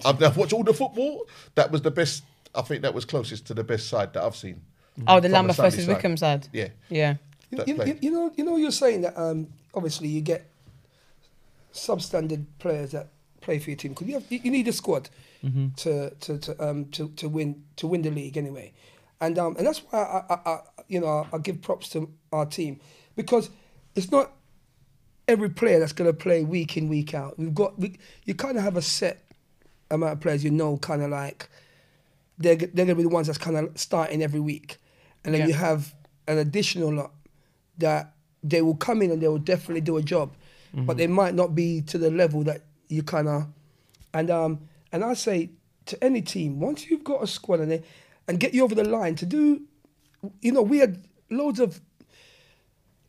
Speaker 4: I've, I've watched all the football. That was the best. I think that was closest to the best side that I've seen.
Speaker 1: Oh, the
Speaker 4: From
Speaker 1: Lambeth
Speaker 4: the
Speaker 1: versus
Speaker 4: Sunday side.
Speaker 1: Wickham side.
Speaker 4: Yeah.
Speaker 1: Yeah.
Speaker 2: You,
Speaker 4: That
Speaker 2: you,
Speaker 4: play.
Speaker 2: you- you know, you know, you're saying that. Um, obviously, you get substandard players that play for your team because you have you you need a squad to to to um to, to win to win the league anyway, and um and that's why I, I, I you know I, I give props to our team because it's not every player that's going to play week in week out. We've got we, you kind of have a set amount of players you know kind of like they're g- they're going to be the ones that's kind of starting every week, and then
Speaker 1: Yeah.
Speaker 2: you have an additional lot that they will come in and they will definitely do a job, but they might not be to the level that you kind of and um and I say to any team once you've got a squad and they and get you over the line to do, you know we had loads of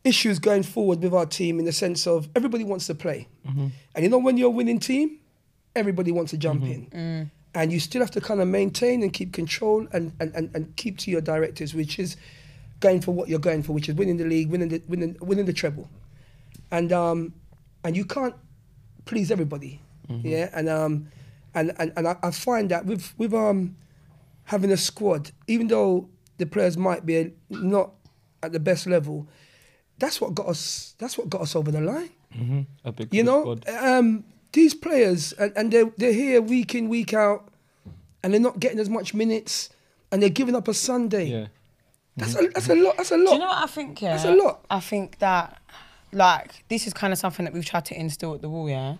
Speaker 2: issues going forward with our team in the sense of everybody wants to play. And you know, when you're a winning team, everybody wants to jump in. And you still have to kind of maintain and keep control and, and, and, and keep to your directives, which is going for what you're going for, which is winning the league, winning the, winning, winning the treble. And, um, and you can't please everybody. Yeah. And, um, and, and, and I, I find that with, with um, having a squad, even though the players might be not at the best level, that's what got us. That's what got us over the line.
Speaker 6: a big
Speaker 2: You know, um, these players and, and they they're here week in week out, and they're not getting as much minutes, and they're giving up a Sunday.
Speaker 6: Yeah.
Speaker 2: That's a that's a lot. That's a lot.
Speaker 1: Do you know what I think? Yeah,
Speaker 2: That's a lot.
Speaker 1: I think that, like, this is kind of something that we've tried to instill at the wall. Yeah,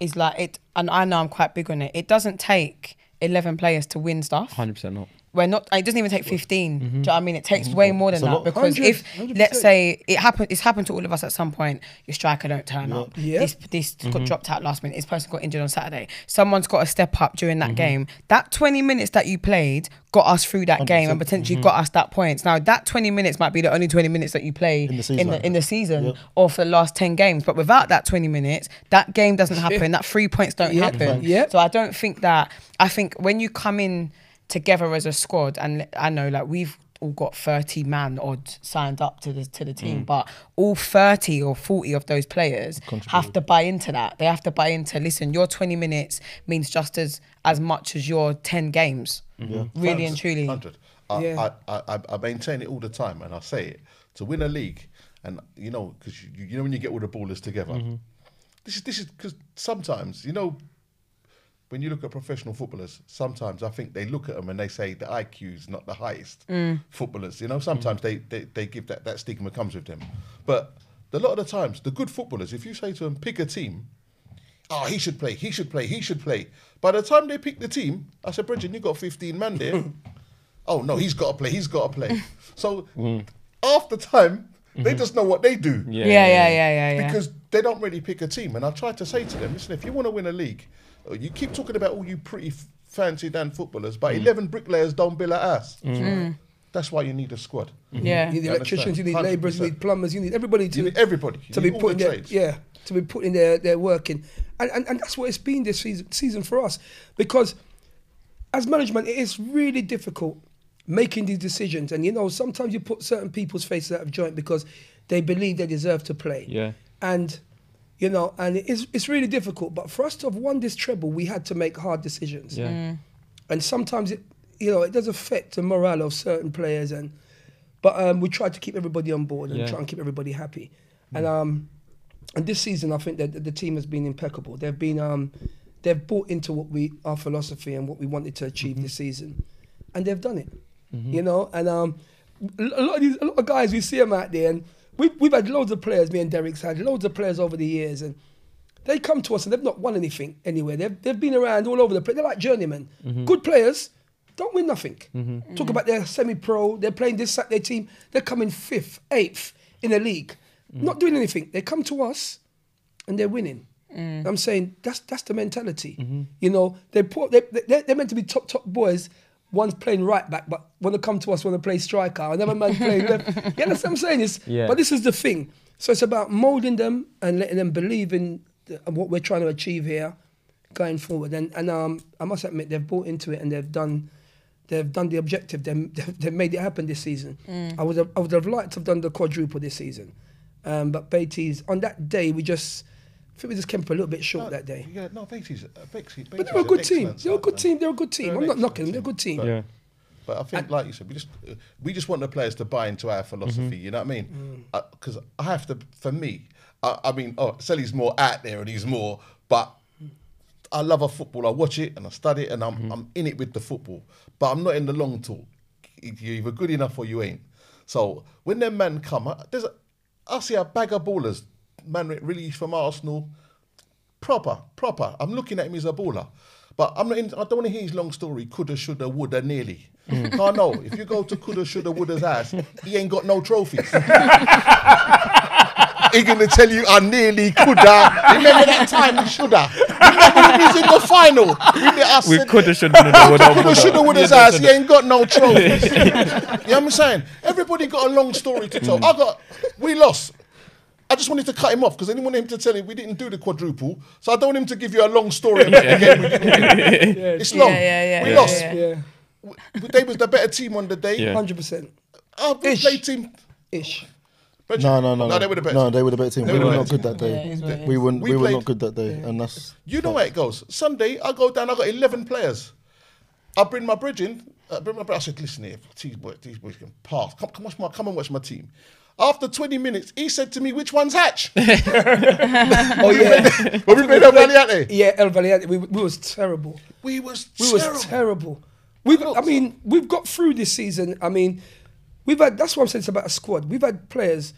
Speaker 1: is like it, and I know I'm quite big on it. It doesn't take eleven players to win stuff.
Speaker 6: Hundred percent not.
Speaker 1: We're not. It doesn't even take 15 Do you know what I mean? It takes way more than
Speaker 5: Mm-hmm. a
Speaker 1: that
Speaker 5: lot.
Speaker 1: because
Speaker 2: 100,
Speaker 1: if
Speaker 2: 100%.
Speaker 1: let's say it happened, it's happened to all of us at some point. Your striker don't turn up.
Speaker 2: Yeah.
Speaker 1: This this
Speaker 5: Mm-hmm.
Speaker 1: got dropped out last minute. This person got injured on Saturday. Someone's got to step up during
Speaker 5: Mm-hmm.
Speaker 1: that game. That twenty minutes that you played got us through that game and potentially
Speaker 5: Mm-hmm.
Speaker 1: got us that points. Now that twenty minutes might be the only twenty minutes that you play in
Speaker 5: the
Speaker 1: in
Speaker 5: season.
Speaker 1: the, season or for the last ten games. But without that twenty minutes, that game doesn't happen. that three points don't
Speaker 2: Yeah.
Speaker 1: happen.
Speaker 2: Yeah.
Speaker 1: So I don't think that. I think when you come in together as a squad, and I know like we've all got thirty man odd signed up to the to the team, but all thirty or forty of those players have to buy into that. They have to buy into. Listen, your twenty minutes means just as as much as your ten Mm-hmm. games. Really and truly.
Speaker 4: Hundred. I,
Speaker 2: Yeah.
Speaker 4: I, I, I maintain it all the time, and I say it to win a league, and you know, because you, you know when you get all the ballers together,
Speaker 1: Mm-hmm.
Speaker 4: this is this is because sometimes you know when you look at professional footballers, sometimes I think they look at them and they say the IQ's not the highest
Speaker 1: Mm.
Speaker 4: footballers. You know, sometimes they, they they give that that stigma comes with them, but a lot of the times the good footballers, if you say to them pick a team, oh he should play, he should play, he should play. By the time they pick the team, I said, Bridget, you got fifteen man there. oh no, he's got to play, he's got to play. so after time, they just know what they do
Speaker 1: Yeah, yeah, yeah, yeah, yeah.
Speaker 4: because they don't really pick a team. And I tried to say to them, listen, if you want to win a league, uh, you keep talking about all you pretty f- fancy Dan footballers, but 11 bricklayers don't bill at us.
Speaker 2: Mm.
Speaker 4: That's why you need a squad.
Speaker 1: yeah.
Speaker 2: You need
Speaker 4: I understand.
Speaker 2: electricians, you need labourers, you need
Speaker 4: 100%.
Speaker 2: plumbers, you need everybody to
Speaker 4: You need everybody. You
Speaker 2: to
Speaker 4: need
Speaker 2: be
Speaker 4: all
Speaker 2: putting
Speaker 4: the
Speaker 2: their,
Speaker 4: trades.
Speaker 2: yeah to be putting their their work in, and, and and that's what it's been this season season for us because as management it is really difficult making these decisions, and you know sometimes you put certain people's faces out of joint because they believe they deserve to play,
Speaker 6: Yeah.
Speaker 2: and you know and it's it's really difficult. But for us to have won this treble, we had to make hard decisions,
Speaker 6: Yeah.
Speaker 2: and sometimes it you know it does affect the morale of certain players and but um, we try to keep everybody on board and
Speaker 6: Yeah.
Speaker 2: try and keep everybody happy and um and this season I think that that the team has been impeccable they've been um they've bought into what we our philosophy and what we wanted to achieve this season and they've done it you know and um a lot of these a lot of guys we see them out there and we've, we've had loads of players me and Derek's had loads of players over the years and they come to us and they've not won anything anywhere. They've, they've been around all over the place. They're like journeymen. Good players don't win nothing. Talk about their semi pro, they're playing this Saturday team, they're coming fifth, eighth in the league, not doing anything. They come to us and they're winning. I'm saying that's that's the mentality. You know, they put they they they're meant to be top top boys. One's playing right back, but when they come to us, want to play striker. Another man playing left. You understand what I'm saying? It's,
Speaker 6: Yeah.
Speaker 2: But this is the thing. So it's about molding them and letting them believe in the, what we're trying to achieve here, going forward. And and um, I must admit they've bought into it and they've done, they've done the objective. They they've, they've made it happen this season. I would have, I would have liked to have done the quadruple this season, um, but Beatty's on that day we just, I think we just came up a little bit short
Speaker 4: No,
Speaker 2: that day.
Speaker 4: Yeah, no, Beatty's, uh, Bexy,
Speaker 2: But they're a good team. They're a good team. They're a good team.
Speaker 4: They're
Speaker 2: I'm
Speaker 4: an
Speaker 2: not knocking them.
Speaker 4: excellent
Speaker 2: They're a good team.
Speaker 4: team.
Speaker 6: Yeah.
Speaker 4: But I think, like you said, we just uh, we just want the players to buy into our philosophy. You know what I mean? Because I have to, for me, I, I mean, oh, Sally's more out there and he's more, but I love a football. I watch it and I study it and I'm I'm in it with the football, but I'm not in the long talk. You're either good enough or you ain't. So when them men come, I, there's a, I see a bag of ballers, man released from Arsenal, proper, proper. I'm looking at him as a baller. But I'm not in, I don't want to hear his long story. Coulda, shoulda, woulda, nearly. Oh no! If you go to coulda, shoulda, woulda's ass, he ain't got no trophies. he gonna tell you I nearly coulda. Remember that time we shoulda. Remember we was in the final. We, did- I
Speaker 6: We
Speaker 4: said,
Speaker 6: could have should have done
Speaker 4: Coulda, shoulda, woulda's ass. He ain't got no trophies. you know what I'm saying? Everybody got a long story to tell. I got, we lost. I just wanted to cut him off because I didn't want him to tell him we didn't do the quadruple. So I don't want him to give you a long story about the game. We didn't win. It's long.
Speaker 1: Yeah, yeah, yeah,
Speaker 4: we
Speaker 1: yeah,
Speaker 4: lost.
Speaker 1: yeah.
Speaker 2: Yeah,
Speaker 4: W- They was the better team on the day.
Speaker 6: Yeah.
Speaker 2: hundred percent
Speaker 4: Our we
Speaker 2: Ish.
Speaker 4: played team.
Speaker 2: ish.
Speaker 5: No, no, no,
Speaker 4: No, they were the best.
Speaker 5: No, they were the better team.
Speaker 4: They
Speaker 5: we
Speaker 4: were
Speaker 5: were
Speaker 4: the
Speaker 5: not
Speaker 4: better
Speaker 5: good that day.
Speaker 1: Yeah, it is what it
Speaker 5: we weren't.
Speaker 4: We
Speaker 5: We, were
Speaker 4: played-
Speaker 5: not good that day, and that's.
Speaker 4: You know how it goes. Sunday, I go down, I got 11 players. I bring my bridge in. I, bring my bridge. I said, listen here, these boys, these boys can pass. Come, come, watch my, come and watch my team. After 20 minutes, he said to me, which one's Hatch?
Speaker 2: Oh yeah.
Speaker 4: when we played El Valiante.
Speaker 2: Yeah, El Valiente, we, we was terrible.
Speaker 4: We was
Speaker 2: We
Speaker 4: terrible.
Speaker 2: was terrible. We've, I mean, we've got through this season. I mean, we've had. That's what I'm saying. It's about a squad. We've had players.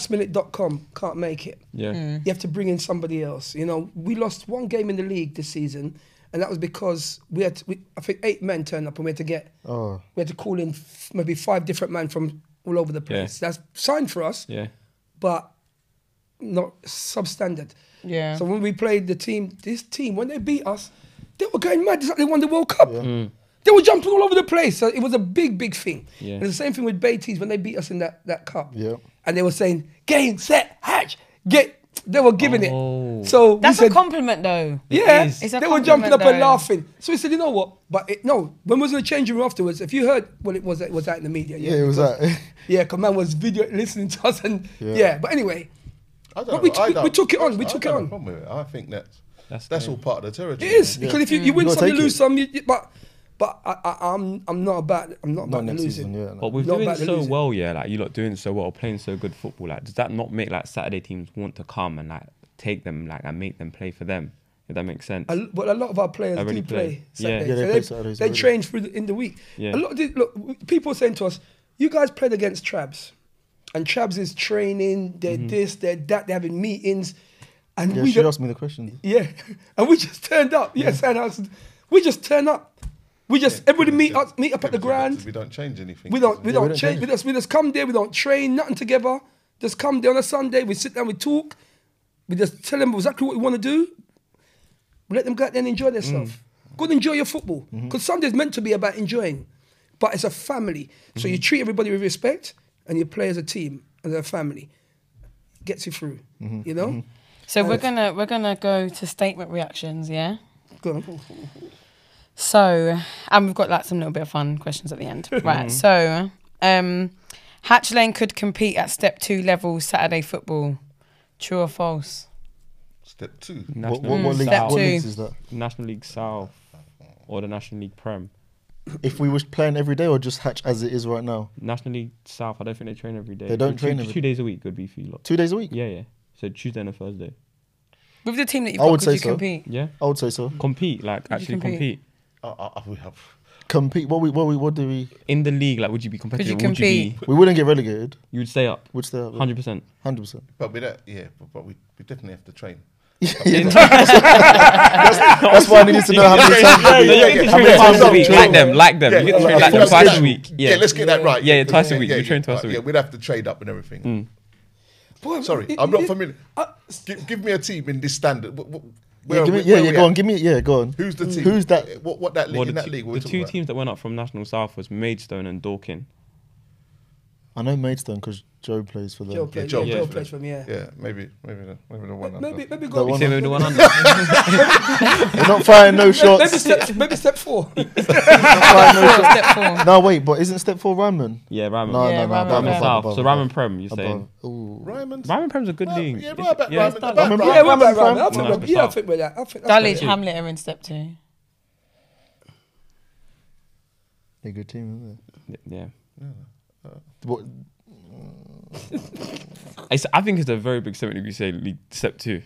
Speaker 2: Lastminute.com can't make it.
Speaker 6: Yeah. Mm.
Speaker 2: You have to bring in somebody else. You know, we lost one game in the league this season, and that was because we had. To, we, I think eight men turned up, and we had to get.
Speaker 5: Oh.
Speaker 2: We had to call in f- maybe five different men from all over the place. That's signed for us
Speaker 6: Yeah.
Speaker 2: but not substandard.
Speaker 1: Yeah.
Speaker 2: So when we played the team, this team, when they beat us, they were going mad. It's like they won the World Cup.
Speaker 1: Mm.
Speaker 2: They were jumping all over the place. So it was a big, big thing.
Speaker 6: Yeah.
Speaker 2: And the same thing with Beatties when they beat us in that, that cup.
Speaker 5: Yeah.
Speaker 2: And they were saying, game, set, hatch, get. They were giving
Speaker 6: Oh.
Speaker 2: it. So we
Speaker 1: That's
Speaker 2: said,
Speaker 1: a compliment, though.
Speaker 2: yeah,
Speaker 6: is.
Speaker 1: It's a
Speaker 2: they were jumping
Speaker 1: compliment,
Speaker 2: up and
Speaker 1: though.
Speaker 2: laughing. So we said, you know what? But it, no, when we was in the changing room afterwards, if you heard, well, it was it was out in the media. Yeah,
Speaker 5: Yeah, it was that.
Speaker 2: yeah, because man was video listening to us and yeah.
Speaker 5: Yeah.
Speaker 2: But anyway,
Speaker 4: I don't
Speaker 2: But we
Speaker 4: know,
Speaker 2: t-
Speaker 4: I
Speaker 2: we- we
Speaker 4: don't-
Speaker 2: took it on, we
Speaker 4: I
Speaker 2: took it
Speaker 4: don't have a
Speaker 2: on.
Speaker 4: problem with it. I think that's
Speaker 6: That's
Speaker 4: that's
Speaker 6: game.
Speaker 4: all part of the territory.
Speaker 2: it is because if you, you win
Speaker 5: Mm. You gotta
Speaker 2: some, you
Speaker 5: take
Speaker 2: lose
Speaker 5: it.
Speaker 2: some. You, you- but But I, I, I'm I'm not about I'm not
Speaker 5: Not
Speaker 2: about
Speaker 5: next
Speaker 2: losing.
Speaker 5: season, yeah. no.
Speaker 6: But we're
Speaker 2: Not
Speaker 6: doing
Speaker 2: about to
Speaker 6: so
Speaker 2: lose it.
Speaker 6: well, yeah. Like you're not doing so well, playing so good football. Like, does that not make like Saturday teams want to come and like take them, like, and make them play for them? If that makes sense.
Speaker 2: A, well, a lot of our players
Speaker 6: Already
Speaker 2: do
Speaker 6: play.
Speaker 2: play.
Speaker 6: Yeah.
Speaker 2: Saturday.
Speaker 5: Yeah, they
Speaker 2: So
Speaker 5: play
Speaker 2: they,
Speaker 5: Saturdays
Speaker 2: they
Speaker 5: already.
Speaker 2: train through the, in the week. A
Speaker 6: Yeah.
Speaker 2: lot of the, look, w- people are saying to us, "You guys played against Trabs, and Trabs is training. They're this, they're that. They're having meetings, and
Speaker 5: Yeah,
Speaker 2: we
Speaker 5: she
Speaker 2: don't,
Speaker 5: asked me the question.
Speaker 2: yeah, and we just turned up. Yes, and I was, we just turn up. We just everybody meet us, meet up at the ground.
Speaker 4: We don't change anything.
Speaker 2: We don't, we
Speaker 5: Yeah,
Speaker 2: don't
Speaker 5: we don't
Speaker 2: change.
Speaker 5: change.
Speaker 2: We just, we just come there. We don't train nothing together. Just come there on a Sunday. We sit down. We talk. We just tell them exactly what we want to do. We let them go out there and enjoy themselves.
Speaker 4: Mm.
Speaker 2: Go and enjoy your football.
Speaker 4: Mm-hmm.
Speaker 2: Because Sunday's meant to be about enjoying, but it's a family.
Speaker 4: Mm-hmm.
Speaker 2: So you treat everybody with respect, and you play as a team, as a family. Gets you through.
Speaker 4: Mm-hmm.
Speaker 2: You know.
Speaker 1: So we're gonna we're gonna go to statement reactions, yeah.
Speaker 2: Go on.
Speaker 1: So, and we've got like some little bit of fun questions at the end, right? So, um, Hatch Lane could compete at step two level Saturday football. True or false?
Speaker 4: Step two.
Speaker 5: What,
Speaker 6: National
Speaker 5: what, what,
Speaker 1: Mm,
Speaker 5: league,
Speaker 1: step
Speaker 5: what
Speaker 1: two.
Speaker 5: leagues is that?
Speaker 6: National League South or the National League Prem.
Speaker 5: If we was playing every day or just hatch as it is right now,
Speaker 6: National League South, I don't think they train every day.
Speaker 5: They don't
Speaker 6: two,
Speaker 5: train
Speaker 6: two,
Speaker 5: every-
Speaker 6: two days a week would be for you lot.
Speaker 5: two days a week,
Speaker 6: Yeah, yeah. So Tuesday and a Thursday.
Speaker 1: With the team that you've
Speaker 5: I
Speaker 1: got,
Speaker 5: would
Speaker 1: could
Speaker 5: say
Speaker 1: you
Speaker 5: so.
Speaker 1: compete?
Speaker 6: Yeah.
Speaker 5: I would say so.
Speaker 6: Compete, like actually compete.
Speaker 1: compete?
Speaker 4: I, I, I, we have.
Speaker 5: Compete. What we what we what do we?
Speaker 6: In the league, like would you be competitive? Would you
Speaker 1: compete?
Speaker 6: be
Speaker 5: We wouldn't get relegated.
Speaker 6: you would stay up.
Speaker 5: Would stay up.
Speaker 6: Hundred percent.
Speaker 5: Hundred percent.
Speaker 4: But we don't, yeah, but, but we, we definitely have to train.
Speaker 5: That's why I needed to know how many times.
Speaker 6: Yeah, you get to train
Speaker 5: many
Speaker 6: twice a
Speaker 5: times
Speaker 6: week.
Speaker 5: do you
Speaker 6: Like
Speaker 5: train?
Speaker 6: them, like them. You get to train like them twice a week.
Speaker 4: Yeah, let's get that right.
Speaker 6: Yeah, yeah, twice a week. We train twice a
Speaker 4: Right, Yeah,
Speaker 6: week. Mm.
Speaker 4: we'd have to trade up and everything.
Speaker 2: Boy, uh,
Speaker 4: Sorry,
Speaker 2: it-
Speaker 4: I'm not
Speaker 2: it-
Speaker 4: familiar.
Speaker 2: I-
Speaker 4: Give, give me a team in this standard. Wh- wh-
Speaker 5: Yeah,
Speaker 4: Where,
Speaker 5: give me,
Speaker 4: where-
Speaker 5: yeah,
Speaker 4: where
Speaker 5: yeah
Speaker 4: we
Speaker 5: go
Speaker 4: at?
Speaker 5: on. Give me, yeah, go on.
Speaker 4: Who's the team?
Speaker 5: Who's that?
Speaker 4: What, what that league,
Speaker 6: Well,
Speaker 4: in
Speaker 6: the,
Speaker 4: that
Speaker 6: two,
Speaker 4: league? we're
Speaker 6: the
Speaker 4: talking
Speaker 6: two
Speaker 4: about?
Speaker 6: teams that went up from National South was Maidstone and Dorking.
Speaker 5: I know Maidstone because Joe plays for them.
Speaker 2: Joe plays.
Speaker 4: Joe
Speaker 2: Joe,
Speaker 4: plays for
Speaker 2: plays
Speaker 4: them.
Speaker 2: from yeah.
Speaker 4: Yeah, maybe, maybe, the, maybe the one. under.
Speaker 2: Maybe maybe
Speaker 5: That
Speaker 2: go.
Speaker 5: one
Speaker 6: See,
Speaker 5: under.
Speaker 6: maybe the one under.
Speaker 5: We're not firing no
Speaker 2: Maybe
Speaker 5: shots.
Speaker 2: step maybe step four.
Speaker 5: not firing no shots.
Speaker 1: step four.
Speaker 5: No, wait, but isn't step four Ryman?
Speaker 6: Yeah, Ryman.
Speaker 5: No,
Speaker 1: Yeah,
Speaker 5: no, no,
Speaker 1: Ryman
Speaker 5: above,
Speaker 1: Prem.
Speaker 5: above,
Speaker 6: South.
Speaker 5: above,
Speaker 6: So
Speaker 5: above,
Speaker 6: Ryman Prem, you're saying.
Speaker 5: above. Ooh.
Speaker 4: Ryman's.
Speaker 6: Ryman Prem's a good
Speaker 4: Well,
Speaker 6: league.
Speaker 4: Yeah,
Speaker 6: It's-
Speaker 4: right about
Speaker 6: yeah,
Speaker 4: Ryman.
Speaker 6: it's not-
Speaker 4: about
Speaker 5: Remember-
Speaker 2: Yeah,
Speaker 4: Ryman.
Speaker 2: right, right, right. I
Speaker 6: One
Speaker 2: think
Speaker 6: hundred
Speaker 2: yeah, I
Speaker 6: percent.
Speaker 2: think we're that. I think that's
Speaker 1: Dulwich
Speaker 2: right.
Speaker 1: Hamlet are in step two.
Speaker 5: They're a good team, isn't it?
Speaker 6: Yeah.
Speaker 5: What,
Speaker 6: It's, I think it's a very big step when you say league step two.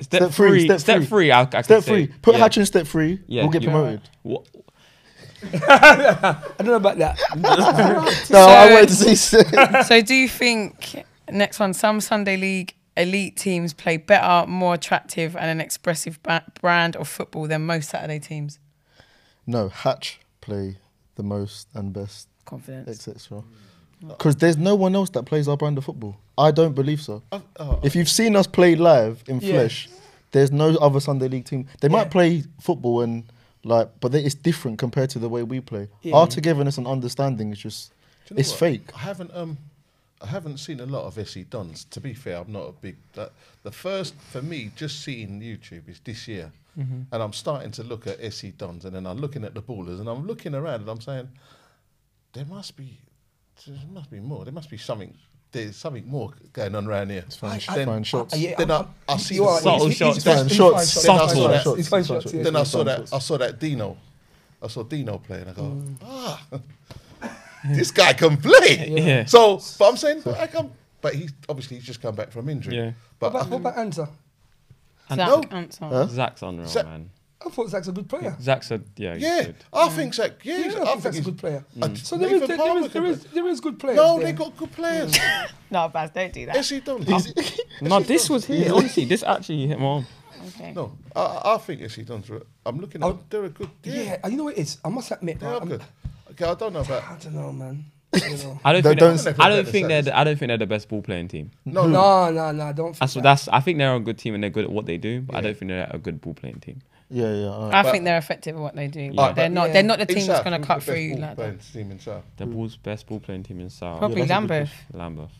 Speaker 6: Step,
Speaker 5: Step three,
Speaker 6: three,
Speaker 5: step
Speaker 6: Step
Speaker 5: three.
Speaker 6: three. I, I could
Speaker 5: step
Speaker 6: say.
Speaker 5: three. Put
Speaker 6: yeah.
Speaker 5: Hatch in step three.
Speaker 6: Yeah,
Speaker 5: we'll get
Speaker 6: you're
Speaker 5: promoted.
Speaker 6: Wha-
Speaker 2: I don't know about that.
Speaker 5: No, I
Speaker 1: So-
Speaker 5: wait to see.
Speaker 1: so, do you think next one? Some Sunday league elite teams play better, more attractive, and an expressive ba- brand of football than most Saturday teams.
Speaker 5: no, Hatch play the most and best,
Speaker 1: Confidence.
Speaker 5: etc.
Speaker 4: Mm.
Speaker 5: Because Uh, there's no one else that plays our brand of football. I don't believe so.
Speaker 4: oh,
Speaker 5: If you've seen us play live in
Speaker 2: Yeah.
Speaker 5: flesh, there's no other Sunday league team. They might
Speaker 2: Yeah.
Speaker 5: play football and like, but they, it's different compared to the way we play.
Speaker 2: Yeah.
Speaker 5: Our togetherness and understanding is just,
Speaker 4: Do you know
Speaker 5: it's
Speaker 4: what?
Speaker 5: fake.
Speaker 4: I haven't um, I haven't seen a lot of SE Dons. To be fair, I'm not a big. That, the first for me, just seeing YouTube is this year, and I'm starting to look at SE Dons, and then I'm looking at the ballers, and I'm looking around, and I'm saying, there must be, there must be more. There must be something. There's something more going on around here.
Speaker 5: fine, it's
Speaker 4: then,
Speaker 5: fine, shots.
Speaker 2: Uh, yeah,
Speaker 4: then I,
Speaker 2: I'm-
Speaker 4: I see
Speaker 2: You
Speaker 4: the
Speaker 2: are-
Speaker 6: Subtle
Speaker 2: he's- he's-
Speaker 6: shots.
Speaker 2: he's
Speaker 5: Fine,
Speaker 2: fine,
Speaker 5: shots,
Speaker 2: shots.
Speaker 4: subtle
Speaker 2: He's fine
Speaker 4: shots.
Speaker 2: shots. He's fine shots, yeah.
Speaker 4: Then I saw that.
Speaker 5: shots.
Speaker 4: I saw that Dino. I saw Dino play, and I go,
Speaker 1: Mm.
Speaker 4: ah, this guy can play.
Speaker 6: Yeah. Yeah.
Speaker 4: So, but I'm saying, but I can But he's obviously he's just come back from injury.
Speaker 6: Yeah.
Speaker 4: But
Speaker 2: What about, what about Anza?
Speaker 1: Zach,
Speaker 4: no.
Speaker 1: answer.
Speaker 5: Huh?
Speaker 6: Zach's unreal,
Speaker 4: Zach-
Speaker 6: man.
Speaker 2: I thought Zach's a good player.
Speaker 6: Zach's a yeah. he's
Speaker 4: yeah,
Speaker 6: good.
Speaker 4: I think so. Yeah,
Speaker 2: Yeah,
Speaker 4: he's-
Speaker 2: I think Zach's a
Speaker 4: he's- Mm.
Speaker 2: good player.
Speaker 4: and
Speaker 2: So there is,
Speaker 4: Nathan
Speaker 2: there, there,
Speaker 4: Palmer
Speaker 2: is,
Speaker 4: can
Speaker 2: there, is,
Speaker 4: play.
Speaker 2: there is good players.
Speaker 4: No,
Speaker 2: there.
Speaker 4: they got good players.
Speaker 1: No, Baz, don't do that.
Speaker 4: yes, he done. I-
Speaker 6: No, this was here. Honestly, this actually hit home.
Speaker 1: Okay.
Speaker 4: No, I- I, I think yes, he done. I'm looking at.
Speaker 2: Oh.
Speaker 4: them. They're a good. Yeah,
Speaker 2: Yeah, uh, you know what it is? I must admit,
Speaker 4: they
Speaker 2: right,
Speaker 4: are
Speaker 2: I'm-
Speaker 4: good. Okay, I don't know about.
Speaker 2: I don't know, man. I don't know.
Speaker 6: I don't
Speaker 5: They
Speaker 6: think.
Speaker 5: don't-
Speaker 6: they're- I don't think they're. The, I don't think they're the best ball playing team.
Speaker 4: No, no.
Speaker 2: no, no, no, don't. think
Speaker 6: That's
Speaker 2: that.
Speaker 6: that's. I think they're a good team and they're good at what they do. But I don't think they're a good ball playing team.
Speaker 5: Yeah, yeah. All right.
Speaker 1: I think they're effective at what they do.
Speaker 4: Alright,
Speaker 1: But they're
Speaker 4: but-
Speaker 1: not.
Speaker 2: Yeah.
Speaker 1: They're not the team
Speaker 4: In
Speaker 1: that's
Speaker 4: South,
Speaker 1: going to
Speaker 4: who's
Speaker 1: cut
Speaker 4: the best
Speaker 1: through you
Speaker 4: ball
Speaker 1: like that.
Speaker 4: playing Team in South.
Speaker 6: The
Speaker 5: Hmm.
Speaker 6: ball's best ball playing team in South.
Speaker 1: Probably
Speaker 5: that's a good
Speaker 1: Lambeth
Speaker 6: Lambeth.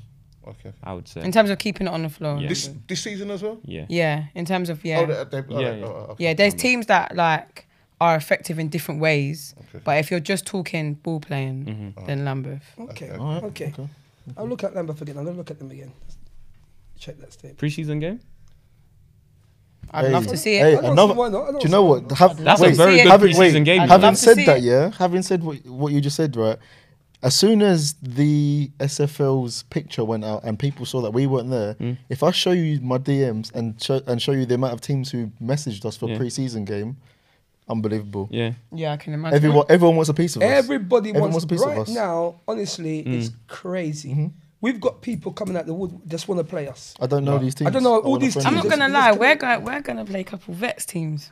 Speaker 4: Okay.
Speaker 6: I would say.
Speaker 1: in terms of keeping it on the floor.
Speaker 6: Yeah.
Speaker 1: Yeah.
Speaker 4: This this season as well.
Speaker 6: yeah.
Speaker 1: in terms of yeah,
Speaker 4: Oh, they, they, oh,
Speaker 6: Yeah,
Speaker 4: they-
Speaker 6: yeah.
Speaker 4: oh, oh, okay.
Speaker 1: yeah. There's teams that like are effective in different ways. But if you're just talking ball playing, then Lambeth.
Speaker 2: Okay,
Speaker 4: Okay.
Speaker 5: All right.
Speaker 2: okay.
Speaker 5: okay.
Speaker 2: I'll look at Lambeth again. I'm gonna look at them again. Check that statement.
Speaker 6: Preseason game.
Speaker 1: I'd love to see it.
Speaker 5: Hey,
Speaker 2: I don't
Speaker 5: another-
Speaker 2: see why not, I don't
Speaker 5: do you
Speaker 2: see
Speaker 5: know
Speaker 2: why
Speaker 5: what?
Speaker 2: not.
Speaker 5: Have,
Speaker 6: That's
Speaker 1: a
Speaker 5: wait,
Speaker 1: very good
Speaker 5: having,
Speaker 6: preseason
Speaker 5: wait,
Speaker 6: game. I'd
Speaker 1: love
Speaker 5: Having
Speaker 1: to
Speaker 5: said
Speaker 1: see
Speaker 5: that,
Speaker 1: it.
Speaker 5: yeah, having said what, what you just said, right? As soon as the SFL's picture went out and people saw that we weren't there,
Speaker 6: Hmm.
Speaker 5: if I show you my DMs and show, and show you the amount of teams who messaged us for
Speaker 6: Yeah.
Speaker 5: preseason game, unbelievable.
Speaker 6: Yeah.
Speaker 1: Yeah, I can imagine.
Speaker 5: Everyone, everyone wants a piece of us.
Speaker 2: Everybody
Speaker 5: Everyone
Speaker 2: wants,
Speaker 5: wants a piece
Speaker 2: right
Speaker 5: of us. Mm. Mm-hmm.
Speaker 2: now. Honestly, it's crazy. We've got people coming out the wood just want to play us.
Speaker 5: I don't know these teams.
Speaker 2: I don't know all
Speaker 5: wanna
Speaker 2: these
Speaker 5: friend
Speaker 1: I'm
Speaker 2: teams.
Speaker 1: not
Speaker 5: them.
Speaker 2: Just-
Speaker 1: gonna
Speaker 2: just
Speaker 1: lie.
Speaker 2: do
Speaker 1: We're
Speaker 2: it.
Speaker 1: going. We're gonna play a couple vets teams.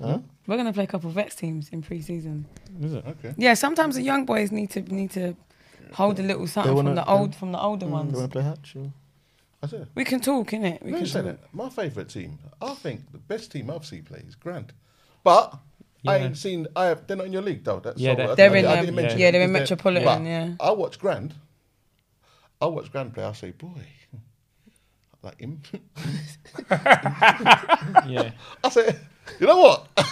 Speaker 1: We're gonna play a couple vets teams in pre-season.
Speaker 4: Okay.
Speaker 1: Yeah, sometimes the young boys need to need to hold a little something
Speaker 5: wanna-
Speaker 1: from
Speaker 5: Mm.
Speaker 1: the
Speaker 5: they-
Speaker 1: old from the older
Speaker 5: You want
Speaker 1: ones.
Speaker 5: to play Hatch? Or?
Speaker 4: That's it.
Speaker 1: We can talk, innit? We
Speaker 4: No,
Speaker 1: can
Speaker 4: you said
Speaker 1: talk.
Speaker 4: it. My favourite team. I think the best team I've seen play is Grand, but I
Speaker 6: Yeah.
Speaker 4: ain't seen. I have. They're not in your league though. That's
Speaker 6: Yeah,
Speaker 4: all.
Speaker 6: they're-
Speaker 4: I- I
Speaker 1: They're
Speaker 4: didn't-
Speaker 1: in.
Speaker 4: I
Speaker 1: um,
Speaker 4: didn't
Speaker 1: yeah.
Speaker 4: mention it
Speaker 1: they're in
Speaker 4: because
Speaker 1: Metropolitan.
Speaker 4: but
Speaker 1: Yeah.
Speaker 4: I watch Grand. I watch Grand play. I say, boy, like him.
Speaker 6: Yeah.
Speaker 4: I say, you know what?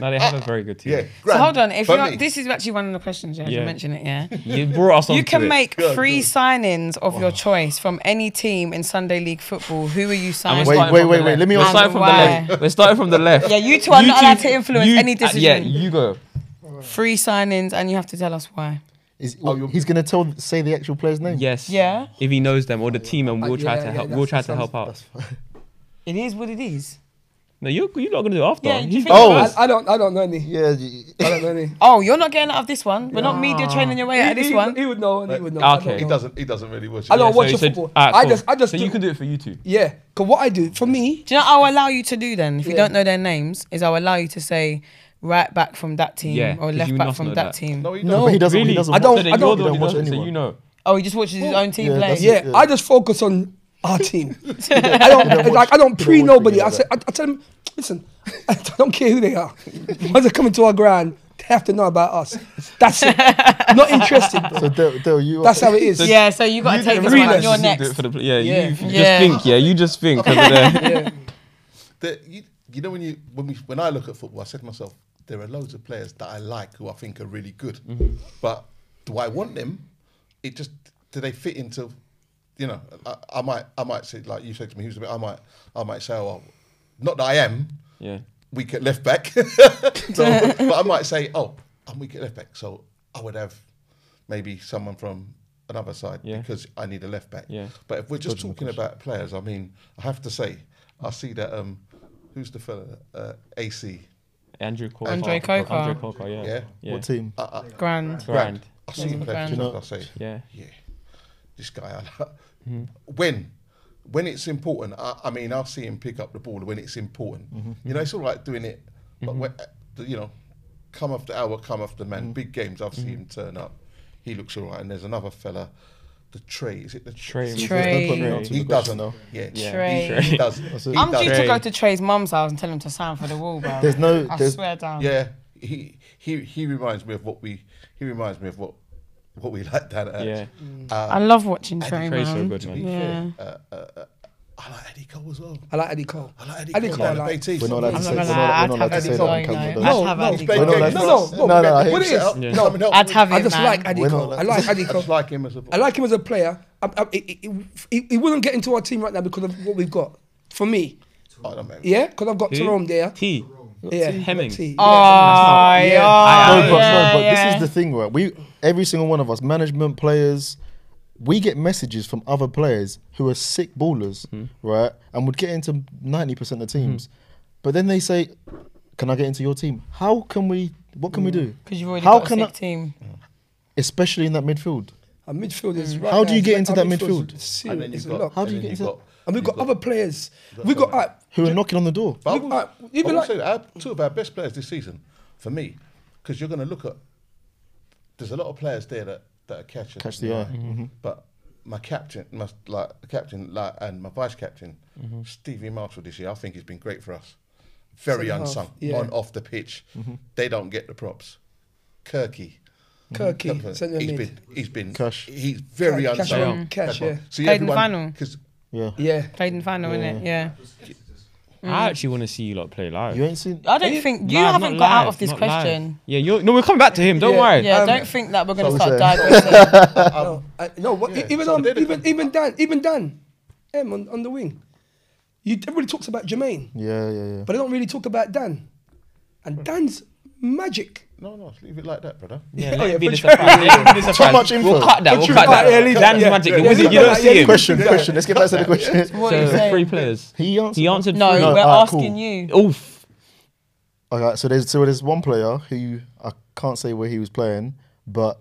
Speaker 6: Now they have a very good team.
Speaker 4: yeah.
Speaker 1: So
Speaker 4: Grand.
Speaker 1: hold on. If
Speaker 4: for
Speaker 1: you're,
Speaker 4: me.
Speaker 1: this is actually one of the questions. Yeah, you
Speaker 6: Yeah.
Speaker 1: mentioned it. Yeah.
Speaker 6: You brought us on.
Speaker 1: You can make
Speaker 4: Go on,
Speaker 1: free
Speaker 4: go on.
Speaker 1: sign-ins of your choice from any team in Sunday League football. Who are you signing?
Speaker 5: Wait, wait, wait, wait. Let me
Speaker 6: We're
Speaker 1: start-
Speaker 5: ask.
Speaker 6: starting from the
Speaker 1: why?
Speaker 6: left. We're starting from the left.
Speaker 1: Yeah, you two are not allowed to influence
Speaker 6: you-
Speaker 1: any
Speaker 6: uh, yeah,
Speaker 1: decision.
Speaker 6: you go.
Speaker 1: Free sign-ins, and you have to tell us why.
Speaker 5: Is, he's going to tell, say the actual player's name.
Speaker 6: Yes.
Speaker 1: Yeah.
Speaker 6: If he knows them or the team, and we'll
Speaker 2: yeah,
Speaker 6: try
Speaker 2: yeah,
Speaker 6: to help.
Speaker 2: that's-
Speaker 6: We'll try
Speaker 2: that
Speaker 6: to help
Speaker 2: sounds-
Speaker 6: out.
Speaker 1: It is what it is.
Speaker 6: No, you're you're not gonna do it after.
Speaker 1: Yeah, you
Speaker 6: He's
Speaker 1: think
Speaker 6: got
Speaker 5: about
Speaker 6: us.
Speaker 5: it.
Speaker 2: I, I don't. I don't know any.
Speaker 5: Yeah. you-
Speaker 2: I don't know any.
Speaker 1: Oh, you're not getting out of this one. We're not media training your way out of
Speaker 2: he,
Speaker 1: this
Speaker 2: he-
Speaker 1: one.
Speaker 2: He would know. And he would know. I don't
Speaker 6: Okay.
Speaker 2: know.
Speaker 4: He doesn't. He doesn't really watch.
Speaker 2: I don't
Speaker 4: it.
Speaker 6: Yeah,
Speaker 2: watch
Speaker 6: so
Speaker 2: your
Speaker 6: he said-
Speaker 2: football.
Speaker 6: alright,
Speaker 2: I
Speaker 6: cool.
Speaker 2: just. I just.
Speaker 6: So
Speaker 2: do,
Speaker 6: you can do it for you two.
Speaker 2: Yeah. Cause what I do for me.
Speaker 1: Do you know what I'll allow you to do then? If you
Speaker 2: Yeah.
Speaker 1: don't know their names, is I'll allow you to say right back from that team
Speaker 6: Yeah,
Speaker 1: or
Speaker 6: 'cause
Speaker 1: left
Speaker 6: you
Speaker 1: back
Speaker 6: must
Speaker 1: from
Speaker 6: know
Speaker 1: that,
Speaker 6: that.
Speaker 1: team.
Speaker 4: No, he
Speaker 5: No, he
Speaker 4: doesn't.
Speaker 5: doesn't.
Speaker 6: Really?
Speaker 5: He doesn't
Speaker 2: I don't-
Speaker 5: watch-
Speaker 6: So
Speaker 2: I
Speaker 6: then
Speaker 2: don't-
Speaker 6: you're
Speaker 5: he
Speaker 6: the
Speaker 5: doesn't
Speaker 6: one
Speaker 5: watch
Speaker 6: watching, so
Speaker 5: anyone.
Speaker 6: you know.
Speaker 1: Oh, he just watches his own team
Speaker 5: yeah,
Speaker 1: play.
Speaker 5: that's it.
Speaker 2: Yeah,
Speaker 5: Yeah.
Speaker 2: I just focus on our team. I
Speaker 5: don't
Speaker 2: don't
Speaker 5: watch-
Speaker 2: like. I don't
Speaker 5: you don't
Speaker 2: pre
Speaker 5: watch
Speaker 2: nobody.
Speaker 5: videos
Speaker 2: I
Speaker 5: like
Speaker 2: say. I, I tell them, listen. I don't care who they are. Once they come into our ground, they have to know about us. That's it. Not interested. bro.
Speaker 5: So Del, Del, you.
Speaker 2: That's how it is.
Speaker 1: yeah, so you got to take this one.
Speaker 2: realise
Speaker 1: You're
Speaker 2: you
Speaker 6: Do it
Speaker 1: next.
Speaker 6: for the pl- yeah,
Speaker 2: Yeah.
Speaker 6: you f-
Speaker 1: Yeah.
Speaker 6: just think. Yeah, you just think over there.
Speaker 4: There- you, you know when you when we when I look at football, I said to myself, there are loads of players that I like who I think are really good, but do I want them? It just do they fit into, you know? I, I might I might say like you said to me, who's the best? I might I might say, oh, well, not that I am
Speaker 6: Yeah.
Speaker 4: weak at left back, so, but I might say, oh, I'm weak at left back, so I would have maybe someone from another side
Speaker 6: Yeah.
Speaker 4: because I need a left back.
Speaker 6: Yeah.
Speaker 4: But if we're just talking about players, I mean, I have to say, I see that um, who's the fella? Uh, AC.
Speaker 6: Andrew Coker.
Speaker 1: Andre Coker.
Speaker 6: Andre Coker. Yeah.
Speaker 4: Yeah.
Speaker 6: Yeah.
Speaker 5: What team?
Speaker 1: Oh,
Speaker 4: I, I,
Speaker 1: Grand.
Speaker 6: Grand.
Speaker 4: I see him play.
Speaker 1: Grand.
Speaker 4: for Tottenham, I say,
Speaker 6: Yeah.
Speaker 4: yeah, this guy. I like.
Speaker 6: Mm-hmm.
Speaker 4: When, when it's important, I, I mean, I see him pick up the ball when it's important.
Speaker 6: Mm-hmm.
Speaker 4: You know, it's all right doing it, but when, you know, come after hour, come after man,
Speaker 6: Mm-hmm.
Speaker 4: big games. I've seen him turn up. He looks all right. And there's another fella, the Trey. Is it the
Speaker 6: Trey.
Speaker 1: Trey.
Speaker 5: Don't put me on to
Speaker 4: He
Speaker 5: the question
Speaker 4: doesn't.
Speaker 5: now.
Speaker 4: Yeah,
Speaker 6: Yeah.
Speaker 1: Trey.
Speaker 4: He, he does. He
Speaker 1: I'm due to
Speaker 4: does.
Speaker 1: go to Trey's mum's house and tell him to sign for the wall, bro.
Speaker 5: There's no-
Speaker 1: I
Speaker 5: there's-
Speaker 1: swear down.
Speaker 4: Yeah, he he he reminds me of what we. He reminds me of what what we like down at.
Speaker 6: Yeah.
Speaker 1: I love watching Trey,
Speaker 6: Trey's so
Speaker 1: man.
Speaker 6: good, man.
Speaker 1: Yeah.
Speaker 4: Uh, uh, uh, I like Eddie Cole as well.
Speaker 2: I like Eddie Cole.
Speaker 4: I like Eddie,
Speaker 2: Eddie
Speaker 4: Cole.
Speaker 2: Cole,
Speaker 4: I
Speaker 2: I
Speaker 4: like
Speaker 2: like.
Speaker 4: BT.
Speaker 5: We're not allowed to
Speaker 1: I'm
Speaker 5: say.
Speaker 1: not
Speaker 5: We're
Speaker 1: gonna
Speaker 5: not
Speaker 1: lie,
Speaker 5: allowed
Speaker 1: I'd have Eddie
Speaker 5: we're not allowed to say that
Speaker 1: Cole,
Speaker 5: on
Speaker 1: you
Speaker 5: camera.
Speaker 1: know. I'd
Speaker 5: though.
Speaker 4: No,
Speaker 1: have
Speaker 4: no,
Speaker 1: Andy
Speaker 4: he's playing
Speaker 1: Cole.
Speaker 5: games.
Speaker 4: No,
Speaker 2: No,
Speaker 4: no,
Speaker 2: no,
Speaker 5: No,
Speaker 2: no.
Speaker 5: no, I
Speaker 2: What
Speaker 5: hate
Speaker 2: it is?
Speaker 5: that.
Speaker 6: Yeah.
Speaker 2: No,
Speaker 4: I mean, no,
Speaker 1: I'd have
Speaker 2: I
Speaker 1: him,
Speaker 2: just like
Speaker 1: man.
Speaker 2: Eddie
Speaker 6: We're
Speaker 2: Cole.
Speaker 6: not-
Speaker 2: I like Eddie
Speaker 4: I
Speaker 2: Cole.
Speaker 4: just like him as a.
Speaker 2: I like him as a player. I, I, he, he- he, he wouldn't get into our team right now because of what we've got. For me,
Speaker 4: I don't know.
Speaker 2: yeah, because I've got
Speaker 6: Who?
Speaker 2: Tyrone there.
Speaker 6: T.
Speaker 2: Yeah,
Speaker 6: Hemmings.
Speaker 2: T.
Speaker 1: Oh, yeah.
Speaker 5: No, but,
Speaker 1: yeah,
Speaker 5: no, but
Speaker 1: yeah.
Speaker 5: this is the thing, right? We every single one of us, management players, we get messages from other players who are sick ballers, right? And would get into ninety percent of teams, but then they say, "Can I get into your team? How can we? What can we do?
Speaker 1: Because Hmm. you've already
Speaker 5: How
Speaker 1: got a
Speaker 5: can
Speaker 1: sick
Speaker 5: I-
Speaker 1: team.
Speaker 5: especially in that midfield?
Speaker 2: Our midfield is right.
Speaker 5: How do
Speaker 2: now,
Speaker 5: you get
Speaker 2: our
Speaker 5: into that
Speaker 2: midfield's
Speaker 5: midfield?
Speaker 2: serious,
Speaker 4: And then
Speaker 2: it's
Speaker 4: you've
Speaker 2: a
Speaker 4: got.
Speaker 2: lot.
Speaker 5: How do you
Speaker 4: and then
Speaker 5: get
Speaker 4: you've
Speaker 5: into-
Speaker 2: And we've
Speaker 4: you've
Speaker 2: got other players. We've got uh,
Speaker 5: Who are knocking on the door?
Speaker 4: But
Speaker 2: Look, uh, you
Speaker 4: I
Speaker 2: can
Speaker 4: will
Speaker 2: like-
Speaker 4: say that our- two of our best players this season, for me, because you're going to look at. There's a lot of players there that, that are catching.
Speaker 5: Catch the
Speaker 4: you know,
Speaker 5: eye. Mm-hmm.
Speaker 4: But my captain, my, like the captain, like and my vice captain,
Speaker 5: Mm-hmm.
Speaker 4: Stevie Marshall this year, I think he's been great for us. Very
Speaker 2: Second half,
Speaker 4: unsung
Speaker 2: yeah.
Speaker 4: on off the pitch.
Speaker 5: Mm-hmm.
Speaker 4: They don't get the props. Kirky.
Speaker 2: Kirky, centre
Speaker 4: he's
Speaker 2: mid.
Speaker 4: been he's been
Speaker 5: Cash.
Speaker 4: he's very
Speaker 2: Cash,
Speaker 4: unsung.
Speaker 2: yeah. Cash, yeah.
Speaker 4: See
Speaker 1: Played in the
Speaker 4: everyone
Speaker 1: final.
Speaker 4: because
Speaker 5: Yeah,
Speaker 2: Yeah.
Speaker 1: Played in the final, innit? Yeah.
Speaker 6: I actually want to see you lot play live.
Speaker 5: you ain't seen.
Speaker 1: I don't think you
Speaker 6: Nah,
Speaker 1: haven't
Speaker 6: not
Speaker 1: got out
Speaker 6: live,
Speaker 1: of this
Speaker 6: not live.
Speaker 1: question.
Speaker 6: Yeah, you're, no, we're coming back to him. Don't
Speaker 2: Yeah,
Speaker 6: worry.
Speaker 1: Yeah,
Speaker 2: Um,
Speaker 1: don't think that we're going to
Speaker 5: so
Speaker 1: start
Speaker 5: we say-
Speaker 1: digressing.
Speaker 2: No, I, no what,
Speaker 4: Yeah,
Speaker 2: even
Speaker 4: so
Speaker 2: on,
Speaker 4: they're the
Speaker 2: even
Speaker 4: com-
Speaker 2: even Dan, even Dan, M on, on the wing. You, everybody talks about Jermaine,
Speaker 5: Yeah, yeah, yeah.
Speaker 2: but they don't really talk about Dan. And Dan's magic.
Speaker 4: No, no, leave it like that, brother.
Speaker 6: Yeah,
Speaker 2: Oh,
Speaker 6: let
Speaker 2: yeah,
Speaker 6: it be the
Speaker 2: for sure.
Speaker 6: surprise. Let it be the surprise.
Speaker 5: much info.
Speaker 6: We'll cut that. We'll
Speaker 2: But
Speaker 6: cut
Speaker 2: you-
Speaker 6: that.
Speaker 2: yeah, leave
Speaker 6: Dan's
Speaker 2: that.
Speaker 6: magic.
Speaker 2: Yeah,
Speaker 6: the
Speaker 2: yeah,
Speaker 6: wizard.
Speaker 2: leave
Speaker 6: You
Speaker 2: that.
Speaker 6: don't
Speaker 2: Yeah,
Speaker 6: see him.
Speaker 5: Question, question. Let's get back to the question.
Speaker 1: What you
Speaker 6: So
Speaker 1: saying?
Speaker 6: three players.
Speaker 5: He answered.
Speaker 6: He answered.
Speaker 1: No,
Speaker 6: three.
Speaker 1: we're
Speaker 5: alright,
Speaker 1: asking
Speaker 5: cool.
Speaker 1: you.
Speaker 6: Oof.
Speaker 5: Okay, so there's so there's one player who I can't say where he was playing, but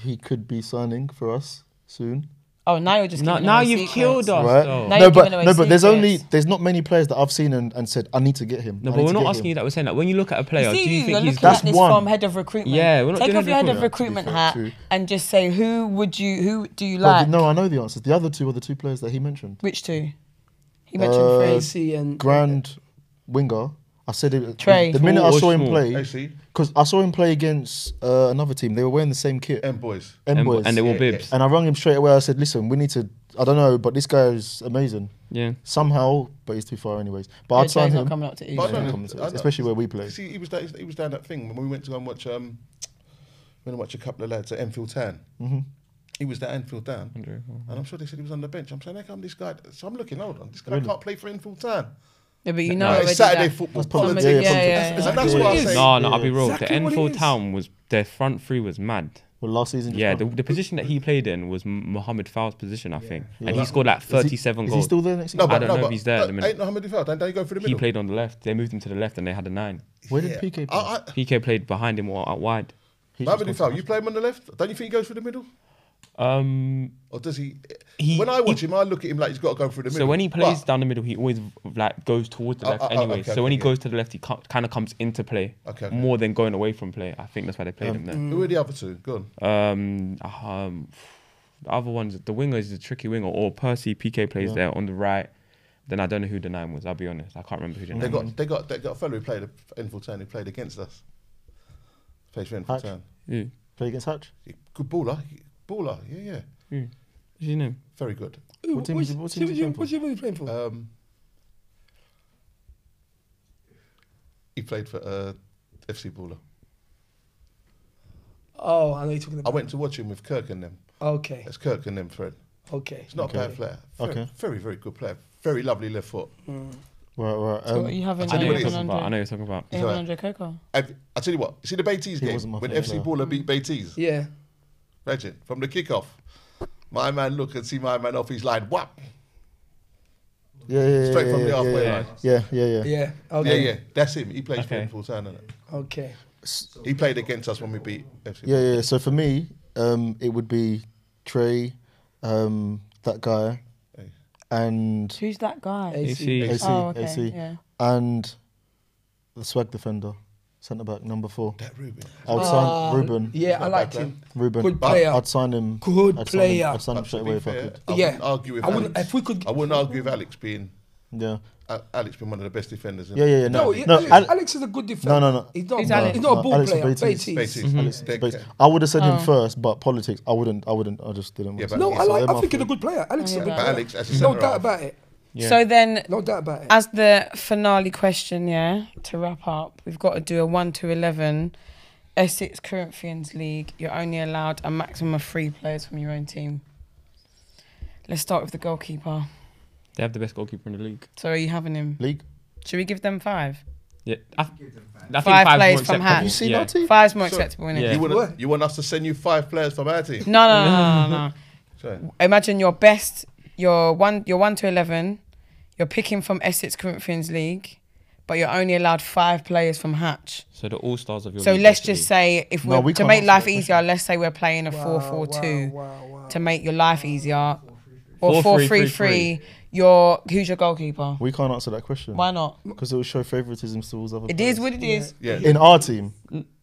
Speaker 5: he could be signing for us soon.
Speaker 1: Oh, now you're just
Speaker 6: No,
Speaker 1: giving
Speaker 6: now
Speaker 1: away
Speaker 6: you've
Speaker 1: secrets.
Speaker 6: killed us.
Speaker 5: Right?
Speaker 6: though.
Speaker 1: Now
Speaker 5: no,
Speaker 1: you're
Speaker 5: but
Speaker 1: giving away
Speaker 5: no, but there's only
Speaker 1: secrets.
Speaker 5: there's not many players that I've seen and, and said I need to get him.
Speaker 6: No,
Speaker 5: I
Speaker 6: but
Speaker 5: need
Speaker 6: we're
Speaker 5: to
Speaker 6: not
Speaker 5: get
Speaker 6: asking you
Speaker 5: him."
Speaker 6: that. We're saying that when you look at a player,
Speaker 1: See,
Speaker 6: do you
Speaker 1: you,
Speaker 6: think
Speaker 1: are
Speaker 6: he's
Speaker 1: looking at
Speaker 5: That's
Speaker 1: this
Speaker 5: one.
Speaker 1: from head of recruitment.
Speaker 6: Yeah, we're not
Speaker 1: Take
Speaker 6: doing
Speaker 1: off your head of recruitment
Speaker 5: recruitment. Yeah, to be
Speaker 1: hat
Speaker 5: fair, true.
Speaker 1: and just say who would you, who do you
Speaker 5: But
Speaker 1: like?
Speaker 5: no, I know the answers. The other two are the two players that he mentioned.
Speaker 1: Which two? He mentioned
Speaker 5: Uh,
Speaker 1: three.
Speaker 2: AC and
Speaker 5: Grand winger. I said it.
Speaker 1: Trey.
Speaker 5: The minute I
Speaker 6: Small or
Speaker 5: saw him
Speaker 6: small?
Speaker 5: play,
Speaker 4: AC
Speaker 5: because I saw him play against uh, another team. They were wearing the same kit.
Speaker 4: and boys.
Speaker 5: M
Speaker 6: And,
Speaker 5: boys.
Speaker 6: and they wore
Speaker 4: Yeah, yeah.
Speaker 6: bibs.
Speaker 5: And I rang him straight away. I said, "Listen, we need to. I don't know, but this guy is amazing
Speaker 6: Yeah.
Speaker 5: somehow. But he's too far, anyways. But
Speaker 1: Yeah,
Speaker 5: I'd sign
Speaker 1: Trey's
Speaker 5: him.
Speaker 1: not coming up to
Speaker 4: But
Speaker 1: East.
Speaker 4: I don't know,
Speaker 5: commentators,
Speaker 4: I don't-
Speaker 5: especially where we play.
Speaker 4: See, he was down, he was down that thing when we went to go and watch um, we went to watch a couple of lads at Enfield Town. Mm-hmm. He was at Enfield Town, and I'm sure they said he was on the bench. I'm saying, how come this guy? So I'm looking, hold on, this guy can't play for Enfield Town.
Speaker 1: Yeah, but you know
Speaker 4: Right,
Speaker 1: already
Speaker 4: it's Saturday
Speaker 1: that.
Speaker 4: football.
Speaker 1: Somebody-
Speaker 5: yeah, yeah,
Speaker 1: yeah,
Speaker 5: probably.
Speaker 1: yeah,
Speaker 4: That's,
Speaker 1: yeah.
Speaker 4: that's what I say.
Speaker 6: No, no, I'll be real.
Speaker 2: Exactly
Speaker 6: the
Speaker 2: what it
Speaker 6: Enfield
Speaker 2: is.
Speaker 6: Town was their front three was mad.
Speaker 5: Well, last season. just
Speaker 6: Yeah, the,
Speaker 5: gone.
Speaker 6: the position that he played in was M- Mohamed Fowl's position, I think, and
Speaker 5: Yeah.
Speaker 6: he scored like
Speaker 5: Is he-
Speaker 6: 37
Speaker 5: is he
Speaker 6: goals.
Speaker 5: still there next
Speaker 4: No,
Speaker 5: season?
Speaker 4: but,
Speaker 6: don't
Speaker 4: no,
Speaker 6: know if
Speaker 4: but,
Speaker 6: he's there at the
Speaker 4: no,
Speaker 6: minute.
Speaker 4: Ain't Mohamed Fowd, and they go through the
Speaker 6: he
Speaker 4: middle.
Speaker 6: played on the left. They moved him to the left, and they had a nine.
Speaker 5: Where did
Speaker 4: Yeah.
Speaker 5: PK play?
Speaker 4: I, I,
Speaker 6: PK played behind him or out wide.
Speaker 5: He's just
Speaker 4: Mohamed
Speaker 5: gone
Speaker 4: Fowd,
Speaker 5: to
Speaker 4: you play him on the left. Don't you think he goes through the middle?
Speaker 6: Um,
Speaker 4: Or does he?
Speaker 6: He-
Speaker 4: when I watch him, I look at him like he's got to go through the
Speaker 6: so
Speaker 4: middle.
Speaker 6: when he plays
Speaker 4: But-
Speaker 6: down the middle, he always like goes towards the
Speaker 4: Oh,
Speaker 6: left
Speaker 4: oh, oh,
Speaker 6: anyway.
Speaker 4: okay,
Speaker 6: so when
Speaker 4: okay,
Speaker 6: he
Speaker 4: yeah.
Speaker 6: goes to the left, he kind of comes into play
Speaker 4: Okay, Um, mm. okay.
Speaker 6: more than going away from play. I think that's why they played him there.
Speaker 4: who are the other two? Go on.
Speaker 6: Um, um, the other ones, the winger is a tricky winger, or Percy PK plays there on the right. Then I don't know who the nine was. I'll be honest, I can't remember who the
Speaker 4: They
Speaker 6: nine was.
Speaker 4: got they got they got a fellow who played at Enfield Town who played against us. Plays for Enfield
Speaker 5: Hutch.
Speaker 4: Town.
Speaker 6: Who?
Speaker 5: Play against Hatch.
Speaker 4: He- Good baller, he- baller. Yeah, yeah,
Speaker 6: Who? What's his name?
Speaker 4: very good.
Speaker 2: Ooh,
Speaker 5: What team
Speaker 2: what's-
Speaker 5: is he- what
Speaker 2: see
Speaker 5: team is
Speaker 2: what
Speaker 5: he
Speaker 2: you-
Speaker 5: playing Uh,
Speaker 2: What's he really playing for?
Speaker 4: Um, he played for uh, FC Baller.
Speaker 2: oh, I know you're talking
Speaker 4: I
Speaker 2: about.
Speaker 4: went to watch him with Kirk and them.
Speaker 2: Okay,
Speaker 4: That's Kirk and them friend.
Speaker 2: okay.
Speaker 4: It's not a bad player. Very,
Speaker 5: Okay.
Speaker 4: very, very good player. Very lovely left foot.
Speaker 5: Right, right.
Speaker 1: So
Speaker 5: Um,
Speaker 1: what you having?
Speaker 6: I know who
Speaker 4: you what
Speaker 6: you're
Speaker 4: it is
Speaker 6: talking about. I know who you're talking about.
Speaker 4: It's alright.
Speaker 1: Andre Coco.
Speaker 4: I've- I tell you what. You see the Beatties
Speaker 5: He wasn't
Speaker 4: game
Speaker 5: my
Speaker 4: when
Speaker 5: favourite
Speaker 4: FC
Speaker 6: Mm.
Speaker 4: Baller beat Beatties.
Speaker 2: Yeah.
Speaker 4: Imagine from the kickoff. My man look and see my man off his line. Whap!
Speaker 5: yeah, yeah, yeah,
Speaker 4: Straight
Speaker 5: yeah,
Speaker 4: from the
Speaker 5: yeah,
Speaker 4: halfway
Speaker 5: yeah,
Speaker 4: line.
Speaker 5: Yeah, yeah, Oh, yeah.
Speaker 2: Yeah.
Speaker 4: Yeah,
Speaker 2: Okay.
Speaker 4: yeah. That's him. He plays for
Speaker 6: Okay.
Speaker 4: Liverpool Town. innit?
Speaker 2: Okay.
Speaker 4: He played against us when we beat FC.
Speaker 5: Yeah, yeah. So for me, um, it would be Trey, um, that guy,
Speaker 4: Hey.
Speaker 5: and
Speaker 1: Who's that guy?
Speaker 6: AC.
Speaker 5: AC,
Speaker 1: Oh, okay.
Speaker 5: AC,
Speaker 1: Yeah.
Speaker 5: and the swag defender, centre back number four.
Speaker 4: That Ruben.
Speaker 5: I would sign Ruben.
Speaker 2: Yeah, I liked him.
Speaker 5: Ruben.
Speaker 2: Good
Speaker 5: I-
Speaker 2: player.
Speaker 5: I'd sign him.
Speaker 2: Good
Speaker 5: I'd sign him-
Speaker 2: player.
Speaker 5: I'd sign him
Speaker 4: But
Speaker 5: straight
Speaker 4: to be
Speaker 5: away if I
Speaker 4: fair,
Speaker 5: could.
Speaker 4: I
Speaker 2: Yeah.
Speaker 4: wouldn't argue with
Speaker 2: I wouldn't-
Speaker 4: Alex.
Speaker 2: if we could-
Speaker 4: I wouldn't argue with Alex being
Speaker 5: Yeah.
Speaker 4: uh, Alex being one of the best defenders. In
Speaker 5: Yeah, yeah, yeah. No,
Speaker 2: No,
Speaker 5: no.
Speaker 2: yeah,
Speaker 5: no,
Speaker 2: Alex,
Speaker 5: Al-
Speaker 2: Alex is a good defender.
Speaker 5: no, no, no.
Speaker 2: He's not,
Speaker 1: Who's
Speaker 2: no,
Speaker 1: Alex?
Speaker 2: he's not a
Speaker 5: No,
Speaker 2: ball
Speaker 5: Alex
Speaker 2: player.
Speaker 5: Bates.
Speaker 2: Beatties.
Speaker 4: Beatties.
Speaker 5: Mm-hmm. Alex,
Speaker 4: They're-
Speaker 5: Bates. I would have said him
Speaker 1: Oh.
Speaker 5: first, but politics. I wouldn't. I wouldn't. I just didn't. want
Speaker 4: Yeah,
Speaker 5: to
Speaker 4: but-
Speaker 5: say
Speaker 2: No,
Speaker 5: it.
Speaker 2: I
Speaker 5: So
Speaker 2: like,
Speaker 5: they're
Speaker 2: I
Speaker 5: my
Speaker 2: think he's a
Speaker 5: three.
Speaker 2: good player. Alex is a
Speaker 1: Yeah.
Speaker 2: good
Speaker 4: But
Speaker 2: player.
Speaker 4: Alex, as a
Speaker 2: no
Speaker 4: centre
Speaker 2: doubt
Speaker 4: half.
Speaker 2: about it.
Speaker 6: Yeah.
Speaker 1: So then,
Speaker 2: No doubt about it.
Speaker 1: as the finale question, yeah, to wrap up, we've got to do a 1 to 11 Essex Corinthians League. You're only allowed a maximum of three players from your own team. Let's start with the goalkeeper.
Speaker 6: They have the best goalkeeper in the league.
Speaker 1: So, are you having him?
Speaker 5: League.
Speaker 1: Should we give them five?
Speaker 6: Yeah, I, I
Speaker 1: Five
Speaker 6: think five's
Speaker 1: plays
Speaker 6: more
Speaker 1: from
Speaker 6: acceptable.
Speaker 1: Hatch.
Speaker 5: You see
Speaker 6: yeah.
Speaker 5: that team?
Speaker 1: Five's more
Speaker 4: So-
Speaker 1: acceptable, innit?
Speaker 6: Yeah.
Speaker 4: You,
Speaker 2: What?
Speaker 4: want, you want us to send you five players from our team?
Speaker 1: No, no, no, no, no.
Speaker 4: Sorry.
Speaker 1: Imagine your best, your one, your one to eleven. You're picking from Essex Corinthians League, but you're only allowed five players from Hatch.
Speaker 6: So the all stars of your.
Speaker 1: So
Speaker 6: league,
Speaker 1: let's
Speaker 6: basically.
Speaker 1: just say, if
Speaker 5: No,
Speaker 1: we're
Speaker 5: we
Speaker 1: to
Speaker 5: can't
Speaker 1: make
Speaker 5: answer
Speaker 1: life
Speaker 5: that
Speaker 1: easier, let's say we're playing a four-four-two
Speaker 2: Wow, wow, wow.
Speaker 1: to make your life easier, or four-three-three.
Speaker 6: 4-3-3-3.
Speaker 1: Your who's your goalkeeper?
Speaker 5: We can't answer that question
Speaker 1: Why not?
Speaker 5: because it will show favoritism towards other.
Speaker 1: It
Speaker 5: players.
Speaker 1: is what it is.
Speaker 4: Yeah.
Speaker 5: in our team.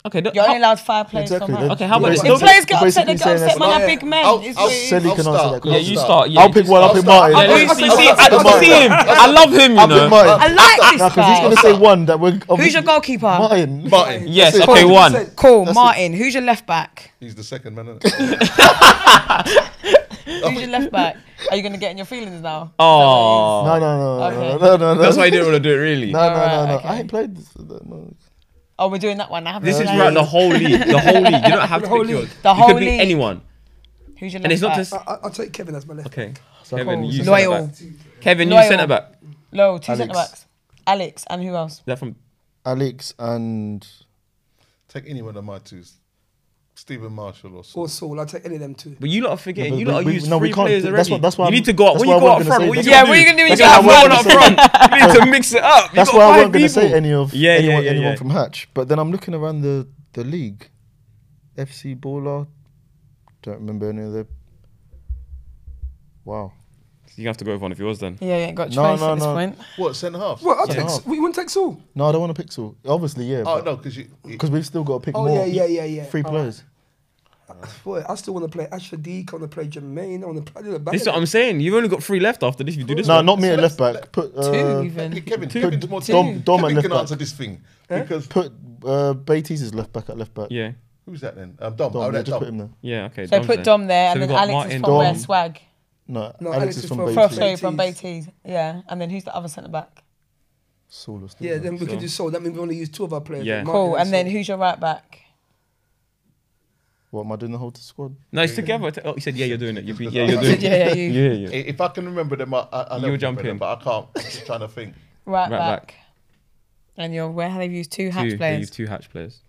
Speaker 6: okay. The,
Speaker 1: You're only
Speaker 6: how,
Speaker 1: allowed five players
Speaker 5: Exactly.
Speaker 1: from Hatch.
Speaker 6: Okay, how about
Speaker 1: If
Speaker 6: this?
Speaker 5: You're basically-
Speaker 1: players get
Speaker 5: you're
Speaker 1: upset, they
Speaker 5: basically
Speaker 1: get
Speaker 5: saying
Speaker 1: upset.
Speaker 5: Oh,
Speaker 1: Man,
Speaker 5: that's-
Speaker 1: they're big men.
Speaker 4: I'll-
Speaker 1: It's
Speaker 4: I'll-
Speaker 1: weird.
Speaker 5: Silly
Speaker 4: I'll
Speaker 5: can answer
Speaker 4: start.
Speaker 5: that
Speaker 6: yeah,
Speaker 5: question.
Speaker 6: you start. Uh, Yeah,
Speaker 5: I'll
Speaker 6: you
Speaker 5: pick one. I'll
Speaker 4: I'll
Speaker 5: pick
Speaker 4: start.
Speaker 5: mine.
Speaker 6: Yeah,
Speaker 4: I'll
Speaker 5: I'll
Speaker 6: you see,
Speaker 4: pick I'll
Speaker 6: see,
Speaker 4: start.
Speaker 6: I I see him. I love him. You
Speaker 5: pick
Speaker 6: know.
Speaker 1: I
Speaker 5: mine
Speaker 1: like this
Speaker 5: because he's
Speaker 1: guy.
Speaker 5: gonna say one that we're.
Speaker 1: Who's your goalkeeper?
Speaker 5: Mine.
Speaker 4: Martin.
Speaker 6: Yes.
Speaker 5: That's it.
Speaker 6: Okay. One.
Speaker 2: 100%.
Speaker 1: Cool, Martin. Who's your left back?
Speaker 4: He's the second man. innit?
Speaker 1: Who's your left back? Are you gonna get in your feelings now?
Speaker 6: Oh.
Speaker 5: No, no, no, no, no,
Speaker 1: Okay.
Speaker 5: no, no, no.
Speaker 6: That's why you didn't want to do it, really.
Speaker 5: No, no, no,
Speaker 1: Alright,
Speaker 5: no.
Speaker 1: okay.
Speaker 5: I ain't played. This, no.
Speaker 1: Oh, we're doing that one. I haven't
Speaker 6: This is
Speaker 1: played.
Speaker 6: throughout the whole league. The whole league. You don't have to pick yours.
Speaker 1: The
Speaker 6: You
Speaker 1: whole
Speaker 6: could be
Speaker 1: league.
Speaker 6: anyone.
Speaker 1: Who's your
Speaker 6: And it's
Speaker 1: left
Speaker 6: not
Speaker 1: back?
Speaker 6: just-
Speaker 2: I, I'll take Kevin as my left.
Speaker 6: Okay.
Speaker 5: So I
Speaker 6: Kevin,
Speaker 5: can't-
Speaker 6: you
Speaker 1: Loyal.
Speaker 6: centre-back. Kevin, you
Speaker 1: Loyal.
Speaker 6: centre back. Is
Speaker 1: Loyal, two
Speaker 5: Alex.
Speaker 1: centre backs. Alex and who else?
Speaker 6: that from
Speaker 5: Alex and
Speaker 4: Take any one of my two, Stephen Marshall or Saul.
Speaker 2: Or Saul. I'll take any of them two.
Speaker 6: But you lot are forgetting.
Speaker 5: No, but
Speaker 6: you lot
Speaker 5: we-
Speaker 6: are
Speaker 5: we-
Speaker 6: used
Speaker 5: no, we
Speaker 6: three
Speaker 5: can't.
Speaker 6: players
Speaker 5: That's
Speaker 6: already.
Speaker 5: what- that's why
Speaker 6: you
Speaker 5: I'm-
Speaker 6: need to go up.
Speaker 5: that's
Speaker 6: When
Speaker 5: why
Speaker 6: you
Speaker 5: I
Speaker 6: go up
Speaker 5: wasn't
Speaker 6: front,
Speaker 5: gonna
Speaker 6: what are you
Speaker 5: say that.
Speaker 1: Yeah,
Speaker 6: gonna
Speaker 1: what are you gonna do when
Speaker 6: That's
Speaker 1: you go
Speaker 6: why
Speaker 1: up
Speaker 6: I wasn't
Speaker 1: front?
Speaker 6: up front? You need to mix it up. You
Speaker 5: That's
Speaker 6: got
Speaker 5: why I
Speaker 6: five
Speaker 5: wasn't going to say
Speaker 6: people.
Speaker 5: any of
Speaker 6: Yeah, yeah,
Speaker 5: anyone,
Speaker 6: yeah,
Speaker 5: anyone
Speaker 6: yeah.
Speaker 5: from Hatch. But then I'm looking around the, the league. FC Baller. Don't remember any of the. Wow.
Speaker 6: You have to go with one of yours then.
Speaker 1: Yeah, you ain't got a
Speaker 5: No,
Speaker 1: choice
Speaker 5: no,
Speaker 1: at this
Speaker 5: no.
Speaker 1: point.
Speaker 4: What centre half?
Speaker 2: Well, I'll
Speaker 5: Yeah. Oh.
Speaker 2: take. S- We wouldn't take Saul.
Speaker 5: No, I don't want a pixel. Obviously, yeah.
Speaker 4: Oh no, because you. you-
Speaker 5: Because we've still got to pick
Speaker 2: Oh,
Speaker 5: more.
Speaker 2: yeah, yeah, yeah, yeah.
Speaker 5: Three
Speaker 2: All
Speaker 5: players.
Speaker 2: Boy, I still want to play Ashford Deek. I want to play Jermaine. I want to play. I did a
Speaker 6: This is what I'm saying. You've only got three left after this. If you do this,
Speaker 5: No,
Speaker 6: one.
Speaker 5: not me at
Speaker 4: So
Speaker 5: left
Speaker 4: let's-
Speaker 5: back. Put
Speaker 1: two
Speaker 5: uh,
Speaker 1: even.
Speaker 4: Kevin,
Speaker 6: Two.
Speaker 4: Kevin's more.
Speaker 5: Dom, Dom at
Speaker 4: Kevin
Speaker 5: left
Speaker 4: can
Speaker 5: back.
Speaker 4: answer this thing because
Speaker 5: Put uh, Beatties is left back at left back.
Speaker 6: Yeah,
Speaker 4: who's that then? Um, Dom.
Speaker 5: Dom,
Speaker 4: oh,
Speaker 5: yeah,
Speaker 4: that's
Speaker 5: just
Speaker 4: Dom.
Speaker 5: put him there.
Speaker 6: yeah, okay.
Speaker 1: So
Speaker 6: Dom's
Speaker 1: put Dom there, and
Speaker 6: So we've
Speaker 1: then
Speaker 6: got
Speaker 1: Alex is
Speaker 6: Martin,
Speaker 1: from where?
Speaker 5: Dom.
Speaker 1: Swag.
Speaker 5: No,
Speaker 2: No,
Speaker 5: Alex, is from
Speaker 1: From,
Speaker 5: Beatties.
Speaker 1: sorry, from BTs. Yeah, and then who's the other centre back?
Speaker 5: Saul is still
Speaker 2: Yeah,
Speaker 5: there.
Speaker 2: then we can
Speaker 6: So-
Speaker 2: do Saul. That means we only use two of our players.
Speaker 6: Yeah.
Speaker 2: Martin
Speaker 1: Cool. And then
Speaker 2: Saul.
Speaker 1: who's your right back?
Speaker 5: What am I doing the whole squad?
Speaker 6: No, it's together. Oh, you said yeah, you're doing it. You've been, yeah, you're
Speaker 1: yeah,
Speaker 6: doing it.
Speaker 1: yeah, you.
Speaker 6: Yeah, yeah.
Speaker 4: I- If I can remember them, I, I, I
Speaker 6: You'll
Speaker 4: remember
Speaker 6: jump
Speaker 4: them,
Speaker 6: in.
Speaker 4: but I can't. I'm just trying to think.
Speaker 1: Right,
Speaker 6: Right
Speaker 1: back.
Speaker 6: back.
Speaker 1: And you're where they've used two
Speaker 6: Two,
Speaker 1: hatch
Speaker 6: yeah,
Speaker 1: players.
Speaker 6: you've two hatch players.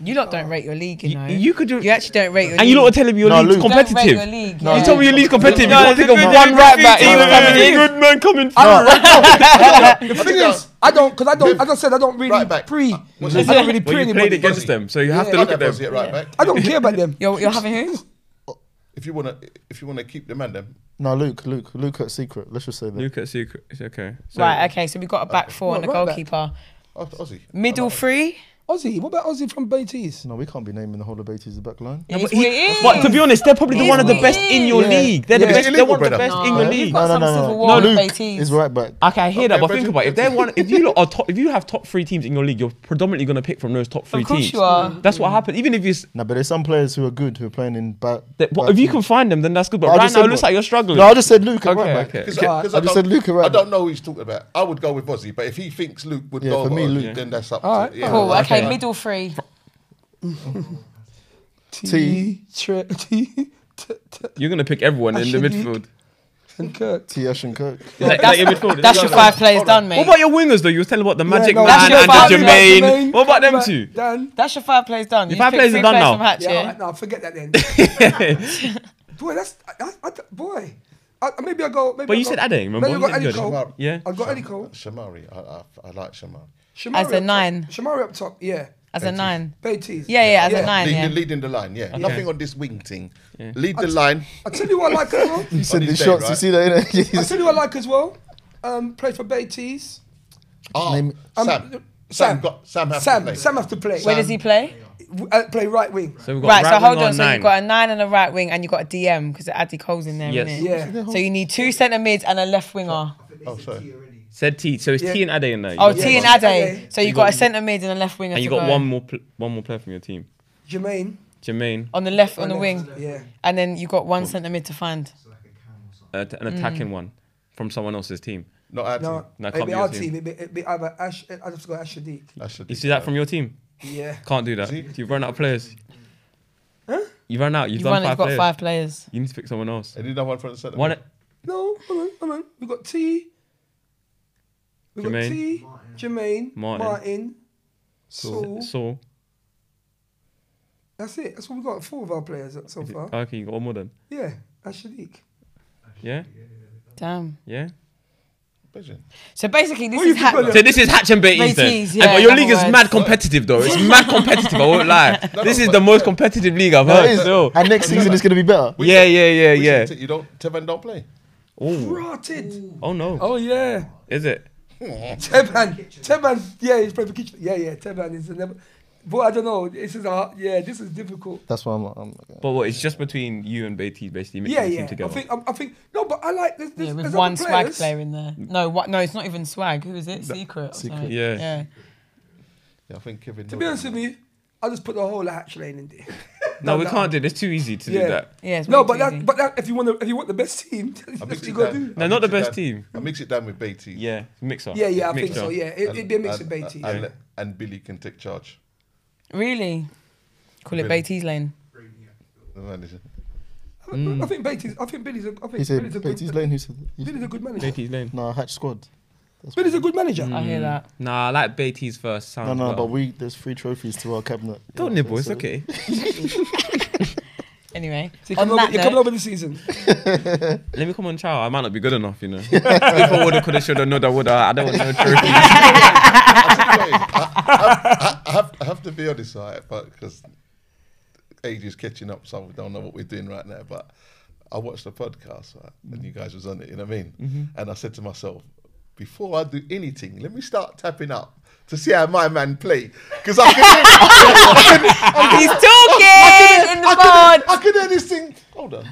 Speaker 1: You lot don't rate your league, you
Speaker 6: You-
Speaker 1: know.
Speaker 6: you could do-
Speaker 1: You actually don't rate your
Speaker 6: And
Speaker 1: league.
Speaker 6: you lot were telling me your
Speaker 5: No,
Speaker 6: league's
Speaker 5: Luke.
Speaker 1: Don't rate your
Speaker 6: competitive.
Speaker 1: league,
Speaker 5: No,
Speaker 1: yeah.
Speaker 6: You told me your league's competitive.
Speaker 1: No,
Speaker 6: you
Speaker 1: the
Speaker 6: think of
Speaker 1: good-
Speaker 6: one right back.
Speaker 1: no,
Speaker 6: even
Speaker 1: no,
Speaker 6: having a good man coming.
Speaker 2: The thing is, I don't, because I don't, as I said, I don't really
Speaker 4: Right back.
Speaker 2: pre.
Speaker 4: Uh,
Speaker 2: I
Speaker 4: what's
Speaker 6: his
Speaker 2: don't
Speaker 6: name?
Speaker 2: really
Speaker 6: Well,
Speaker 2: pre
Speaker 6: you played
Speaker 2: anybody.
Speaker 6: against them, so you have to
Speaker 2: Yeah.
Speaker 6: look at them.
Speaker 4: Buzzy at right back.
Speaker 2: I don't care about them.
Speaker 1: You're, you're having who?
Speaker 4: If you wanna, if you wanna keep the man, then
Speaker 5: No, Luke, Luke, Luke at secret. Let's just say that.
Speaker 6: Look at secret. It's okay. So,
Speaker 1: right, okay, so we've got a back four
Speaker 2: What,
Speaker 1: and a
Speaker 2: right back?
Speaker 1: goalkeeper.
Speaker 4: Oz- Ozzy.
Speaker 1: Middle three?
Speaker 2: Ozzy, what about Ozzy from BTS?
Speaker 5: No, we can't be naming the whole of Beatties the back line.
Speaker 1: It's
Speaker 6: But, he-
Speaker 1: weird.
Speaker 6: but to be honest, they're probably the
Speaker 1: It's
Speaker 6: one of the
Speaker 1: what
Speaker 6: best
Speaker 1: it
Speaker 6: in your
Speaker 2: is.
Speaker 6: league. They're
Speaker 2: Yeah.
Speaker 6: the
Speaker 4: It's
Speaker 6: best. They're
Speaker 4: illegal,
Speaker 6: one of the
Speaker 4: brother.
Speaker 6: best in your
Speaker 1: No.
Speaker 6: league.
Speaker 1: You've got some civil war
Speaker 5: no,
Speaker 1: with
Speaker 5: Luke
Speaker 1: Beatties.
Speaker 5: is right back.
Speaker 6: Okay, I hear that,
Speaker 4: Okay,
Speaker 6: but
Speaker 4: but
Speaker 6: think
Speaker 4: you-
Speaker 6: about it. If they're one, if you lot are top, if you have top three teams in your league, you're predominantly going to pick from those top three
Speaker 1: course
Speaker 6: teams.
Speaker 1: you are.
Speaker 6: That's what happened. Even if you, s-
Speaker 5: No, but there's some players who are good who are playing in back.
Speaker 6: that, well,
Speaker 5: back
Speaker 6: if you
Speaker 5: team.
Speaker 6: can find them, then that's good. But
Speaker 5: I
Speaker 6: right
Speaker 5: just
Speaker 6: now,
Speaker 5: said
Speaker 6: it looks
Speaker 5: what-
Speaker 6: like you're struggling.
Speaker 5: No, I just said Luke at
Speaker 6: Okay,
Speaker 5: right back.
Speaker 6: okay.
Speaker 4: Because
Speaker 2: Alright.
Speaker 5: I just said Luke at right
Speaker 4: I don't
Speaker 5: back.
Speaker 4: know who he's talking about. I would go with Ozzy, but if he thinks Luke would
Speaker 5: Yeah, for
Speaker 4: go with
Speaker 5: me,
Speaker 4: Ozzy,
Speaker 5: Luke.
Speaker 4: then that's up
Speaker 2: Alright,
Speaker 4: to yeah.
Speaker 1: Cool,
Speaker 5: Yeah.
Speaker 1: okay,
Speaker 5: Okay.
Speaker 1: middle three.
Speaker 5: T.
Speaker 2: Tre- T. T. T.
Speaker 6: You're going to pick everyone in the
Speaker 2: Actually,
Speaker 6: midfield.
Speaker 2: And Kurt.
Speaker 5: T. Ash and Kirk.
Speaker 6: Is that- is that your midfield?
Speaker 1: That's your five players done,
Speaker 6: What
Speaker 1: mate.
Speaker 6: about your wingers though? You were telling about the Magic
Speaker 2: no,
Speaker 1: that's
Speaker 6: Man
Speaker 1: your
Speaker 6: and
Speaker 1: five.
Speaker 6: the Jermaine.
Speaker 2: Jermaine,
Speaker 6: What about them
Speaker 2: Kurt,
Speaker 6: two?
Speaker 2: Dan.
Speaker 1: That's your five players done.
Speaker 6: Your
Speaker 1: You've
Speaker 6: five
Speaker 1: picked
Speaker 6: players
Speaker 1: three
Speaker 6: are done
Speaker 1: players
Speaker 6: now.
Speaker 1: From Hatch,
Speaker 2: Yeah,
Speaker 1: yeah?
Speaker 2: all right, no, forget that then. boy, that's. I, I, I- boy. I, maybe I go. Maybe
Speaker 6: But
Speaker 2: I
Speaker 6: you
Speaker 2: go,
Speaker 6: said Ade, remember?
Speaker 2: Maybe I got
Speaker 6: Wasn't he
Speaker 2: Eddie
Speaker 6: good?
Speaker 2: Cole.
Speaker 6: Yeah.
Speaker 2: I got Eddie Cole.
Speaker 4: Shamari, I, I, I like Shamari.
Speaker 2: Shamari
Speaker 1: As a
Speaker 2: up top.
Speaker 1: nine.
Speaker 2: Shamari up top, yeah.
Speaker 1: As a nine.
Speaker 2: Beatties.
Speaker 1: Yeah, yeah, as a
Speaker 4: Lead-
Speaker 1: nine,
Speaker 4: Leading,
Speaker 1: yeah.
Speaker 4: the line, yeah. Nothing on this wing thing. Lead the line.
Speaker 2: I tell you what I like as well.
Speaker 5: You said
Speaker 4: his
Speaker 5: the
Speaker 4: day,
Speaker 5: shots. You
Speaker 4: right?
Speaker 5: see that? innit?
Speaker 2: I tell you what I like as well. Um, play for Beatties.
Speaker 4: Ah,
Speaker 5: Name-
Speaker 2: Um,
Speaker 4: Sam. Sam. got- Sam has to
Speaker 2: Sam,
Speaker 4: play.
Speaker 2: Sam have to play.
Speaker 1: Where does he play?
Speaker 2: W- uh, play right wing.
Speaker 6: So we've got
Speaker 1: Right, so
Speaker 6: Ratman
Speaker 1: hold on. So
Speaker 6: nine.
Speaker 1: you've got a nine and a right wing, and you've got a DM because Addy Cole's in there,
Speaker 6: Yes.
Speaker 1: not it?
Speaker 2: Yeah.
Speaker 1: So you need two centre mids and a left winger.
Speaker 7: I think they
Speaker 4: Oh,
Speaker 7: said
Speaker 4: sorry.
Speaker 7: T already.
Speaker 6: Said T. So it's
Speaker 2: Yeah.
Speaker 6: T and Ade in there.
Speaker 1: Oh,
Speaker 6: You got
Speaker 1: T and
Speaker 6: one.
Speaker 2: Ade.
Speaker 1: Ade. So
Speaker 6: You
Speaker 1: you've got a
Speaker 6: got-
Speaker 1: centre mid and a left winger.
Speaker 6: And you
Speaker 1: to
Speaker 6: got
Speaker 1: go.
Speaker 6: one more pl- one more player from your team.
Speaker 2: Jermaine.
Speaker 6: Jermaine,
Speaker 1: on the left, on the wing,
Speaker 2: Yeah.
Speaker 1: and then you've got one centre mid to find.
Speaker 7: So like a cam or something.
Speaker 6: uh, t- an attacking
Speaker 1: Mm.
Speaker 6: one from someone else's team.
Speaker 4: Not
Speaker 2: No,
Speaker 4: our team.
Speaker 6: No, it can't
Speaker 2: it'd be
Speaker 6: be
Speaker 2: our
Speaker 6: your
Speaker 2: team.
Speaker 6: team.
Speaker 2: It'd be, it'd be either Ash. I'd have to go Ash Shadiq.
Speaker 4: That should
Speaker 6: You
Speaker 4: be-
Speaker 6: see that from your team?
Speaker 2: Yeah.
Speaker 6: Can't do that.
Speaker 4: See?
Speaker 6: You've run out of players. You've run out. You've,
Speaker 1: You've,
Speaker 6: done
Speaker 1: won,
Speaker 6: five
Speaker 1: you've got
Speaker 6: players.
Speaker 1: five players.
Speaker 6: You need to pick someone else.
Speaker 4: And you know one from the centre.
Speaker 6: One.
Speaker 2: No, hold on, hold on. We got T. We got
Speaker 6: Jermaine.
Speaker 2: T. Jermaine. Martin.
Speaker 6: Martin.
Speaker 2: Saul.
Speaker 6: Saul.
Speaker 2: That's it. That's what we got. Four of our players so
Speaker 6: Is it- uh,
Speaker 2: far.
Speaker 6: Okay, you got one more then.
Speaker 2: Yeah. Ash Shadiq.
Speaker 6: Yeah,
Speaker 1: Damn.
Speaker 6: yeah.
Speaker 4: Vision.
Speaker 1: So basically, this
Speaker 2: What
Speaker 1: is
Speaker 2: you people
Speaker 1: ha-
Speaker 2: are-
Speaker 6: So this is Hatch and Beatties then.
Speaker 1: Beatties, yeah,
Speaker 6: but your
Speaker 1: in
Speaker 6: league
Speaker 1: other
Speaker 6: is
Speaker 1: words.
Speaker 6: mad competitive though. It's mad competitive. I won't lie.
Speaker 4: No, no,
Speaker 6: this is
Speaker 4: but-
Speaker 6: the most competitive league I've
Speaker 5: No,
Speaker 6: heard.
Speaker 5: it is.
Speaker 6: still.
Speaker 5: And next season it's going to be better.
Speaker 6: Yeah, yeah, yeah,
Speaker 4: We
Speaker 6: yeah.
Speaker 4: should t- You don't. Tevan don't play.
Speaker 6: Oh,
Speaker 2: Rotted.
Speaker 6: oh no.
Speaker 2: Oh yeah.
Speaker 6: Is it?
Speaker 2: Teban. Teban. Yeah, he's playing for Kitchen. Yeah, yeah. Teban is another. But I don't know. This is a yeah. This is difficult.
Speaker 5: That's why I'm. I'm
Speaker 6: But what? It's just between you and Beatties basically mixing
Speaker 2: Yeah,
Speaker 6: the
Speaker 2: yeah.
Speaker 6: team
Speaker 2: I
Speaker 6: together.
Speaker 2: think. um, I, I think. No, but I like. There's, there's,
Speaker 1: Yeah, with
Speaker 2: there's
Speaker 1: one
Speaker 2: other
Speaker 1: swag
Speaker 2: players.
Speaker 1: player in there. No, what, no, it's not even swag. Who is it? Secret. or
Speaker 5: Secret.
Speaker 1: something.
Speaker 6: Yeah.
Speaker 1: yeah.
Speaker 4: Yeah, I think Kevin.
Speaker 2: To be honest with you, I just put the whole hatch lane in there.
Speaker 6: no, we
Speaker 2: no.
Speaker 6: can't do this. Too easy to
Speaker 2: Yeah.
Speaker 6: do that.
Speaker 1: Yeah, it's
Speaker 2: no,
Speaker 1: way
Speaker 2: but
Speaker 1: too easy.
Speaker 2: that, but that, if you want to, if you want the best team, that's
Speaker 4: I
Speaker 2: what
Speaker 4: mix
Speaker 2: you
Speaker 4: it
Speaker 2: got to
Speaker 4: down.
Speaker 2: do.
Speaker 6: No,
Speaker 4: I
Speaker 6: not
Speaker 4: mix
Speaker 6: the
Speaker 4: it
Speaker 6: best
Speaker 4: down-
Speaker 6: team.
Speaker 4: I mix it down with Beatty.
Speaker 6: Yeah, mixer.
Speaker 2: Yeah, yeah, I think
Speaker 6: Mixer.
Speaker 2: so. Yeah, it, it'd be a mix
Speaker 4: and,
Speaker 2: of Beatty.
Speaker 4: And, and Billy can take charge.
Speaker 1: Really? Call it Beatty's Lane.
Speaker 4: The manager.
Speaker 2: I- I
Speaker 1: Mm.
Speaker 2: think Beatty's. I think Billy's. A, I
Speaker 5: He
Speaker 2: think
Speaker 5: said,
Speaker 2: Billy's a
Speaker 5: Beatty's
Speaker 2: good.
Speaker 5: Lane, who said, he
Speaker 2: Billy's a
Speaker 5: said
Speaker 2: good manager.
Speaker 6: Beatty's Lane.
Speaker 5: no, Hatch Squad. That's
Speaker 2: Billy's a good manager.
Speaker 4: Mm.
Speaker 1: I
Speaker 6: Hmm.
Speaker 1: hear that.
Speaker 6: Nah, I like Beatty's first
Speaker 5: No,
Speaker 6: sound.
Speaker 5: no,
Speaker 6: well.
Speaker 5: but we there's three trophies to our cabinet.
Speaker 6: Oh, Don't
Speaker 5: Yeah,
Speaker 6: nibble, it's
Speaker 5: so-
Speaker 6: okay.
Speaker 1: Anyway,
Speaker 2: So you're
Speaker 1: on
Speaker 2: coming,
Speaker 1: that
Speaker 2: over, you're coming
Speaker 1: note,
Speaker 2: over this season.
Speaker 6: Let me come on trial. I might not be good enough, you know. if I woulda, coulda, shoulda, knoulda, woulda, I don't want no trophies.
Speaker 4: I, I, I, have, I have to be honest, right? But because age is catching up, so we don't know what we're doing right now. But I watched the podcast, right? And you guys was on it. You know what I mean? And I said to myself, before I do anything, let me start tapping up to see how my man play, because I can.
Speaker 1: he's talking in the
Speaker 4: I
Speaker 1: pod.
Speaker 4: could, I could hear this thing. Hold on.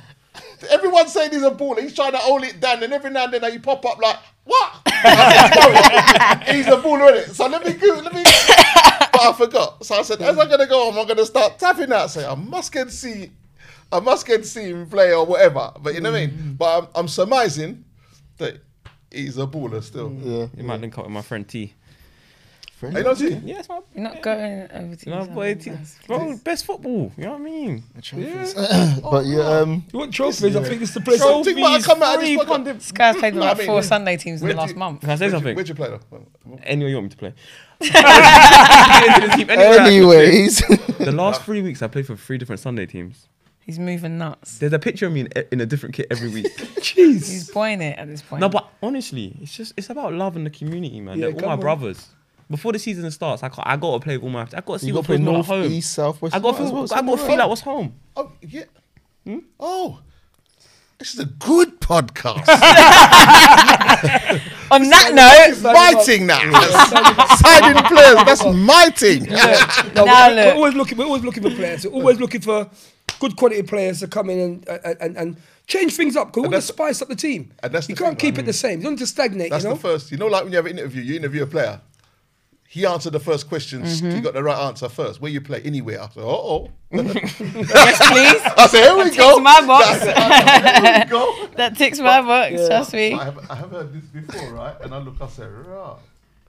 Speaker 4: Everyone's saying he's a baller. He's trying to hold it down, and every now and then like, you pop up like, what? I said, "No, he's a baller, is it? So let me go. Let me. But I forgot. So I said, as I'm gonna go, on, I'm gonna start tapping out. Say, I must get see, I must get see him play or whatever. But you know what I mean.
Speaker 1: Mm.
Speaker 4: But I'm, I'm surmising that he's a baller still.
Speaker 1: Mm.
Speaker 5: Yeah.
Speaker 6: you might link up with my friend T.
Speaker 5: Fair
Speaker 4: Hey,
Speaker 5: enough.
Speaker 4: don't you?
Speaker 6: Yes, my
Speaker 1: You're not going over to
Speaker 6: No,
Speaker 1: East
Speaker 6: boy,
Speaker 1: London,
Speaker 6: T-
Speaker 1: that's-
Speaker 6: bro, best football. You know what I mean?
Speaker 5: Trophies. but yeah, um,
Speaker 2: You want trophies? I think this is the place.
Speaker 4: Something might come out of this
Speaker 6: free
Speaker 4: podcast.
Speaker 6: content.
Speaker 1: Sky's played with
Speaker 4: I
Speaker 1: like
Speaker 4: mean,
Speaker 1: four Sunday teams in
Speaker 4: where
Speaker 1: the
Speaker 4: do
Speaker 1: last
Speaker 4: you-
Speaker 1: month.
Speaker 6: Can I say
Speaker 4: Where'd you-
Speaker 6: something?
Speaker 4: Where'd you play though?
Speaker 6: Anywhere you want me to play. Into the team, anywhere I-
Speaker 5: anyways,
Speaker 6: The last three weeks, I played for three different Sunday teams.
Speaker 1: He's moving nuts.
Speaker 6: There's a picture of me in, in a different kit every week.
Speaker 1: He's
Speaker 2: Jeez.
Speaker 1: boying it at this point.
Speaker 6: no, but honestly, it's just it's about love and the community, man.
Speaker 2: Yeah,
Speaker 6: They're all
Speaker 2: come
Speaker 6: my
Speaker 2: on.
Speaker 6: brothers. Before the season starts, I can't, I gotta play with all my. I gotta see
Speaker 5: you got
Speaker 6: what
Speaker 5: to play
Speaker 6: plays well at
Speaker 5: north,
Speaker 6: home.
Speaker 5: east, south, west.
Speaker 6: I gotta feel. I gotta feel like what's home.
Speaker 4: Oh yeah. Oh, this is a good podcast.
Speaker 1: on that note,
Speaker 4: my thing now. Signing players. That's my thing.
Speaker 2: No,
Speaker 1: Now
Speaker 2: we're, we're
Speaker 1: look.
Speaker 2: always looking. We're always looking for players. We're always looking for good quality players to come in and and, and, and change things up. Because we want to
Speaker 4: that's-
Speaker 2: spice up the team.
Speaker 4: and that's
Speaker 2: you
Speaker 4: the
Speaker 2: can't
Speaker 4: thing,
Speaker 2: keep it the same. You don't want to stagnate.
Speaker 4: That's
Speaker 2: you know.
Speaker 4: the first. You know, like when you have an interview, you interview a player. He answered the first questions. He got the right answer first. Where you play? Anywhere. I said, uh oh.
Speaker 1: please.
Speaker 4: I said, here we go.
Speaker 1: Ticks my box.
Speaker 4: Here we go.
Speaker 1: that ticks my box. Trust me.
Speaker 4: I have, I have heard this before, right? And I look, I say, rah,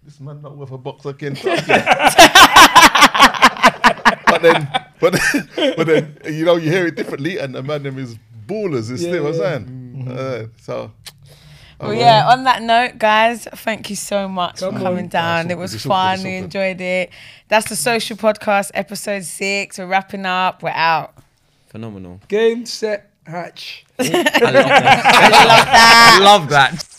Speaker 4: this man not worth a box of Kentucky. but then, but then, but then, you know, you hear it differently, and the man them is ballers. Is still what I'm saying. Uh, so
Speaker 1: Well, yeah, on that note, guys, thank you so much for
Speaker 2: Come
Speaker 1: coming
Speaker 2: on.
Speaker 1: down.
Speaker 4: That's
Speaker 1: It
Speaker 4: all
Speaker 1: was
Speaker 4: good, it's all
Speaker 1: fun.
Speaker 4: good, it's
Speaker 1: We
Speaker 4: all good.
Speaker 1: enjoyed it. That's the Social Podcast, episode six. We're wrapping up. We're out.
Speaker 6: Phenomenal.
Speaker 2: Game set hatch.
Speaker 6: I love that. I love that.